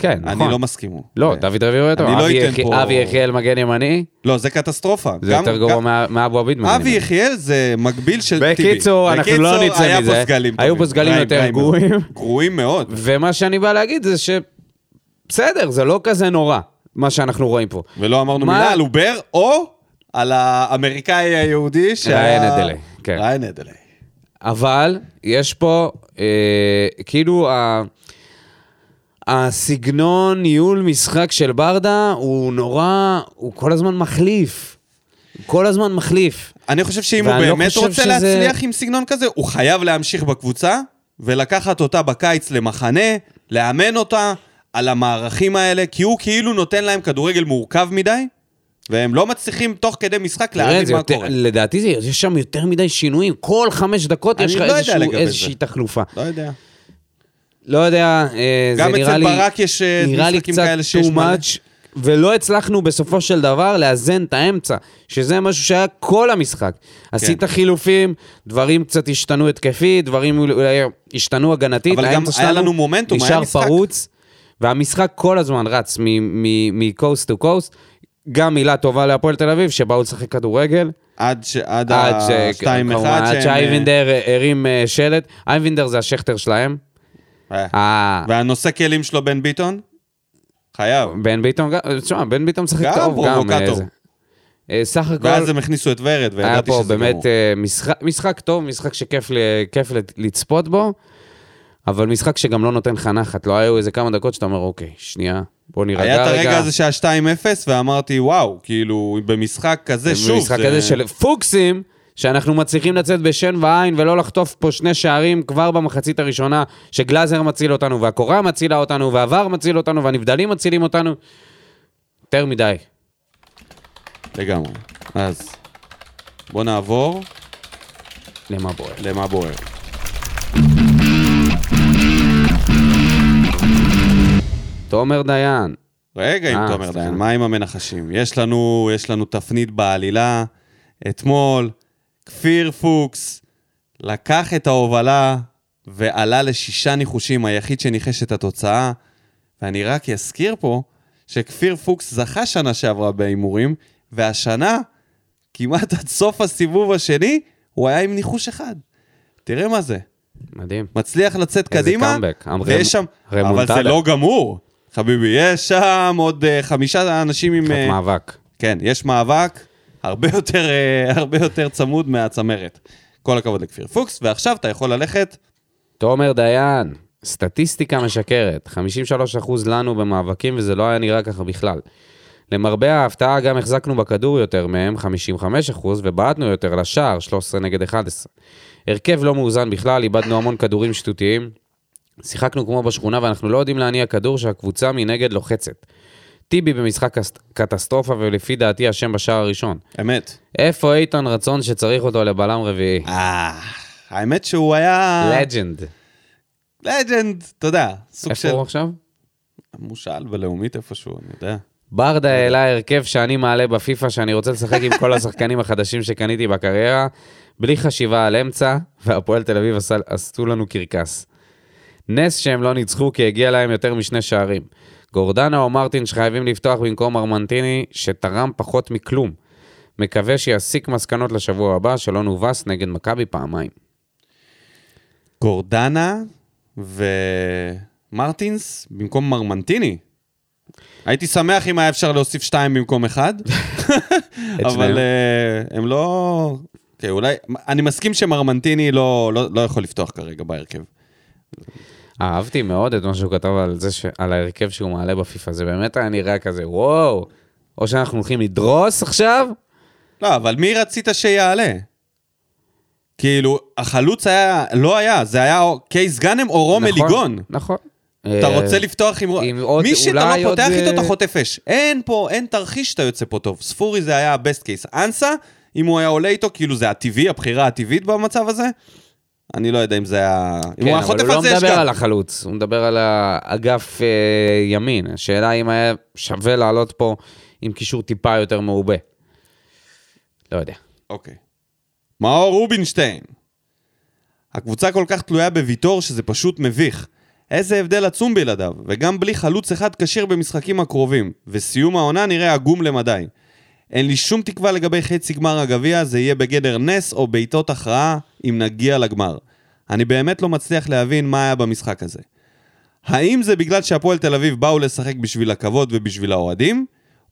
S2: כן, נכון.
S1: אני לא מסכים.
S2: לא,
S1: אה,
S2: דוד רביבו היה טוב.
S1: אני לא
S2: אבי
S1: אתן
S2: יחי-
S1: פה-
S2: אבי יחיאל מגן ימני,
S1: לא, זה קטסטרופה.
S2: זה
S1: גם-
S2: יותר
S1: גם-
S2: גרוע מה- מאבו עביד מגן
S1: אבי
S2: ימני.
S1: יחיאל זה מקביל של טיבי.
S2: בקיצור, אנחנו לא
S1: בקיצור,
S2: נצא
S1: היה פה
S2: מזה.
S1: סגלים
S2: היו
S1: טובים.
S2: פה סגלים
S1: גריים,
S2: יותר
S1: גריים מאוד.
S2: גרועים.
S1: גרועים מאוד.
S2: ומה שאני בא להגיד זה ש... בסדר, זה לא כזה נורא, מה שאנחנו רואים פה.
S1: ולא אמרנו
S2: מה?
S1: מילה על עובר, או על האמריקאי היהודי שהיה...
S2: ריין אדלי, כן.
S1: ריין אדלי.
S2: אבל יש פה, אה, כאילו, ה... הסגנון ניהול משחק של ברדה הוא נורא, הוא כל הזמן מחליף. הוא כל הזמן מחליף.
S1: אני חושב שאם הוא
S2: ואני לא
S1: באמת
S2: חושב
S1: רוצה
S2: שזה-
S1: להצליח עם סגנון כזה, הוא חייב להמשיך בקבוצה ולקחת אותה בקיץ למחנה, לאמן אותה על המערכים האלה, כי הוא כאילו נותן להם כדורגל מורכב מדי, והם לא מצליחים תוך כדי משחק
S2: תראה,
S1: להבין
S2: זה
S1: מה
S2: יותר-
S1: קורה.
S2: לדעתי זה, יש שם יותר מדי שינויים. כל חמש דקות
S1: אני
S2: יש לך
S1: לא יודע
S2: איזשהו-
S1: לגבי זה.
S2: איזושהי תחלופה.
S1: לא יודע.
S2: לא יודע, אה, זה
S1: גם
S2: נראה
S1: אצל
S2: לי...
S1: ברק יש, אה,
S2: נראה לי
S1: משחקים
S2: קצת
S1: כאלה שיש
S2: too
S1: מלא.
S2: much, ולא הצלחנו בסופו של דבר לאזן את האמצע, שזה משהו שהיה כל המשחק.
S1: כן.
S2: עשית חילופים, דברים קצת השתנו התקפית, דברים אולי השתנו הגנתית,
S1: אבל גם
S2: האמצע
S1: היה
S2: שלנו
S1: לנו מומנטום, היה
S2: נשאר
S1: משחק.
S2: פרוץ, והמשחק כל הזמן רץ מקוסט טו קוסט. גם מילה טובה להפועל תל אביב, שבאו לשחק כדורגל.
S1: עד ש... עד
S2: עד
S1: ה... 2-1
S2: ש...
S1: שהם...
S2: כמובן, עד שאייבינדר הרים אה, שלט. אייבינדר זה השכטר שלהם.
S1: אה,
S2: אה,
S1: והנושא כלים שלו בן ביטון? חייב.
S2: בן ביטון גם, תשמע, בן ביטון משחק
S1: גם
S2: טוב, גם
S1: פרובוקטור.
S2: אה, זה. אה, סך הכל,
S1: ואז הם הכניסו את ורד,
S2: היה
S1: וידעתי
S2: פה
S1: שזה
S2: באמת
S1: גמור.
S2: אה, משחק- משחק טוב, משחק שכיף ל- כיף לת- לצפות בו, אבל משחק שגם לא נותן לך נחת, לא היו איזה כמה דקות שאתה אומר, אוקיי, שנייה, בוא נירגע רגע.
S1: היה את הרגע הזה שהיה 2-0, ואמרתי, וואו, כאילו, במשחק כזה, שוב,
S2: במשחק הזה של פוקסים, שאנחנו מצליחים לצאת בשן ועין ולא לחטוף פה שני שערים כבר במחצית הראשונה, שגלאזר מציל אותנו, והקורה מצילה אותנו, והעבר מציל אותנו, והנבדלים מצילים אותנו. יותר מדי.
S1: לגמרי. אז בוא נעבור
S2: למה בוער?
S1: למה בוער.
S2: תומר דיין.
S1: רגע, עם
S2: אה,
S1: תומר
S2: סליחה.
S1: דיין, מה עם המנחשים? יש לנו, יש לנו תפנית בעלילה. אתמול כפיר פוקס לקח את ההובלה ועלה לשישה ניחושים, היחיד שניחש את התוצאה. ואני רק אזכיר פה שכפיר פוקס זכה שנה שעברה בהימורים, והשנה, כמעט עד סוף הסיבוב השני, הוא היה עם ניחוש אחד. תראה מה זה.
S2: מדהים.
S1: מצליח לצאת
S2: איזה אמ,
S1: קדימה,
S2: קאמבק. אמר-
S1: ויש שם, אבל
S2: רמונטדה.
S1: זה לא גמור, חביבי, יש שם עוד אה, חמישה אנשים עם... אה,
S2: מאבק.
S1: כן, יש מאבק הרבה יותר, אה, הרבה יותר צמוד מהצמרת. כל הכבוד לכפיר פוקס, ועכשיו אתה יכול ללכת,
S2: תומר דיין, סטטיסטיקה משקרת, 53% לנו במאבקים וזה לא היה נראה ככה בכלל. למרבה ההפתעה גם החזקנו בכדור יותר מהם, 55%, ובעטנו יותר לשער, 13 נגד 11. הרכב לא מאוזן בכלל, איבדנו המון כדורים שטותיים. שיחקנו כמו בשכונה ואנחנו לא יודעים להניע כדור שהקבוצה מנגד לוחצת. טיבי במשחק קס- קטסטרופה ולפי דעתי אשם בשער הראשון.
S1: אמת.
S2: איפה איתן רצון שצריך אותו לבלם רביעי?
S1: אה, האמת שהוא היה...
S2: לג'נד.
S1: לג'נד, אתה יודע, סוג
S2: איפה
S1: של...
S2: הוא עכשיו?
S1: מושאל בלאומית איפשהו, אני יודע.
S2: ברדה העלה הרכב שאני מעלה בפיפא, שאני רוצה לשחק עם כל השחקנים החדשים שקניתי בקריירה, בלי חשיבה על אמצע, והפועל תל אביב עשה- עשו לנו קרקס. נס שהם לא ניצחו כי הגיע להם יותר משני שערים. גורדנה או מרטין שחייבים לפתוח במקום ארמנטיני, שתרם פחות מכלום. מקווה שיסיק מסקנות לשבוע הבא, שלא נובס נגד מכבי פעמיים.
S1: גורדנה ומרטינס במקום מרמנטיני. הייתי שמח אם היה אפשר להוסיף שתיים במקום
S2: <laughs>
S1: אחד, אבל
S2: שניהם.
S1: אה, הם לא... אוקיי, אולי... אני מסכים שמרמנטיני לא, לא, לא יכול לפתוח כרגע בהרכב.
S2: אהבתי מאוד את מה שהוא כתב על זה, ש... על ההרכב שהוא מעלה בפיפא, זה באמת היה נראה כזה, וואו, או שאנחנו הולכים לדרוס עכשיו,
S1: לא, אבל מי רצית שיעלה? כאילו, החלוץ היה... לא היה, זה היה או קייס גאנם או רום
S2: נכון,
S1: אליגון.
S2: נכון.
S1: אתה
S2: אה,
S1: רוצה לפתוח עם...
S2: עם עוד-
S1: מי שאתה
S2: אולי
S1: לא
S2: עוד,
S1: פותח איתו,
S2: אה,
S1: אתה חוטף אש. אין פה, אין תרחיש שאתה יוצא פה טוב. ספורי זה היה הבסט קייס. אנסה, אם הוא היה עולה איתו, כאילו זה הטבעי, הבחירה הטבעית במצב הזה, אני לא יודע אם זה היה... אם הוא
S2: כן,
S1: היה
S2: אבל
S1: חוטף
S2: הוא
S1: על
S2: לא
S1: זה אש
S2: מדבר
S1: גם.
S2: על החלוץ, הוא מדבר על האגף אה, ימין. השאלה אם היה שווה לעלות פה עם קישור טיפה יותר מעובה. לא יודע.
S1: אוקיי. מאור רובינשטיין. הקבוצה כל כך תלויה בוויטור שזה פשוט מביך. איזה הבדל עצום בלעדיו, וגם בלי חלוץ אחד כשיר במשחקים הקרובים, וסיום העונה נראה עגום למדי. אין לי שום תקווה לגבי חצי גמר הגביע, זה יהיה בגדר נס או בעיטות הכרעה, אם נגיע לגמר. אני באמת לא מצליח להבין מה היה במשחק הזה. האם זה בגלל שהפועל תל אביב באו לשחק בשביל הכבוד ובשביל האוהדים,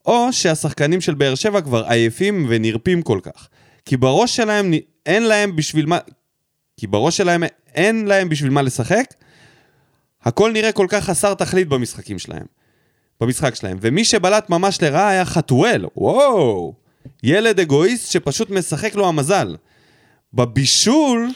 S1: או שהשחקנים של באר שבע כבר עייפים ונרפים כל כך? כי בראש שלהם נ- אין להם בשביל מה... כי בראש שלהם אין להם בשביל מה לשחק, הכל נראה כל כך חסר תכלית במשחקים שלהם. במשחק שלהם. ומי שבלט ממש לרעה היה חתואל, וואו! ילד אגואיסט שפשוט משחק לו המזל. בבישול,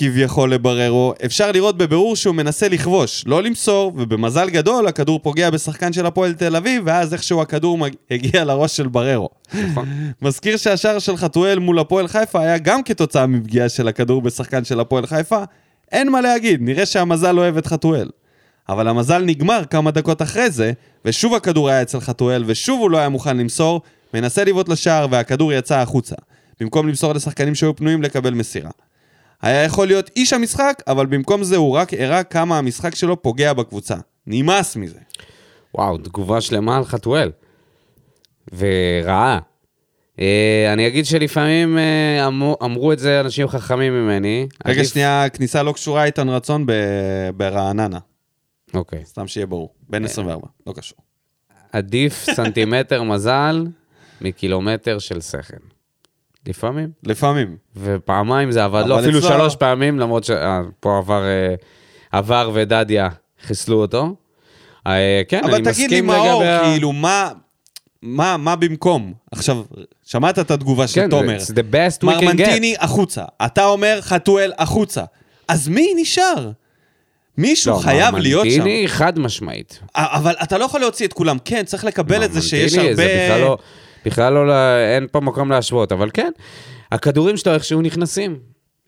S1: כביכול לבררו, אפשר לראות בבירור שהוא מנסה לכבוש, לא למסור, ובמזל גדול הכדור פוגע בשחקן של הפועל תל אביב, ואז איכשהו הכדור מג- הגיע לראש של בררו.
S2: נכון?
S1: מזכיר שהשער של חתואל מול הפועל חיפה היה גם כתוצאה מפגיעה של הכדור בשחקן של הפועל חיפה. אין מה להגיד, נראה שהמזל אוהב את חתואל. אבל המזל נגמר כמה דקות אחרי זה, ושוב הכדור היה אצל חתואל, ושוב הוא לא היה מוכן למסור, מנסה לבעוט לשער, והכדור יצא החוצה. במקום למסור לשחקנים שהיו פנויים לקבל מסירה. היה יכול להיות איש המשחק, אבל במקום זה הוא רק הראה כמה המשחק שלו פוגע בקבוצה. נמאס מזה.
S2: וואו, תגובה שלמה על חתואל. ורעה. אה, אני אגיד שלפעמים אה, אמרו- אמרו את זה אנשים חכמים ממני.
S1: רגע,
S2: עדיף-
S1: שנייה, הכניסה לא קשורה איתן רצון ב... ברעננה.
S2: אוקיי.
S1: סתם שיהיה ברור. בן 24, לא קשור.
S2: עדיף סנטימטר מזל מקילומטר של שכל. לפעמים.
S1: לפעמים.
S2: ופעמיים זה עבד
S1: אבל
S2: לו, אפילו
S1: אצלו-
S2: שלוש פעמים, למרות שפה עבר, אה, עבר ודדיה חיסלו אותו. אה, כן, אני
S1: אבל תגיד לי,
S2: מסכים
S1: מאור,
S2: לגבי... ה-
S1: כאילו, מה... מה, מה במקום? עכשיו, שמעת את התגובה של
S2: כן,
S1: תומר.
S2: it's the best we can get.
S1: מרמנטיני החוצה. אתה אומר חתואל החוצה. אז מי נשאר? מישהו
S2: לא,
S1: חייב להיות שם.
S2: מרמנטיני חד משמעית.
S1: א- אבל אתה לא יכול להוציא את כולם. כן, צריך לקבל את זה שיש
S2: מרמנטיני,
S1: הרבה...
S2: זה בכלל לא, בכלל לא, ל- אין פה מקום להשוות, אבל כן, הכדורים שלו איכשהו נכנסים.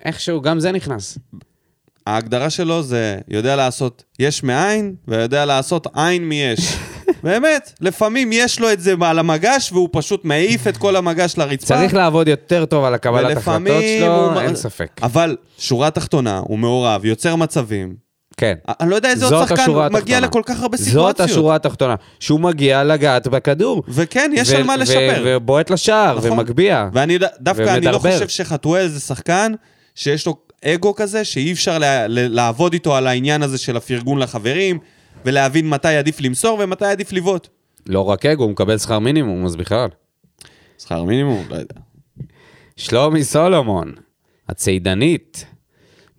S2: איכשהו, גם זה נכנס. <laughs>
S1: ההגדרה שלו זה יודע לעשות יש מאין ויודע לעשות אין מיש. באמת, לפעמים יש לו את זה על המגש, והוא פשוט מעיף את כל המגש לרצפה.
S2: צריך לעבוד יותר טוב על הקבלת
S1: ולפעמים
S2: החלטות שלו,
S1: הוא- אה,
S2: אין ספק.
S1: אבל שורה תחתונה, הוא מעורב, יוצר מצבים.
S2: כן.
S1: אני לא יודע איזה עוד
S2: זאת
S1: שחקן
S2: השורה
S1: מגיע
S2: התחתונה.
S1: לכל כך הרבה
S2: זאת
S1: סיטואציות.
S2: השורה התחתונה, שהוא מגיע לגעת בכדור.
S1: וכן, יש על
S2: ו-
S1: מה
S2: ו-
S1: לשפר.
S2: ובועט לשער,
S1: נכון.
S2: ומגביה.
S1: ואני ד- דווקא, אני לא
S2: ומדרבר.
S1: חושב שחתואל זה שחקן שיש לו אגו כזה, שאי אפשר לה- ל- לעבוד איתו על העניין הזה של הפרגון לחברים, ולהבין מתי עדיף למסור ומתי עדיף לבעוט.
S2: לא רק אגו, הוא מקבל שכר מינימום, אז בכלל.
S1: שכר מינימום, לא יודע.
S2: שלומי סולומון, הצידנית.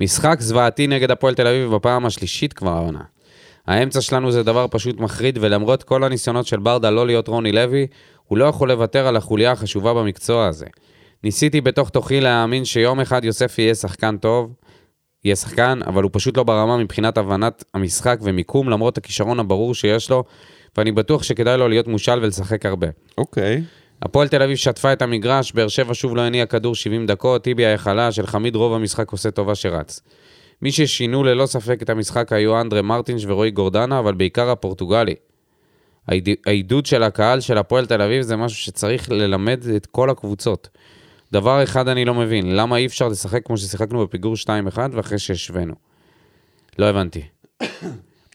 S2: משחק זוועתי נגד הפועל תל אביב בפעם השלישית כבר העונה. האמצע שלנו זה דבר פשוט מחריד, ולמרות כל הניסיונות של ברדה לא להיות רוני לוי, הוא לא יכול לוותר על החוליה החשובה במקצוע הזה. ניסיתי בתוך תוכי להאמין שיום אחד יוסף יהיה שחקן טוב, יהיה שחקן, אבל הוא פשוט לא ברמה מבחינת הבנת המשחק ומיקום, למרות הכישרון הברור שיש לו, ואני בטוח שכדאי לו להיות מושל ולשחק הרבה.
S1: אוקיי.
S2: הפועל תל אביב שטפה את המגרש, באר שבע שוב לא הניע כדור 70 דקות, טיבי היה חלש, אלחמיד רוב המשחק עושה טובה שרץ. מי ששינו ללא ספק את המשחק היו אנדרה מרטינש ורועי גורדנה, אבל בעיקר הפורטוגלי. העיד- העידוד של הקהל של הפועל תל אביב זה משהו שצריך ללמד את כל הקבוצות. דבר אחד אני לא מבין, למה אי אפשר לשחק כמו ששיחקנו בפיגור 2-1 ואחרי שהשווינו? לא הבנתי. <coughs>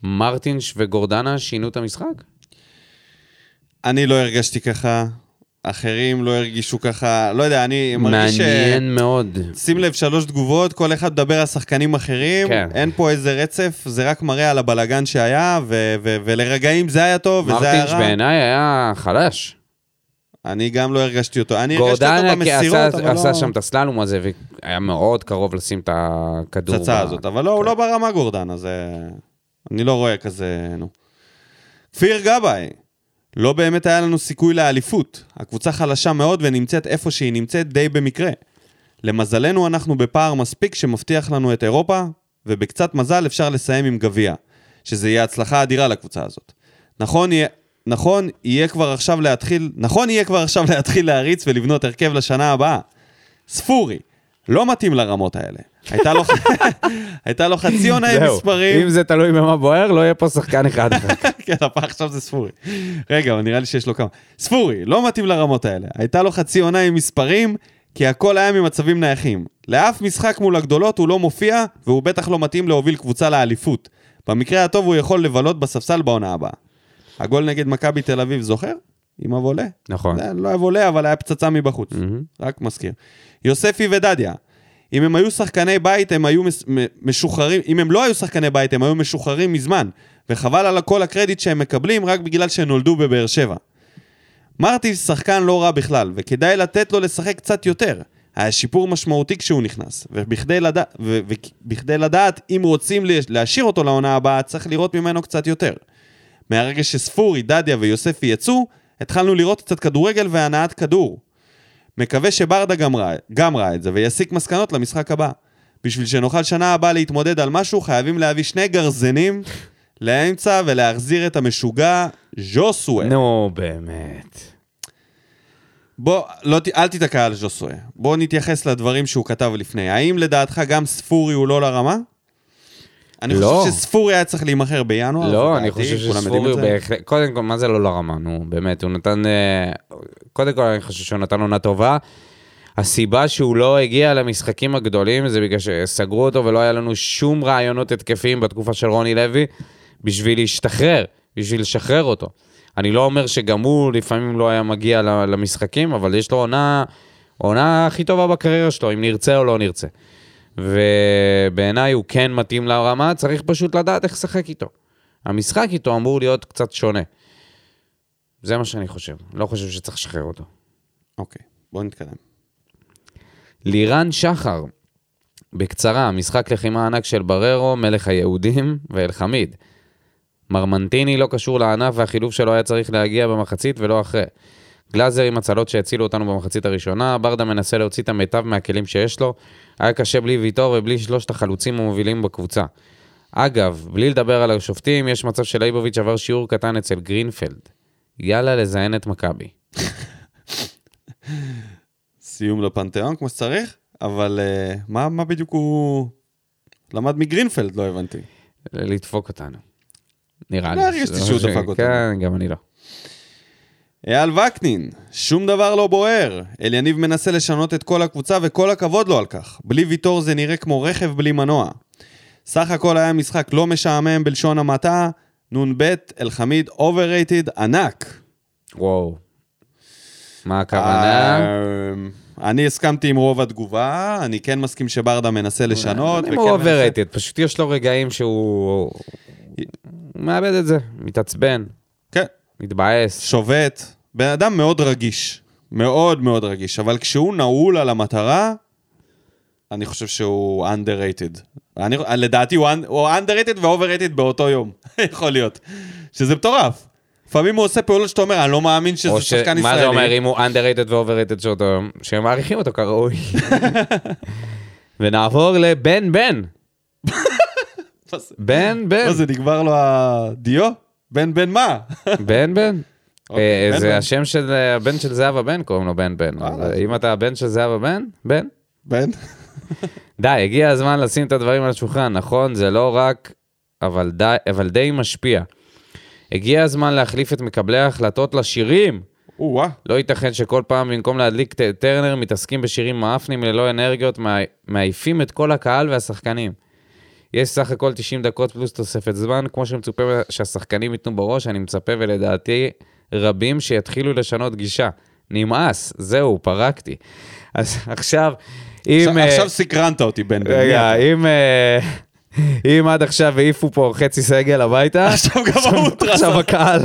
S2: מרטינש וגורדנה שינו את המשחק?
S1: אני לא הרגשתי ככה, אחרים לא הרגישו ככה, לא יודע, אני מרגיש ש...
S2: מעניין מאוד.
S1: שים לב, שלוש תגובות, כל אחד מדבר על שחקנים אחרים,
S2: כן.
S1: אין פה איזה רצף, זה רק מראה על הבלגן שהיה, ו- ו- ולרגעים זה היה טוב, וזה היה
S2: מרטינש
S1: רע.
S2: בעיניי היה חלש.
S1: אני גם לא הרגשתי אותו. אני הרגשתי
S2: גורדנה
S1: אותו
S2: כי עשה,
S1: במסירות, אבל
S2: עשה
S1: לא...
S2: שם את הסללום הזה, והיה מאוד קרוב לשים את הכדור.
S1: הפצצה
S2: ב-
S1: הזאת, אבל לא, הוא
S2: כן.
S1: לא ברמה גורדנה, זה... אני לא רואה כזה, נו. כפיר גבאי, לא באמת היה לנו סיכוי לאליפות. הקבוצה חלשה מאוד ונמצאת איפה שהיא נמצאת די במקרה. למזלנו אנחנו בפער מספיק שמבטיח לנו את אירופה, ובקצת מזל אפשר לסיים עם גביע, שזה יהיה הצלחה אדירה לקבוצה הזאת. נכון יהיה... נכון, יהיה כבר עכשיו להתחיל, נכון יהיה כבר עכשיו להתחיל להריץ ולבנות הרכב לשנה הבאה. ספורי, לא מתאים לרמות האלה. הייתה לו, <laughs> הייתה לו חצי עונה עם
S2: זהו.
S1: מספרים.
S2: אם זה תלוי במה בוער, לא יהיה פה
S1: <laughs>
S2: שחקן אחד.
S1: כן, הפעם עכשיו זה ספורי. רגע, אבל נראה לי שיש לו כמה. ספורי, לא מתאים לרמות האלה. הייתה לו חצי עונה עם מספרים, כי הכל היה ממצבים נייחים. לאף משחק מול הגדולות הוא לא מופיע, והוא בטח לא מתאים להוביל קבוצה לאליפות. במקרה הטוב הוא יכול לבלות בספסל בעונה הבאה. הגול נגד מכבי תל אביב, זוכר? עם הבולה.
S2: <laughs> נכון. Mm.
S1: זה לא היה בולה, אבל היה פצצה מבחוץ. רק מזכיר. יוספי ודדיה. אם הם היו שחקני בית, הם היו מס- מ- משוחררים, אם הם לא היו שחקני בית, הם היו משוחררים מזמן. וחבל על כל הקרדיט שהם מקבלים רק בגלל שהם נולדו בבאר שבע. מרטי שחקן לא רע בכלל, וכדאי לתת לו לשחק קצת יותר. היה שיפור משמעותי כשהוא נכנס, ובכדי לדע... ו... ובכדי לדעת אם רוצים לה- להשאיר אותו לעונה הבאה, צריך לראות ממנו קצת יותר. מהרגע שספורי, דדיה ויוספי יצאו, התחלנו לראות קצת כדורגל והנעת כדור. מקווה שברדה גם ראה, גם ראה את זה ויסיק מסקנות למשחק הבא. בשביל שנוכל שנה הבאה להתמודד על משהו, חייבים להביא שני גרזנים לאמצע ולהחזיר את המשוגע ז'וסווה.
S2: נו, באמת.
S1: בוא, לא, ת- אל תיתקע על ז'וסווה. בוא נתייחס לדברים שהוא כתב לפני. האם לדעתך גם ספורי הוא לא לרמה? אני
S2: לא.
S1: חושב שספורי היה צריך להימכר בינואר.
S2: לא,
S1: לדעתי,
S2: אני חושב
S1: כולם יודעים
S2: שספורי
S1: את
S2: הוא
S1: זה.
S2: בהחלט... קודם כל, מה זה לא לרמה? נו, באמת, הוא נתן... אה, קודם כל, אני חושב שהוא נתן עונה טובה. הסיבה שהוא לא הגיע למשחקים הגדולים זה בגלל שסגרו אותו ולא היה לנו שום רעיונות התקפיים בתקופה של רוני לוי בשביל להשתחרר, בשביל לשחרר אותו. אני לא אומר שגם הוא לפעמים לא היה מגיע ל- למשחקים, אבל יש לו עונה, עונה הכי טובה בקריירה שלו, אם נרצה או לא נרצה. ובעיניי הוא כן מתאים לרמה, צריך פשוט לדעת איך לשחק איתו. המשחק איתו אמור להיות קצת שונה. זה מה שאני חושב, לא חושב שצריך לשחרר אותו.
S1: אוקיי, בוא נתקדם.
S2: לירן שחר, בקצרה, משחק לחימה ענק של בררו, מלך היהודים ואלחמיד. מרמנטיני לא קשור לענף והחילוף שלו היה צריך להגיע במחצית ולא אחרי. גלאזר עם הצלות שהצילו אותנו במחצית הראשונה, ברדה מנסה להוציא את המיטב מהכלים שיש לו, היה קשה בלי ויטור ובלי שלושת החלוצים המובילים בקבוצה. אגב, בלי לדבר על השופטים, יש מצב שלייבוביץ' עבר שיעור קטן אצל גרינפלד. יאללה לזיין את מכבי.
S1: סיום לפנתיאון כמו שצריך, אבל אה, מה, מה בדיוק הוא למד מגרינפלד? לא הבנתי.
S2: לדפוק אותנו. נראה לי.
S1: לא הרגשתי
S2: שזה-
S1: שהוא דפק אותנו.
S2: כן, גם אני לא.
S1: אייל וקנין, שום דבר לא בוער. אליניב מנסה לשנות את כל הקבוצה וכל הכבוד לו על כך. בלי ויטור זה נראה כמו רכב בלי מנוע. סך הכל היה משחק לא משעמם בלשון המעטה, נ"ב, אלחמיד, אובררייטד, ענק.
S2: וואו. מה הכוונה?
S1: אה, אני הסכמתי עם רוב התגובה, אני כן מסכים שברדה מנסה לשנות.
S2: אם
S1: וכן
S2: הוא
S1: מנסה-
S2: אוברייטד, פשוט יש לו רגעים שהוא... הוא מאבד את זה, מתעצבן,
S1: כן,
S2: מתבאס.
S1: שובת. בן אדם מאוד רגיש, מאוד מאוד רגיש, אבל כשהוא נעול על המטרה, אני חושב שהוא underrated. אני, לדעתי הוא, un- הוא underrated ו-overrated באותו יום, <laughs> יכול להיות. שזה מטורף. לפעמים הוא עושה פעולות שאתה אומר, אני לא מאמין שזה
S2: או ש...
S1: שחקן
S2: מה
S1: ישראלי.
S2: זה אומר אם הוא underrated ו-overrated של אותו יום? שהם מעריכים אותו כראוי. ונעבור לבן בן.
S1: <laughs> מה זה-
S2: בן בן.
S1: אה, מה זה, נגמר לו הדיו? בן בן מה? <laughs>
S2: בן בן.
S1: אוקיי,
S2: אה,
S1: בן בן.
S2: זה השם של הבן של זהבה בן, קוראים לו בן בן.
S1: וואלה.
S2: אז אם אתה הבן של זהבה בן, בן.
S1: בן?
S2: די, הגיע הזמן לשים את הדברים על השולחן, נכון? זה לא רק, אבל די, אבל די משפיע. הגיע הזמן להחליף את מקבלי ההחלטות לשירים.
S1: או-אה.
S2: לא ייתכן שכל פעם במקום להדליק ט- טרנר מתעסקים בשירים מאפנים ללא אנרגיות, מה- מעייפים את כל הקהל והשחקנים. יש סך הכל 90 דקות פלוס תוספת זמן, כמו שמצופה שהשחקנים ייתנו בראש, אני מצפה ולדעתי רבים שיתחילו לשנות גישה. נמאס, זהו, פרקתי. אז עכשיו, אם...
S1: עכשיו-
S2: אה,
S1: עכשיו סקרנת אותי, בן בן.
S2: רגע,
S1: מי
S2: אם... אה, אם עד עכשיו העיפו פה חצי סגל הביתה,
S1: <laughs> עכשיו גם האולטרס.
S2: עכשיו הקהל,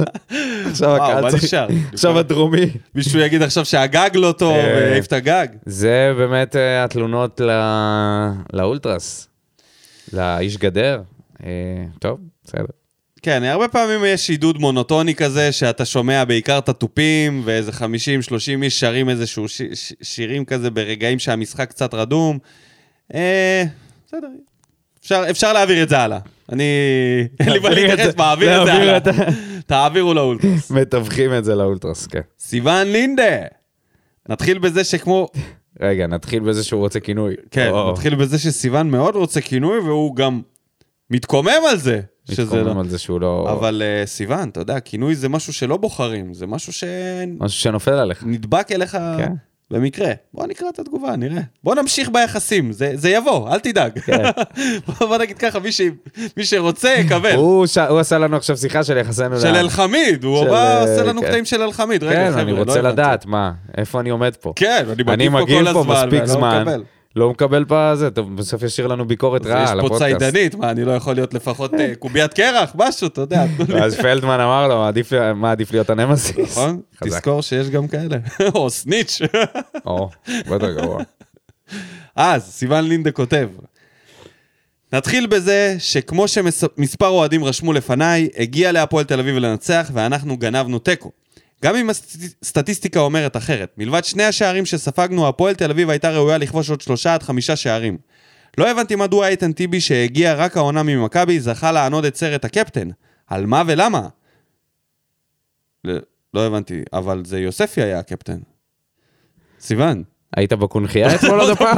S2: עכשיו
S1: וואו,
S2: הקהל,
S1: מה
S2: צריך-
S1: נשאר?
S2: עכשיו הדרומי.
S1: אתה? מישהו יגיד עכשיו שהגג לא טוב,
S2: אה.
S1: והעיף את הגג.
S2: זה באמת אה, התלונות ל... לאולטרס, לאיש גדר. אה, טוב,
S1: <laughs>
S2: בסדר.
S1: כן, הרבה פעמים יש עידוד מונוטוני כזה, שאתה שומע בעיקר את התופים, ואיזה 50-30 איש שרים איזשהו ש- ש- שירים כזה ברגעים שהמשחק קצת רדום. אה, בסדר. אפשר, אפשר להעביר את זה הלאה. אני... אין לי מה
S2: להעביר את
S1: להתייחס,
S2: זה-
S1: מעביר את זה
S2: להעביר
S1: הלאה.
S2: את ה-
S1: תעבירו לאולטרס.
S2: מתווכים את זה לאולטרס, כן.
S1: סיוון לינדה! נתחיל בזה שכמו...
S2: רגע, נתחיל בזה שהוא רוצה כינוי.
S1: כן,
S2: או,
S1: נתחיל בזה שסיוון מאוד רוצה כינוי, והוא גם מתקומם על זה. שזה לא...
S2: מתקומם על זה שהוא לא...
S1: אבל אה, סיוון, אתה יודע, כינוי זה משהו שלא בוחרים, זה משהו שנדבק
S2: משהו שנופל עליך.
S1: אליך
S2: כן.
S1: במקרה. בוא נקרא את התגובה, נראה. בוא נמשיך ביחסים, זה זה יבוא, אל תדאג.
S2: כן.
S1: <laughs> בוא בוא נגיד ככה, מי ש- מי שרוצה יקבל.
S2: הוא ש- הוא עשה לנו עכשיו שיחה של יחסינו
S1: כן. של
S2: לעם.
S1: אלחמיד, הוא
S2: אה, של,
S1: בא
S2: אה,
S1: עושה לנו
S2: כן.
S1: קטעים של אלחמיד. רגע,
S2: כן,
S1: חבר'ה,
S2: אני
S1: לא
S2: רוצה
S1: הבנתי.
S2: לדעת, מה, איפה אני עומד פה?
S1: כן, אני
S2: אני
S1: מגיב פה כל
S2: מגיב
S1: הזמן,
S2: פה מספיק
S1: ואני לא
S2: זמן,
S1: מקבל.
S2: לא מקבל פה זה, טוב, בסוף ישאיר לנו ביקורת
S1: אז יש
S2: רעה על
S1: פה
S2: הפודקאסט.
S1: צידנית, מה, אני לא יכול להיות לפחות אה, קוביית קרח, משהו, אתה
S2: <laughs>
S1: יודע. תנו לי.
S2: אז פלדמן אמר לו, "עדיף לי- מה עדיף להיות הנמסיס?
S1: נכון?
S2: חזק.
S1: תזכור שיש גם כאלה. <laughs> או סניץ'.
S2: או, יותר
S1: <laughs>
S2: גרוע.
S1: אז, סיון לינדה כותב. נתחיל בזה שכמו שמספר אוהדים רשמו לפניי, הגיע להפועל תל אביב לנצח ואנחנו גנבנו תיקו. גם אם הסטטיסטיקה אומרת אחרת, מלבד שני השערים שספגנו, הפועל תל אביב הייתה ראויה לכבוש עוד שלושה עד חמישה שערים. לא הבנתי מדוע איתן טיבי שהגיע רק העונה ממכבי זכה לענוד את סרט הקפטן. על מה ולמה? לא- לא הבנתי, אבל זה יוספי היה הקפטן. סיוון.
S2: היית בקונכייה אתמול עוד הפעם?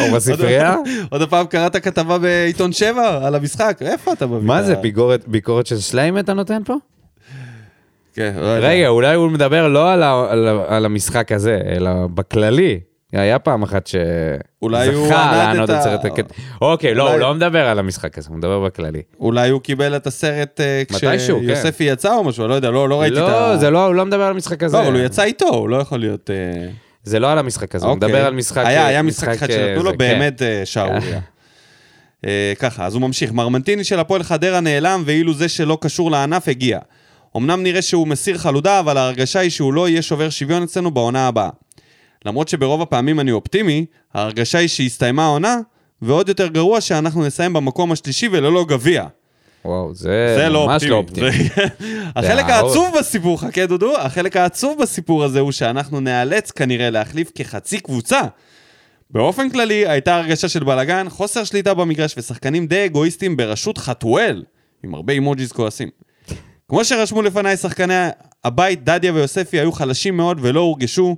S2: או בספרייה?
S1: <laughs> עוד פעם קראת כתבה בעיתון 7 על המשחק, איפה אתה מביא?
S2: מה
S1: את
S2: זה,
S1: ה-
S2: ביקורת- ביקורת של שליים אתה נותן פה?
S1: כן, לא יודע.
S2: רגע, אולי הוא מדבר לא על ה- על ה- על המשחק הזה, אלא בכללי. היה פעם אחת ש...
S1: אולי הוא
S2: זכה
S1: ענד
S2: לענוד
S1: את ה-
S2: סרט הקט- אוקיי, לא,
S1: אולי-
S2: הוא לא מדבר על המשחק הזה, הוא מדבר בכללי.
S1: אולי הוא קיבל את הסרט אה,
S2: מתישהו, כן.
S1: כשיוספי יצא או משהו, לא יודע, לא לא ראיתי את ה...
S2: לא, זה לא, הוא לא מדבר על המשחק הזה.
S1: לא, אבל הוא יצא איתו, הוא לא יכול להיות... אה,
S2: זה לא על המשחק הזה, הוא
S1: אוקיי.
S2: מדבר על משחק...
S1: היה, היה משחק אחד
S2: אה,
S1: שנתנו
S2: זה,
S1: לו
S2: כן.
S1: באמת אה, שערורייה. אה, ככה, אז הוא ממשיך. מרמנטיני של הפועל חדרה נעלם, ואילו זה שלא קשור לענף הגיע. אמנם נראה שהוא מסיר חלודה, אבל ההרגשה היא שהוא לא יהיה שובר שוויון אצלנו בעונה הבאה. למרות שברוב הפעמים אני אופטימי, ההרגשה היא שהסתיימה העונה, ועוד יותר גרוע שאנחנו נסיים במקום השלישי וללא גביע.
S2: וואו, זה,
S1: זה לא
S2: ממש
S1: אופטימי.
S2: לא אופטימי. <laughs>
S1: זה- החלק
S2: זה העצוב.
S1: העצוב בסיפור, חכה דודו, החלק העצוב בסיפור הזה הוא שאנחנו נאלץ כנראה להחליף כחצי קבוצה. באופן כללי, הייתה הרגשה של בלאגן, חוסר שליטה במגרש ושחקנים די אגואיסטים בראשות חתואל, עם הרבה אימוג'יז כועסים. כמו שרשמו לפניי, שחקני הבית, דדיה ויוספי, היו חלשים מאוד ולא הורגשו.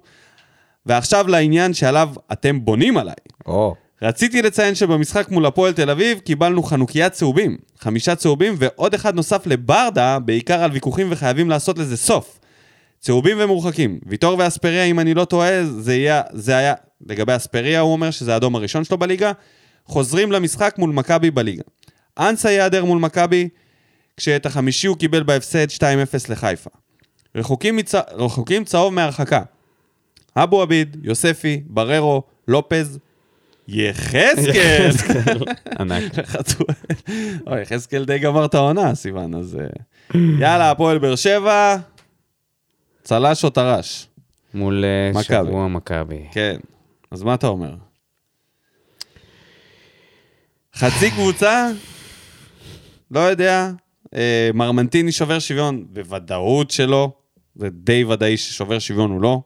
S1: ועכשיו לעניין שעליו אתם בונים עליי. <laughs>
S2: או,
S1: רציתי לציין שבמשחק מול הפועל תל אביב קיבלנו חנוכיית צהובים, חמישה צהובים ועוד אחד נוסף לברדה, בעיקר על ויכוחים וחייבים לעשות לזה סוף. צהובים ומורחקים. ויטור ואספריה, אם אני לא טועה, זה, יהיה, זה היה... לגבי אספריה, הוא אומר שזה האדום הראשון שלו בליגה. חוזרים למשחק מול מכבי בליגה. אנסה ייעדר מול מכבי, כשאת החמישי הוא קיבל בהפסד 2-0 לחיפה. רחוקים, מצ... רחוקים צהוב מהרחקה. אבו עביד, יוספי, בררו, לופז, יחזקאל!
S2: ענק.
S1: חתול. <laughs> אוי, יחזקאל די גמר את העונה, סיוון, אז... אה, יאללה, הפועל באר שבע, צל"ש או טר"ש?
S2: מול אה,
S1: מכבי.
S2: שבוע מכבי.
S1: כן. אז מה אתה אומר? חצי קבוצה? לא יודע. אה, מרמנטיני שובר שוויון? בוודאות שלא. זה די ודאי ששובר שוויון הוא לא.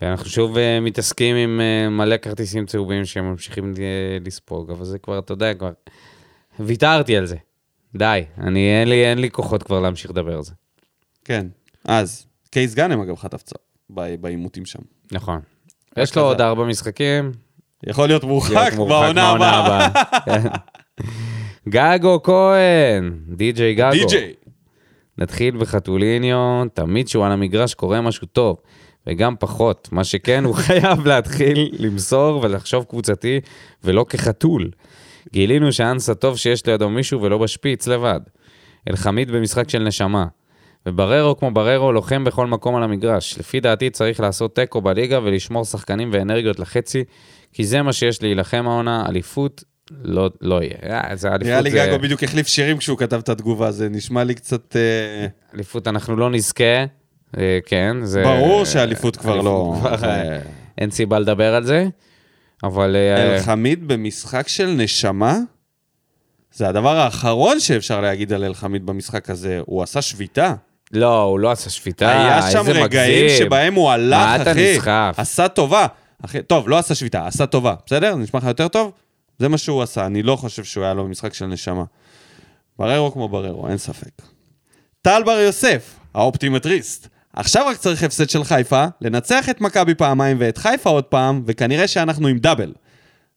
S2: ואנחנו שוב אה, מתעסקים עם אה, מלא כרטיסים צהובים שממשיכים אה, לספוג, אבל זה כבר, אתה יודע, כבר... ויתרתי על זה. די, אני, אין לי, אין לי כוחות כבר להמשיך לדבר על זה.
S1: כן. אז, קייס גאנם אגב חטף צהוב ב- בעימותים שם.
S2: נכון. יש לו עוד ארבע משחקים.
S1: יכול להיות
S2: להיות
S1: מורחק
S2: מורחק
S1: בעונה
S2: מהעונה
S1: הבאה.
S2: הבאה. <laughs> כן.
S1: <laughs>
S2: גגו כהן, די.ג'יי גגו.
S1: די.ג'יי.
S2: נתחיל בחתוליניו, תמיד שהוא על המגרש קורה משהו טוב, וגם פחות. מה שכן, הוא <laughs> חייב להתחיל למסור ולחשוב קבוצתי, ולא כחתול. גילינו שאנסה טוב שיש לידו מישהו ולא בשפיץ לבד. אלחמיד במשחק של נשמה. ובררו כמו בררו לוחם בכל מקום על המגרש. לפי דעתי צריך לעשות תיקו בליגה ולשמור שחקנים ואנרגיות לחצי, כי זה מה שיש להילחם העונה, אליפות לא, לא יהיה. אה, זה אליפות
S1: נראה לי
S2: זה...
S1: גגו בדיוק החליף שירים כשהוא כתב את התגובה, זה נשמע לי קצת... אה,
S2: אליפות אנחנו לא נזכה, אה, כן, זה...
S1: ברור שהאליפות כבר לא...
S2: אליפות כבר,
S1: אה,
S2: אין סיבה לדבר על זה, אבל... אה,
S1: אלחמיד במשחק של נשמה? זה הדבר האחרון שאפשר להגיד על אלחמיד במשחק הזה. הוא עשה שביתה.
S2: לא, הוא לא עשה שביתה,
S1: היה
S2: איזה
S1: שם
S2: מגזים.
S1: רגעים שבהם הוא הלך,
S2: מה אתה
S1: אחי.
S2: נסחף?
S1: עשה טובה. אחי, טוב, לא עשה שביתה, עשה טובה. בסדר? נשמע לך יותר טוב? זה מה שהוא עשה. אני לא חושב שהוא היה לו במשחק של נשמה. בררו כמו בררו, אין ספק. טל בר יוסף, האופטימטריסט. עכשיו רק צריך הפסד של חיפה, לנצח את מכבי פעמיים ואת חיפה עוד פעם, וכנראה שאנחנו עם דאבל.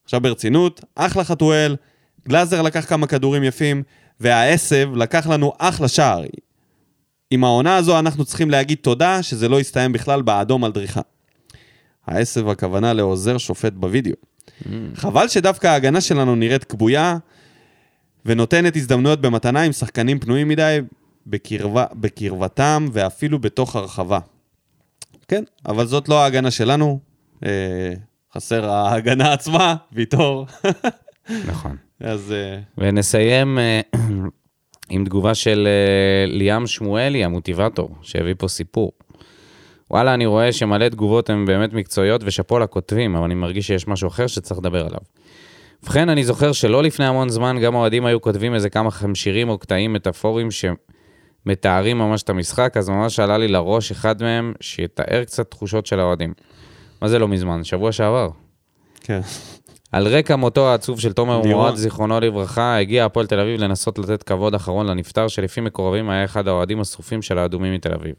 S1: עכשיו ברצינות, אחלה חתואל, גלאזר לקח כמה כדורים יפים, והעשב לקח לנו אחלה שער. עם העונה הזו אנחנו צריכים להגיד תודה שזה לא הסתיים בכלל באדום על דריכה. העשב הכוונה לעוזר שופט בווידאו. Mm. חבל שדווקא ההגנה שלנו נראית כבויה ונותנת הזדמנויות במתנה עם שחקנים פנויים מדי בקרבה, בקרבתם ואפילו בתוך הרחבה. כן, אבל זאת לא ההגנה שלנו. אה, חסר ההגנה עצמה, ויטור. <laughs>
S2: נכון.
S1: אז אה,
S2: ונסיים אה, <clears throat> עם תגובה של אה, ליאם שמואלי, המוטיבטור, שהביא פה סיפור. וואלה, אני רואה שמלא תגובות הן באמת מקצועיות ושאפו לכותבים, אבל אני מרגיש שיש משהו אחר שצריך לדבר עליו. ובכן, אני זוכר שלא לפני המון זמן גם האוהדים היו כותבים איזה כמה חמשירים או קטעים מטאפוריים שמתארים ממש את המשחק, אז ממש עלה לי לראש אחד מהם שיתאר קצת תחושות של האוהדים. מה זה לא מזמן? שבוע שעבר.
S1: כן.
S2: על רקע מותו העצוב של תומר
S1: לירון.
S2: מורד, זיכרונו לברכה, הגיע הפועל תל אביב לנסות לתת כבוד אחרון לנפטר, שלפי מקורבים היה אחד האוהדים השרופים של האדומים מתל אביב.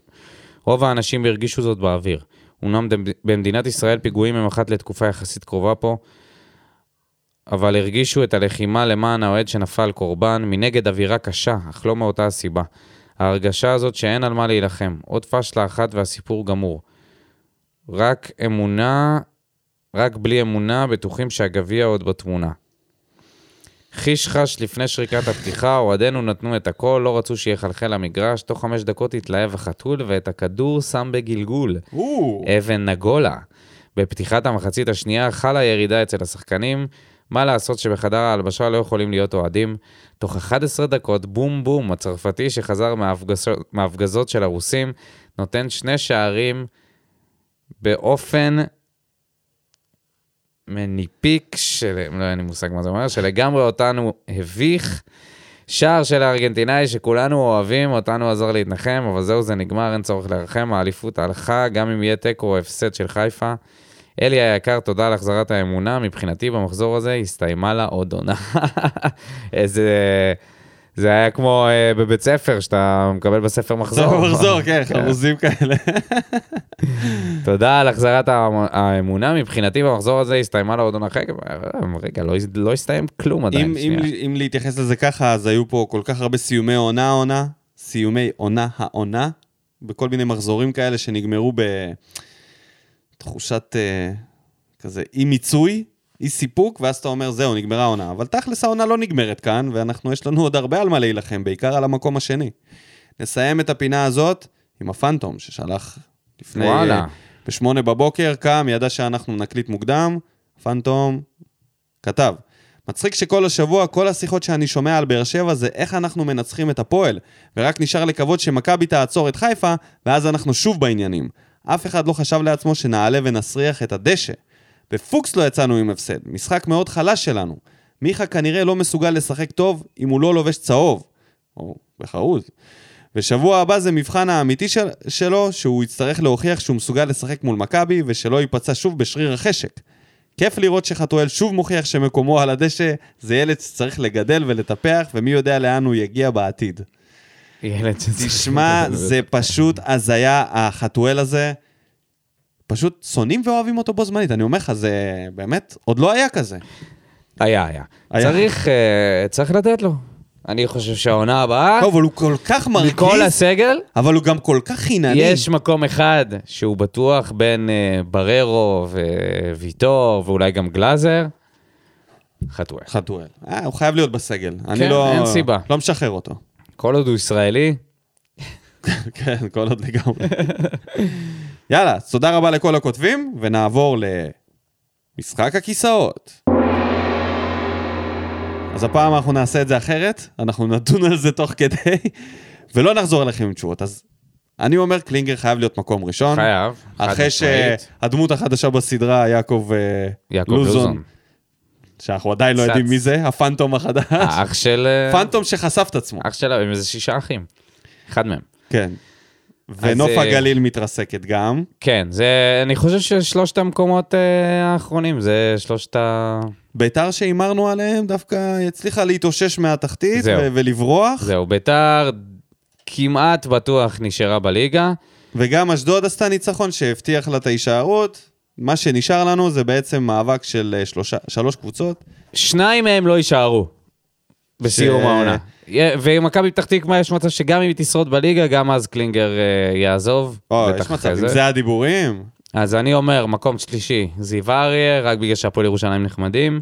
S2: רוב האנשים הרגישו זאת באוויר. אומנם דם- במדינת ישראל פיגועים הם אחת לתקופה יחסית קרובה פה, אבל הרגישו את הלחימה למען האוהד שנפל קורבן, מנגד אווירה קשה, אך לא מאותה הסיבה. ההרגשה הזאת שאין על מה להילחם. עוד פשלה אחת והסיפור גמור. רק אמונה רק בלי אמונה, בטוחים שהגביע עוד בתמונה. חיש חש לפני שריקת הפתיחה, אוהדינו נתנו את הכל, לא רצו שיחלחל למגרש, תוך חמש דקות התלהב החתול ואת הכדור שם בגלגול.
S1: או,
S2: אבן נגולה. בפתיחת המחצית השנייה חלה ירידה אצל השחקנים. מה לעשות שבחדר ההלבשה לא יכולים להיות אוהדים? תוך 11 דקות, בום בום, הצרפתי שחזר מההפגזות, מההפגזות של הרוסים, נותן שני שערים באופן מניפיק, של... לא, אין לי מושג מה זה אומר, שלגמרי אותנו הביך. שער של הארגנטינאי שכולנו אוהבים, אותנו עזר להתנחם, אבל זהו, זה נגמר, אין צורך לרחם, האליפות הלכה, גם אם יהיה תיקו או הפסד של חיפה. אלי היקר, תודה על החזרת <laughs> האמונה, מבחינתי במחזור הזה הסתיימה לה עוד עונה. איזה... זה היה כמו אה, בבית ספר, שאתה מקבל בספר מחזור.
S1: בסוף מחזור, כן, חרוזים כאלה.
S2: <laughs> תודה על החזרת האמ- האמונה. מבחינתי במחזור הזה הסתיימה לו עוד עונה חגב. רגע, לא הס- לא הסתיים כלום
S1: אם-
S2: עדיין. שנייה.
S1: אם אם להתייחס לזה ככה, אז היו פה כל כך הרבה סיומי עונה עונה, סיומי עונה העונה, בכל מיני מחזורים כאלה שנגמרו בתחושת אה, כזה אי מיצוי, אי סיפוק, ואז אתה אומר, זהו, נגמרה העונה. אבל תכלס העונה לא נגמרת כאן, ואנחנו, יש לנו עוד הרבה על מה להילחם, בעיקר על המקום השני. נסיים את הפינה הזאת עם הפנטום ששלח לפני...
S2: וואלה.
S1: אה, בשמונה בבוקר, קם, ידע שאנחנו נקליט מוקדם, פנטום כתב. מצחיק שכל השבוע, כל השיחות שאני שומע על באר שבע זה איך אנחנו מנצחים את הפועל, ורק נשאר לקוות שמכבי תעצור את חיפה, ואז אנחנו שוב בעניינים. אף אחד לא חשב לעצמו שנעלה ונסריח את הדשא. בפוקס לא יצאנו עם הפסד, משחק מאוד חלש שלנו. מיכה כנראה לא מסוגל לשחק טוב אם הוא לא לובש צהוב. או בחרוז. ושבוע הבא זה מבחן האמיתי של, שלו, שהוא יצטרך להוכיח שהוא מסוגל לשחק מול מכבי, ושלא ייפצע שוב בשריר החשק. כיף לראות שחתואל שוב מוכיח שמקומו על הדשא, זה ילד שצריך לגדל ולטפח, ומי יודע לאן הוא יגיע
S2: <laughs>
S1: בעתיד.
S2: ילד שצריך- כן,
S1: תשמע, זה פשוט הזיה, החתואל הזה. פשוט שונאים ואוהבים אותו בו זמנית, אני אומר לך, זה באמת, עוד לא היה כזה.
S2: היה, היה.
S1: היה.
S2: צריך, אה, צריך לתת לו. אני חושב שהעונה הבאה,
S1: טוב, אבל הוא כל כך
S2: אה. מכל
S1: מרגיז,
S2: הסגל,
S1: אבל הוא גם כל כך חינני.
S2: יש מקום אחד שהוא בטוח בין אה, בררו וויטור ואולי גם גלאזר, חתואל.
S1: חתואל. אה, הוא חייב להיות בסגל. אני
S2: כן,
S1: לא...
S2: אין סיבה.
S1: לא משחרר אותו.
S2: כל עוד הוא ישראלי,
S1: <laughs> כן, כל עוד לגמרי. יאללה, אז תודה רבה לכל הכותבים, ונעבור למשחק הכיסאות. אז הפעם אנחנו נעשה את זה אחרת, אנחנו נדון על זה תוך כדי, ולא נחזור אליכם עם תשובות. אז אני אומר, קלינגר חייב להיות מקום ראשון.
S2: חייב.
S1: נכון. אחרי
S2: חד-משמעית.
S1: שהדמות החדשה בסדרה, יעקב, אה,
S2: יעקב לוזון.
S1: שאנחנו עדיין לא
S2: צץ.
S1: יודעים מי זה, הפנטום החדש.
S2: האח של... אה,
S1: פנטום שחשף את עצמו.
S2: אח שלה, עם איזה שישה אחים. אחד מהם.
S1: כן. ונוף
S2: אה,
S1: הגליל מתרסקת גם.
S2: כן, זה... אני חושב ששלושת המקומות אה, האחרונים, זה שלושת ה...
S1: ביתר שהימרנו עליהם דווקא הצליחה להתאושש מהתחתית
S2: זהו.
S1: ו- ולברוח,
S2: זהו, ביתר כמעט בטוח נשארה בליגה.
S1: וגם אשדוד עשתה ניצחון שהבטיח לה את ההישארות. מה שנשאר לנו זה בעצם מאבק של אה, שלושה, שלוש קבוצות.
S2: שניים מהם לא יישארו בסיום
S1: ש-
S2: העונה. יה- ומכבי פתח תקווה יש מצב שגם אם היא תשרוד בליגה, גם אז קלינגר אה, יעזוב.
S1: או,
S2: בטח
S1: יש מצב,
S2: אחרי
S1: אם זה הדיבורים.
S2: אז אני אומר, מקום שלישי, זיו אריה, רק בגלל שהפועל ירושלים נחמדים.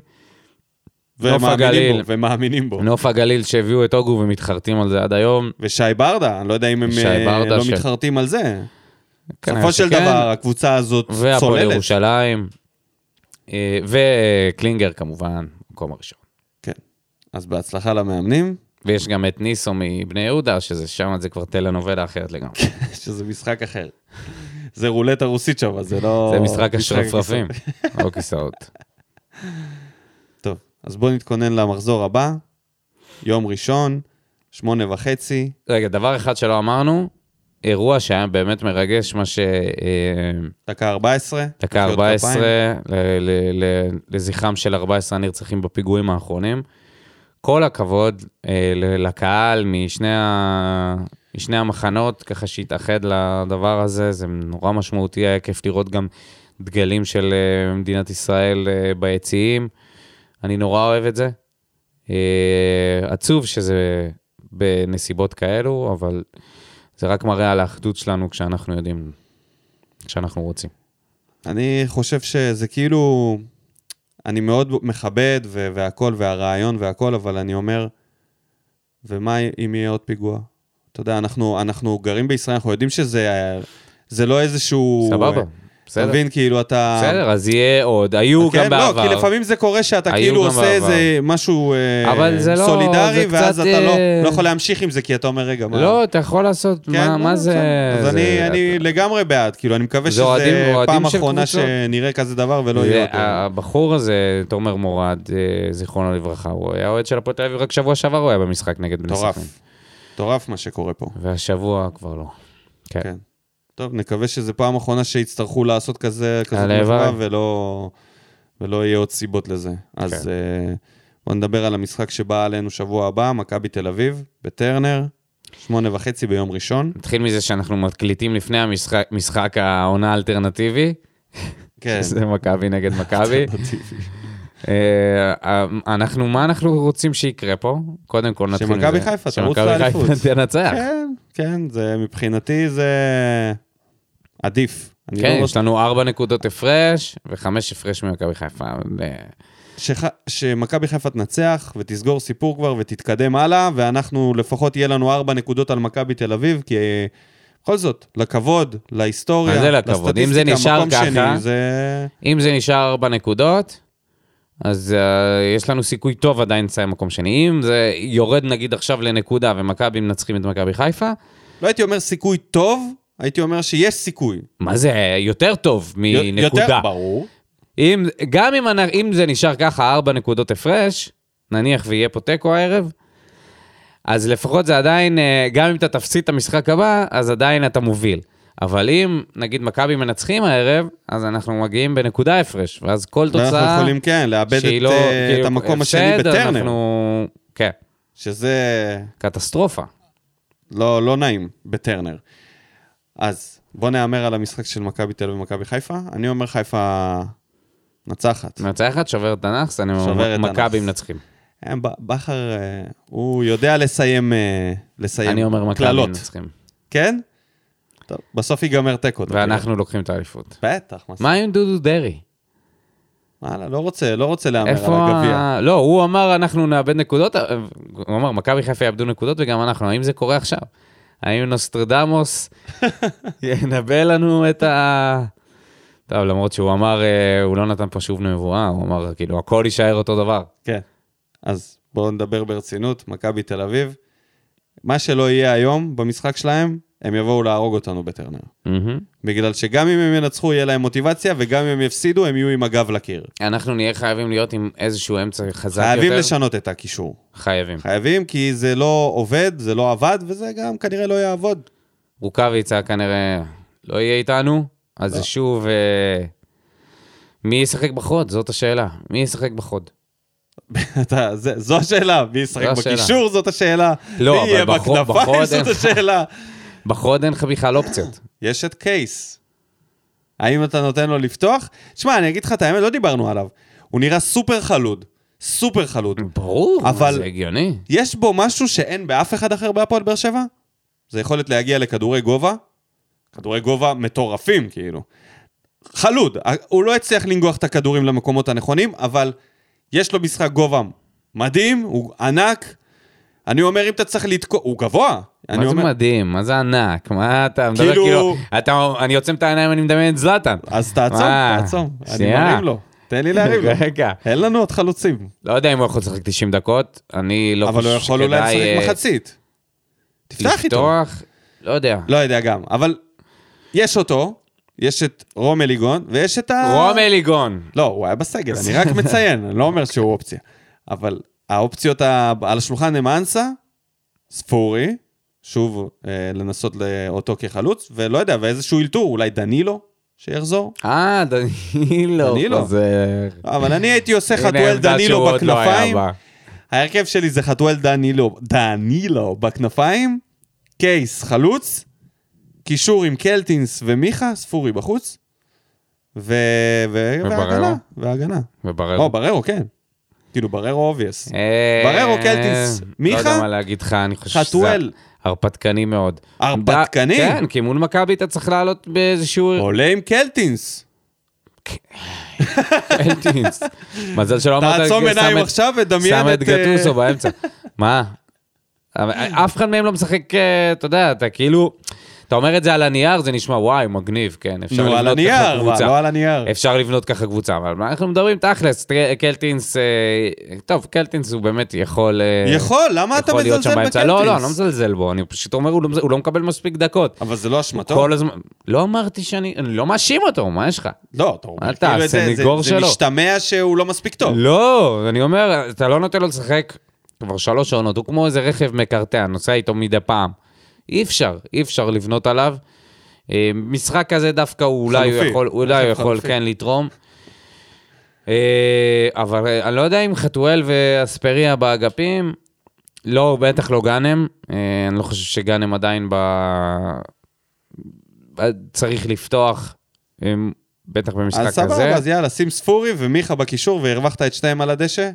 S2: נוף
S1: ומאמינים
S2: הגליל.
S1: בו, ומאמינים בו.
S2: נוף הגליל שהביאו את אוגו ומתחרטים על זה עד היום.
S1: ושי ברדה, אני לא יודע אם הם
S2: שי
S1: אה,
S2: ברדה
S1: לא
S2: ש-
S1: מתחרטים על זה.
S2: כנראה
S1: בסופו של
S2: שכן.
S1: דבר, הקבוצה הזאת
S2: והפועל
S1: צוללת.
S2: ירושלים. אה, וקלינגר כמובן, מקום הראשון.
S1: כן. אז בהצלחה למאמנים, <laughs>
S2: ויש גם את ניסו מבני יהודה, שזה שם זה כבר טלנובלה אחרת לגמרי.
S1: שזה משחק אחר. זה רולטה רוסית שם, אז זה לא...
S2: זה משחק השרפרפים, לא כיסאות.
S1: טוב, אז בואו נתכונן למחזור הבא. יום ראשון, שמונה וחצי.
S2: רגע, דבר אחד שלא אמרנו, אירוע שהיה באמת מרגש, מה ש... אה,
S1: דקה 14.
S2: דקה
S1: מחיאות
S2: 14,
S1: כפיים.
S2: ל- ל- ל- לזכרם של 14 הנרצחים בפיגועים האחרונים. כל הכבוד אה, ל- לקהל משני, ה... משני המחנות, ככה שהתאחד לדבר הזה, זה נורא משמעותי, היה כיף לראות גם דגלים של אה, מדינת ישראל אה, ביציעים. אני נורא אוהב את זה. אה, עצוב שזה בנסיבות כאלו, אבל זה רק מראה על האחדות שלנו כשאנחנו יודעים, כשאנחנו רוצים.
S1: אני חושב שזה כאילו... אני מאוד מכבד ו- והכל, והרעיון והכל, אבל אני אומר, ומה אם יהיה עוד פיגוע? אתה יודע, אנחנו, אנחנו גרים בישראל, אנחנו יודעים שזה זה לא איזשהו...
S2: סבבה,
S1: אתה
S2: בסדר.
S1: מבין, כאילו אתה...
S2: בסדר, אז יהיה עוד. היו
S1: כן,
S2: גם בעבר.
S1: לא, כי לפעמים זה קורה שאתה
S2: היו
S1: כאילו
S2: גם
S1: עושה
S2: בעבר.
S1: איזה משהו אה,
S2: אבל זה לא-
S1: סולידרי,
S2: זה
S1: ואז
S2: קצת,
S1: אתה לא,
S2: אה,
S1: לא יכול להמשיך עם זה, כי אתה אומר, רגע, מה...
S2: לא, אתה יכול לעשות,
S1: כן,
S2: מה-
S1: לא,
S2: מה זה...
S1: בסדר. אז
S2: זה-
S1: אני, אני לגמרי בעד, כאילו, אני מקווה
S2: זה אוהדים-
S1: שזה
S2: אוהדים
S1: פעם
S2: של
S1: אחרונה
S2: קבוצות.
S1: שנראה כזה דבר ולא
S2: זה-
S1: יהיה אותו.
S2: הבחור הזה, תומר מורד, אה, זיכרונו לברכה, הוא היה אוהד של הפועל תל אביב, רק שבוע שעבר הוא היה במשחק נגד בני
S1: מטורף.
S2: סכנין.
S1: מטורף מה שקורה פה.
S2: והשבוע כבר לא.
S1: כן.
S2: כן.
S1: טוב, נקווה שזו פעם אחרונה שיצטרכו לעשות כזה, כזאת
S2: הלוואי. כן.
S1: מחווה, ולא, ולא יהיה עוד סיבות לזה. אז אה, בוא נדבר על המשחק שבא עלינו שבוע הבא, מכבי תל אביב, בטרנר, שמונה וחצי ביום ראשון.
S2: נתחיל מזה שאנחנו מקליטים לפני המשחק משחק העונה האלטרנטיבי,
S1: כן.
S2: שזה מכבי נגד מכבי. אה, אנחנו, מה אנחנו רוצים שיקרה פה? קודם כל נתחיל מזה.
S1: שמכבי חיפה תרוץ
S2: שמכבי חיפה
S1: לאליפות.
S2: תנצח.
S1: כן, כן, זה מבחינתי זה עדיף. אני
S2: כן,
S1: לא
S2: יש לנו ארבע נקודות הפרש וחמש הפרש ממכבי חיפה. אה,
S1: שח... שמכבי חיפה תנצח ותסגור סיפור כבר ותתקדם הלאה, ואנחנו, לפחות יהיה לנו ארבע נקודות על מכבי תל אביב, כי אה, בכל זאת, לכבוד, להיסטוריה,
S2: מה זה לכבוד? אם זה
S1: לסטטיסטיקה,
S2: נשאר
S1: מקום
S2: ככה-
S1: שני, זה...
S2: אם זה נשאר ארבע נקודות, אז uh, יש לנו סיכוי טוב עדיין לסיים מקום שני. אם זה יורד נגיד עכשיו לנקודה ומכבי מנצחים את מכבי חיפה,
S1: לא הייתי אומר סיכוי טוב, הייתי אומר שיש סיכוי.
S2: מה זה יותר טוב
S1: יו-
S2: מנקודה.
S1: יותר, ברור.
S2: אם, גם אם, אנ- אם זה נשאר ככה ארבע נקודות הפרש, נניח ויהיה פה תיקו הערב, אז לפחות זה עדיין, אה, גם אם אתה תפסיד את המשחק הבא, אז עדיין אתה מוביל. אבל אם, נגיד, מכבי מנצחים הערב, אז אנחנו מגיעים בנקודה הפרש, ואז כל תוצאה...
S1: ואנחנו יכולים, כן, לאבד את,
S2: שהיא
S1: לא,
S2: לא,
S1: את
S2: כאילו,
S1: המקום השני
S2: הפסד,
S1: בטרנר, אנחנו...
S2: אנחנו... כן,
S1: שזה
S2: קטסטרופה.
S1: לא, לא נעים בטרנר. אז בוא נהמר על המשחק של מכבי תל אביב ומכבי חיפה. אני אומר חיפה נצחת.
S2: מנצחת, שוברת תנ"ך, אני
S1: שוברת
S2: אומר, מכבי
S1: הנאחס.
S2: מנצחים.
S1: אה, ב- בכר, אה, הוא יודע לסיים, אה, לסיים
S2: אני אומר, מכבי
S1: קללות.
S2: מנצחים.
S1: כן? טוב, בסוף ייגמר תיקו. אתה
S2: ואנחנו לוקחים את האליפות.
S1: יודע. בטח, מה זה?
S2: מה עם דודו דרעי?
S1: וואלה, לא רוצה, לא רוצה להמר על
S2: איפה
S1: הגביע.
S2: ה... לא, הוא אמר, אנחנו נאבד נקודות, אה, הוא אמר, מכבי חיפה יאבדו נקודות וגם אנחנו, האם זה קורה עכשיו? האם
S1: <laughs>
S2: נוסטרדמוס ינבא לנו את ה... טוב, למרות שהוא אמר, אה, הוא לא נתן פה שוב נבואה, הוא אמר, כאילו, הכל יישאר אותו דבר.
S1: כן. אז בואו נדבר ברצינות, מכבי תל אביב. מה שלא יהיה היום במשחק שלהם, הם יבואו להרוג אותנו בטרנר.
S2: מהמם.
S1: בגלל שגם אם הם ינצחו, יהיה להם מוטיבציה, וגם אם הם יפסידו, הם יהיו עם הגב לקיר.
S2: אנחנו נהיה חייבים להיות עם איזשהו אמצע חזק יותר.
S1: חייבים לשנות את הקישור.
S2: חייבים.
S1: חייבים, כי זה לא עובד, זה לא עבד, וזה גם כנראה לא יעבוד.
S2: רוקאביצה כנראה לא יהיה איתנו, אז
S1: לא.
S2: זה שוב... אה, מי ישחק בחוד? זאת השאלה. מי ישחק בחוד?
S1: <laughs> אתה, זה, זו השאלה, מי ישחק
S2: זו השאלה.
S1: בקישור זאת השאלה,
S2: לא,
S1: מי
S2: אבל
S1: יהיה
S2: בחוד-
S1: בכנפיים <laughs>
S2: בחוד
S1: זאת
S2: אין-
S1: השאלה.
S2: בחוד אין לך בכלל אופציות.
S1: יש את קייס. האם אתה נותן לו לפתוח? שמע, אני אגיד לך את האמת, לא דיברנו עליו. הוא נראה סופר חלוד. סופר חלוד.
S2: ברור,
S1: אבל-
S2: אבל... זה הגיוני.
S1: יש בו משהו שאין באף אחד אחר בהפועל באר שבע? זה יכולת להגיע לכדורי גובה. כדורי גובה מטורפים, כאילו. חלוד, הוא לא הצליח לנגוח את הכדורים למקומות הנכונים, אבל יש לו משחק גובה מדהים, הוא ענק. אני אומר, אם אתה צריך לתקוע... הוא גבוה. אני
S2: מה זה
S1: אומר...
S2: מדהים? מה זה ענק? מה אתה מדבר
S1: כאילו-
S2: כאילו... אתה, אני עוצם את העיניים, אני מדמיין את זלאטן.
S1: אז תעצום,
S2: מה?
S1: תעצום. אני
S2: אה, שנייה.
S1: מרים לו. תן לי להרים לו.
S2: <laughs> רגע.
S1: אין לנו עוד חלוצים.
S2: לא יודע אם הוא יכול לשחק 90 דקות, אני לא
S1: אבל
S2: חושב
S1: הוא יכול אולי
S2: שכדאי, אה,
S1: לשחק מחצית. תפתח איתו.
S2: לפתוח, לא יודע.
S1: לא יודע גם, אבל יש אותו, יש את רום אליגון, ויש את ה...
S2: רום אליגון.
S1: לא, הוא היה בסגל, אני רק מציין, אני לא אומר שהוא אופציה. אבל האופציות ה- על השולחן הם אנסה, ספורי, שוב, אה, לנסות ל- אותו כחלוץ, ולא יודע, ואיזשהו אלתור, אולי דנילו, שיחזור.
S2: אה, דנילו.
S1: דנילו.
S2: חוזר.
S1: לא, אבל אני הייתי עושה
S2: הנה
S1: חתואל
S2: העמדה
S1: דנילו
S2: שהוא עוד לא היה
S1: בכנפיים.
S2: בה.
S1: ההרכב שלי זה חתואל דנילו, דנילו בכנפיים, קייס חלוץ, קישור עם קלטינס ומיכה, ספורי בחוץ, ו... ו...
S2: ובררו.
S1: והגנה, והגנה.
S2: ובררו.
S1: או, בררו, כן. כאילו, בררו אובייס.
S2: אה,
S1: בררו, קלטינס, מיכה,
S2: לא יודע מה להגיד לך, אני חושב
S1: חתואל.
S2: הרפתקני מאוד.
S1: הרפתקני?
S2: ד- כן, כי מול מכבי אתה צריך לעלות באיזשהו...
S1: עולה עם קלטינס.
S2: קלטינס. מזל שלא אמרת...
S1: תעצום
S2: שם
S1: עיניים
S2: את-
S1: עכשיו ודמיין
S2: שם
S1: את... אה,
S2: את
S1: <laughs>
S2: גטוסו באמצע. מה? אבל אף אחד מהם לא משחק, אה, אתה יודע, אתה כאילו... אתה אומר את זה על הנייר, זה נשמע וואי, מגניב, כן, אפשר
S1: נו, לא על
S2: לבנות ככה
S1: הנייר, מה,
S2: קבוצה.
S1: לא על הנייר.
S2: אפשר לבנות ככה קבוצה, אבל מה אנחנו מדברים תכלס, תראה, קלטינס, אה, טוב, קלטינס הוא באמת יכול... אה,
S1: יכול, למה אתה
S2: יכול להיות
S1: מזלזל
S2: שם באמצע. לא, לא,
S1: בקלטינס?
S2: אני לא מזלזל בו, אני פשוט אומר, הוא לא מז- הוא לא מקבל מספיק דקות.
S1: אבל זה לא אשמתו.
S2: כל הזמן, לא אמרתי שאני, אני לא מאשים אותו, מה יש לך?
S1: לא, אתה אומר,
S2: מה אתה,
S1: כאילו, זה- זה-
S2: הסניגור
S1: זה
S2: שלו?
S1: משתמע שהוא לא מספיק טוב.
S2: לא, אני אומר, אתה לא נותן לו לשחק כבר שלוש עונות, הוא כמו איזה רכב מקרטע, נוסע איתו מדי פעם. אי אפשר, אי אפשר לבנות עליו. אה, משחק כזה דווקא הוא אולי הוא
S1: חלופי.
S2: יכול, אולי הוא
S1: רכב
S2: יכול
S1: חלופי.
S2: כן לתרום. אה, אבל אה, אני לא יודע אם חתואל ואספריה באגפים, לא, בטח לא גאנם. אה, אני לא חושב שגאנם עדיין ב... ב- צריך לפתוח, אה, בטח במשחק
S1: אז
S2: כזה.
S1: סבבה, אז יאללה, שים ספורי ומיכה בקישור, והרווחת את שתיהם על הדשא,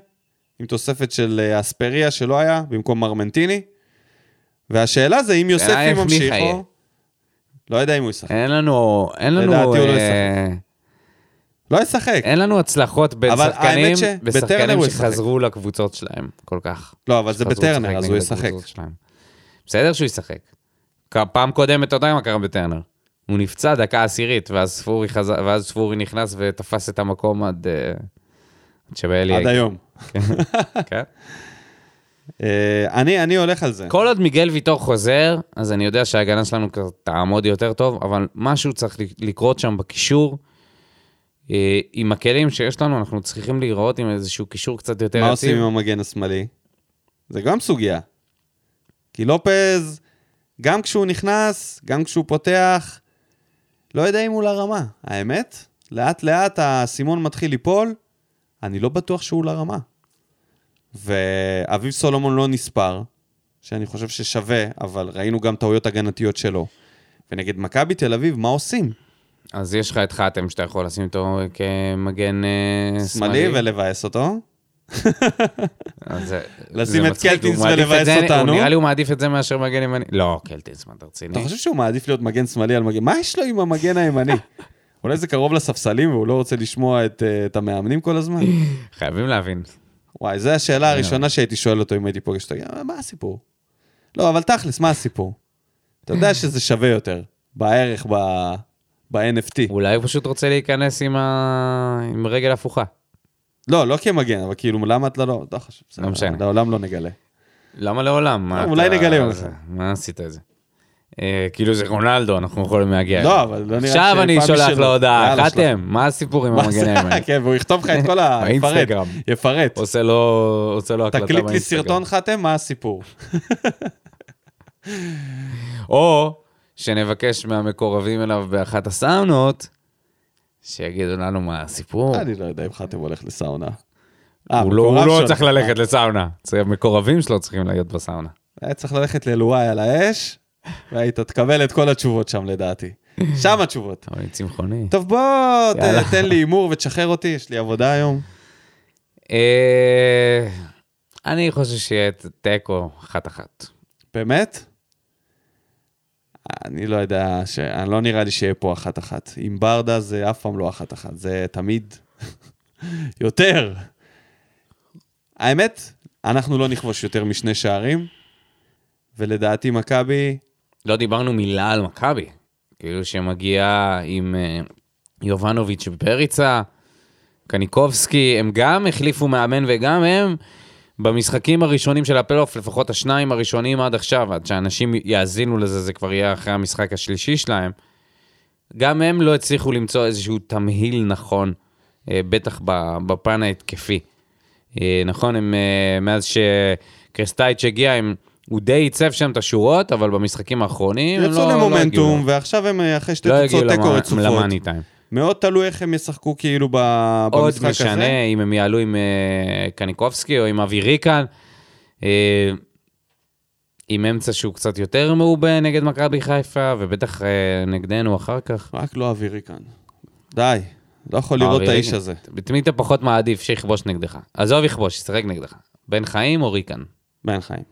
S1: עם תוספת של אה, אספריה שלא היה, במקום מרמנטיני. והשאלה זה אם יוספי
S2: איך
S1: ממשיך
S2: מיכה יהיה.
S1: או... לא יודע אם הוא ישחק.
S2: אין לנו, אין לנו,
S1: לדעתי הוא לא
S2: אה,
S1: לא ישחק.
S2: אין לנו הצלחות בין
S1: אבל
S2: שחקנים,
S1: האמת ש- בטרנר
S2: בשחקנים
S1: הוא ישחק.
S2: שחזרו לקבוצות שלהם כל כך.
S1: לא, אבל זה
S2: שחזרו לשחק
S1: בטרנר, אז הוא
S2: נגד
S1: ישחק.
S2: הקבוצות שלהם. בסדר שהוא ישחק. כ- פעם קודמת, אתה יודע מה קרה בטרנר. הוא נפצע דקה עשירית, ואז ספורי, חז... ואז ספורי נכנס ותפס את המקום עד, אה, עד שבאלי...
S1: עד היום.
S2: כן.
S1: אה, אני אני הולך על זה.
S2: כל עוד מיגל ויטור חוזר, אז אני יודע שההגנה שלנו כ- תעמוד יותר טוב, אבל משהו צריך לק- לקרות שם בקישור. אה, עם הכלים שיש לנו, אנחנו צריכים להיראות עם איזשהו קישור קצת יותר
S1: מה עושים עם המגן השמאלי? זה גם סוגיה. כי לופז, גם כשהוא נכנס, גם כשהוא פותח, לא יודע אם הוא לרמה. האמת, לאט-לאט האסימון מתחיל ליפול, אני לא בטוח שהוא לרמה. ואביב סולומון לא נספר, שאני חושב ששווה, אבל ראינו גם טעויות הגנתיות שלו. ונגד מכבי תל אביב, מה עושים?
S2: אז יש לך את חתם שאתה יכול לשים אותו כמגן אה,
S1: שמאלי
S2: שמאלי.
S1: ולבאס אותו.
S2: אז זה-
S1: לשים
S2: זה
S1: את
S2: מצחיק,
S1: קלטינס
S2: הוא מעדיף את
S1: ולבאס
S2: זה-
S1: אותנו.
S2: הוא נראה לי הוא מעדיף את זה מאשר מגן ימני. לא, קלטינס, מה אתה רציני?
S1: אתה חושב שהוא מעדיף להיות מגן שמאלי על מגן? מה יש לו עם המגן
S2: <laughs>
S1: הימני? אולי זה קרוב לספסלים והוא לא רוצה לשמוע את, אה, את המאמנים כל
S2: <laughs>
S1: הזמן?
S2: חייבים להבין.
S1: וואי, זו
S2: אה.
S1: השאלה הראשונה שהייתי שואל אותו אם הייתי פוגש אותו. "אה, מה הסיפור? לא, אבל תכלס, מה הסיפור? אתה
S2: <laughs>
S1: יודע שזה שווה יותר, בערך, ב... ב-NFT.
S2: אולי הוא פשוט רוצה להיכנס עם ה- עם רגל הפוכה.
S1: לא, לא כמגן, אבל כאילו, למה אתה לא... לא חשוב, בסדר,
S2: לא משנה.
S1: לעולם לא
S2: <laughs>
S1: נגלה.
S2: למה לעולם? מה
S1: טוב, אולי
S2: אתה-
S1: נגלה יום
S2: זה-
S1: אחד.
S2: מה עשית את זה? אה, כאילו זה רונלדו, אנחנו יכולים להגיע.
S1: לא,
S2: אליו.
S1: אבל לא נראה
S2: עכשיו אני
S1: שפעם
S2: שולח
S1: מישהו-
S2: לו הודעה,
S1: יאללה, שלח.
S2: חתם, מה הסיפור עם
S1: מה
S2: המגן
S1: זה?
S2: לא הימני?
S1: <laughs> כן, והוא יכתוב לך את
S2: <laughs>
S1: כל ה... יפרט.
S2: באינסטגרם.
S1: יפרט.
S2: עושה לו עושה לו הקלטה
S1: תקליט לי
S2: באינסטגרם.
S1: סרטון חתם, מה הסיפור?
S2: או שנבקש מהמקורבים אליו באחת הסאונות, שיגידו לנו מה הסיפור.
S1: אני לא יודע אם חתם הולך לסאונה. אה,
S2: הוא לא- הוא
S1: מקורב
S2: לא
S1: שלו.
S2: צריך ללכת לסאונה, זה המקורבים שלו צריכים להיות בסאונה.
S1: היה צריך ללכת ללואי על האש, והיית תקבל את כל התשובות שם לדעתי. שם התשובות.
S2: אבל אני צמחוני.
S1: טוב, בוא, ת-
S2: יאללה.
S1: תן לי הימור ותשחרר אותי, יש לי עבודה היום.
S2: אה, אני חושב שיהיה ת- תיקו אחת-אחת.
S1: באמת? אני לא יודע, ש... אני לא נראה לי שיהיה פה אחת-אחת. עם ברדה זה אף פעם לא אחת-אחת, זה תמיד <laughs> יותר. האמת, אנחנו לא נכבוש יותר משני שערים, ולדעתי מכבי
S2: לא דיברנו מילה על מכבי. כאילו שמגיע עם אה, יובנוביץ' ופריצה, קניקובסקי, הם גם החליפו מאמן וגם הם במשחקים הראשונים של הפלייאוף, לפחות השניים הראשונים עד עכשיו, עד שאנשים יאזינו לזה, זה כבר יהיה אחרי המשחק השלישי שלהם. גם הם לא הצליחו למצוא איזשהו תמהיל נכון, אה, בטח ב- בפן ההתקפי. אה, נכון, הם, אה, מאז שקרסטייץ' הגיע, הם, הוא די עיצב שם את השורות, אבל במשחקים האחרונים הם לא...
S1: יצאו
S2: לא הגיעו
S1: למומנטום,
S2: למ-
S1: ועכשיו הם אה, אחרי שתי
S2: לא
S1: תוצאות
S2: הגיעו
S1: תיקו
S2: למ-
S1: רצופות.
S2: למאני טיים.
S1: מאוד תלוי איך הם ישחקו כאילו ב-
S2: עוד
S1: במשחק הזה.
S2: משנה אם הם יעלו עם אה, קניקובסקי או עם אבי ריקן. אה, עם אמצע שהוא קצת יותר מעובה נגד מכבי חיפה, ובטח אה, נגדנו אחר כך.
S1: רק לא אווירי כאן. די, לא יכול לראות את
S2: אבי
S1: האיש
S2: ריקן.
S1: הזה.
S2: את מי אתה פחות מעדיף שיכבוש נגדך? עזוב יכבוש, ישחק נגדך. בן חיים או ריקן?
S1: בן חיים.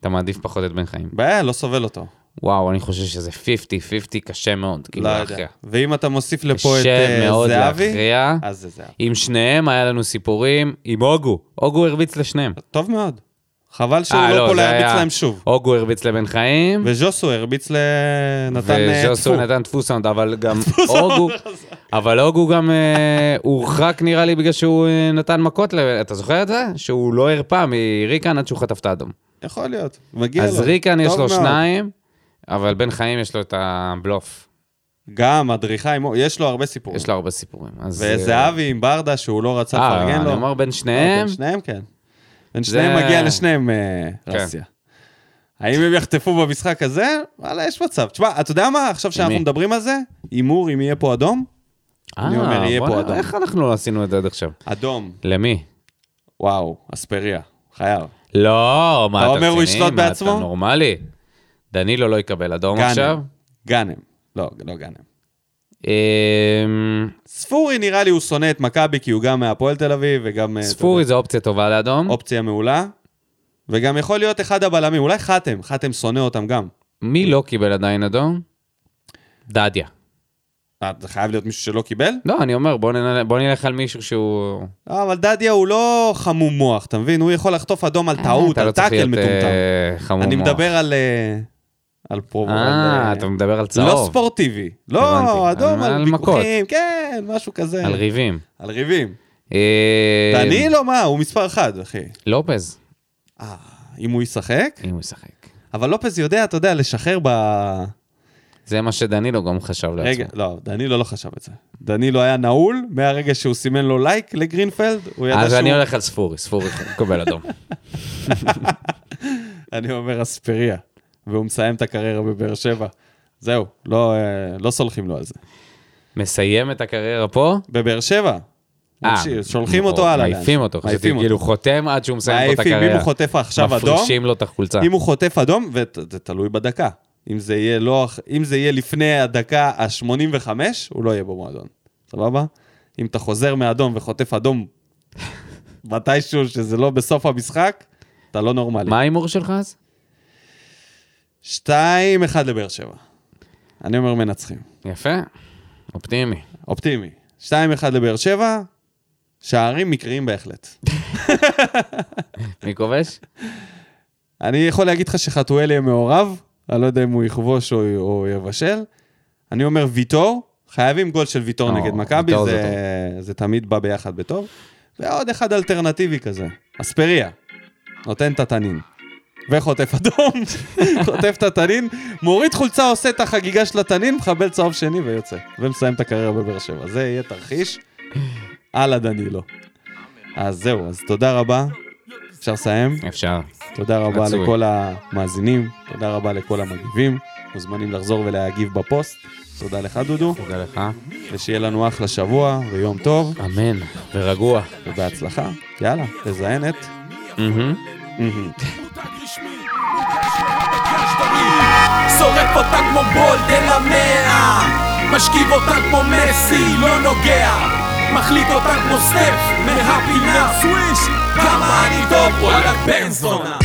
S2: אתה מעדיף פחות את בן חיים.
S1: בעיה, לא סובל אותו.
S2: וואו, אני חושב שזה 50-50 קשה מאוד, כאילו
S1: לא
S2: להכריע.
S1: יודע. ואם אתה מוסיף לפה את
S2: קשה
S1: אה,
S2: מאוד
S1: זהבי,
S2: להכריע.
S1: אז זה זהבי.
S2: עם שניהם היה לנו סיפורים, עם הוגו. הוגו הרביץ לשניהם.
S1: טוב מאוד. חבל שהוא
S2: אה,
S1: לא פה
S2: זה
S1: להרביץ
S2: היה-
S1: להם שוב.
S2: הוגו הרביץ לבן חיים,
S1: וז'וסו הרביץ לנתן אה,
S2: וז'וסו
S1: טפו.
S2: נתן דפוס סאונד, אבל
S1: <laughs>
S2: גם הוגו, אבל הוגו גם אה, הורחק נראה לי בגלל שהוא אה, נתן מכות, ל- אתה זוכר את זה? שהוא לא הרפא מריקן עד שהוא חטף את האדום.
S1: יכול להיות, מגיע לו.
S2: אז ריקן יש
S1: טוב
S2: לו
S1: מאוד.
S2: שניים, אבל בן חיים יש לו את הבלוף.
S1: גם, אדריכה, עם- יש לו הרבה סיפורים.
S2: יש לו הרבה סיפורים. אז, אה,
S1: וזהבי עם ברדה, שהוא לא רצה
S2: אה,
S1: לפרגן
S2: אני
S1: לו.
S2: אומר בין שניהם,
S1: בין שניהם, כן. בין
S2: זה- כן.
S1: שניהם מגיע לשניהם אה, רסיה. האם הם יחטפו במשחק הזה? וואלה, יש מצב. תשמע, אתה יודע מה? עכשיו שאנחנו
S2: מי?
S1: מדברים על זה, הימור אם יהיה פה אדום? אני אומר, יהיה פה
S2: אה, בוא'נה,
S1: אדום.
S2: איך אנחנו לא עשינו את זה עד עכשיו?
S1: אדום,
S2: למי?
S1: וואו, אספריה, חייב.
S2: לא, מה,
S1: אתה
S2: אתה
S1: אומר הוא
S2: רציני?
S1: ישלוט
S2: מה, אתה
S1: בעצמו?
S2: נורמלי? דנילו לא יקבל אדום עכשיו?
S1: גאנם. גאנם. לא, לא גאנם.
S2: אמ,
S1: ספורי נראה לי הוא שונא את מכבי כי הוא גם מהפועל תל אביב וגם... אה, אתה
S2: ספורי זו אופציה טובה לאדום.
S1: יודע, אופציה מעולה. וגם יכול להיות אחד הבלמים, אולי חתם, חתם שונא אותם גם.
S2: מי לא קיבל עדיין אדום? דדיה.
S1: אה, זה חייב להיות מישהו שלא קיבל?
S2: לא, אני אומר, בוא נל- בוא נלך על מישהו שהוא...
S1: לא, אבל דדיה הוא לא חמום מוח, אתה מבין? הוא יכול לחטוף אדום על טעות,
S2: אתה
S1: על
S2: לא צריך
S1: טאקל
S2: להיות,
S1: מטומטם.
S2: אה, חמום
S1: אני
S2: מוח.
S1: מדבר על... אה, על פרובו.
S2: אה, אתה מדבר על צהוב.
S1: לא ספורטיבי. לא,
S2: הבנתי. אה,
S1: אדום
S2: על-
S1: על
S2: על מכות.
S1: ויכוחים, כן, משהו כזה.
S2: על ריבים.
S1: על ריבים.
S2: אה,
S1: דנילו, מה? הוא מספר אחד, אחי.
S2: לופז,
S1: אה, אם הוא ישחק?
S2: אם הוא ישחק.
S1: אבל לופז יודע, אתה יודע, לשחרר ב...
S2: זה מה שדנילו גם חשב לעצמו.
S1: רגע, לא, דנילו לא חשב את זה. דנילו היה נעול, מהרגע שהוא סימן לו לייק לגרינפלד, הוא ידע
S2: אז
S1: שהוא...
S2: אני הולך על ספורי, ספורי קובל <laughs> אדום.
S1: אני אומר אספריה, והוא מסיים את הקריירה בבאר שבע. זהו, לא, אה, לא סולחים לו על זה.
S2: מסיים את הקריירה פה?
S1: בבאר שבע.
S2: אה,
S1: מקשיב, שולחים
S2: או,
S1: אותו הלאה.
S2: מעיפים אותו, חשבתי,
S1: מעיפים
S2: כאילו
S1: אותו.
S2: חותם עד שהוא מסיים פה את
S1: מעיפים,
S2: הקריירה.
S1: אם הוא חוטף עכשיו אדום,
S2: מפרישים לו את החולצה.
S1: אם הוא חוטף אדום, וזה תלוי בדקה. אם זה יהיה לא... אח- אם זה יהיה לפני הדקה ה-85, הוא לא יהיה במועדון. סבבה? אם אתה חוזר מאדום וחוטף אדום מתישהו, שזה לא בסוף המשחק, אתה לא נורמלי.
S2: מה ההימור שלך אז?
S1: 2-1 לבאר שבע. אני אומר מנצחים.
S2: יפה, אופטימי.
S1: אופטימי. 2-1 לבאר שבע, שערים מקריים בהחלט.
S2: מי כובש?
S1: אני יכול להגיד לך שחתואל יהיה מעורב, אני לא יודע אם הוא יכבוש או, או יבשל. אני אומר ויטור, חייבים גול של ויטור
S2: או,
S1: נגד מכבי,
S2: ויטור
S1: זה,
S2: זה
S1: זה תמיד בא ביחד בטוב. ועוד אחד אלטרנטיבי כזה, אספריה, נותן את התנין. וחוטף אדום, <laughs> חוטף את התנין, מוריד חולצה, עושה את החגיגה של התנין, מחבל צהוב שני ויוצא. ומסיים את הקריירה בבאר שבע. זה יהיה תרחיש, הלאה דנילו. אז זהו, אז תודה רבה, אפשר לסיים?
S2: אפשר.
S1: תודה רבה
S2: רצוי.
S1: לכל המאזינים, תודה רבה לכל המגיבים. מוזמנים לחזור ולהגיב בפוסט. תודה לך, דודו,
S2: תודה לך.
S1: ושיהיה לנו אחלה שבוע ויום טוב,
S2: אמן, ורגוע.
S1: ובהצלחה. יאללה, תזיין את...
S2: מהמם.
S3: שורף אותה כמו בולד אל המאה משכיב אותה כמו מסי, לא נוגע מחליט אותה כמו סטף מהפינה סוויש כמה אני טוב, וואלה בן זונה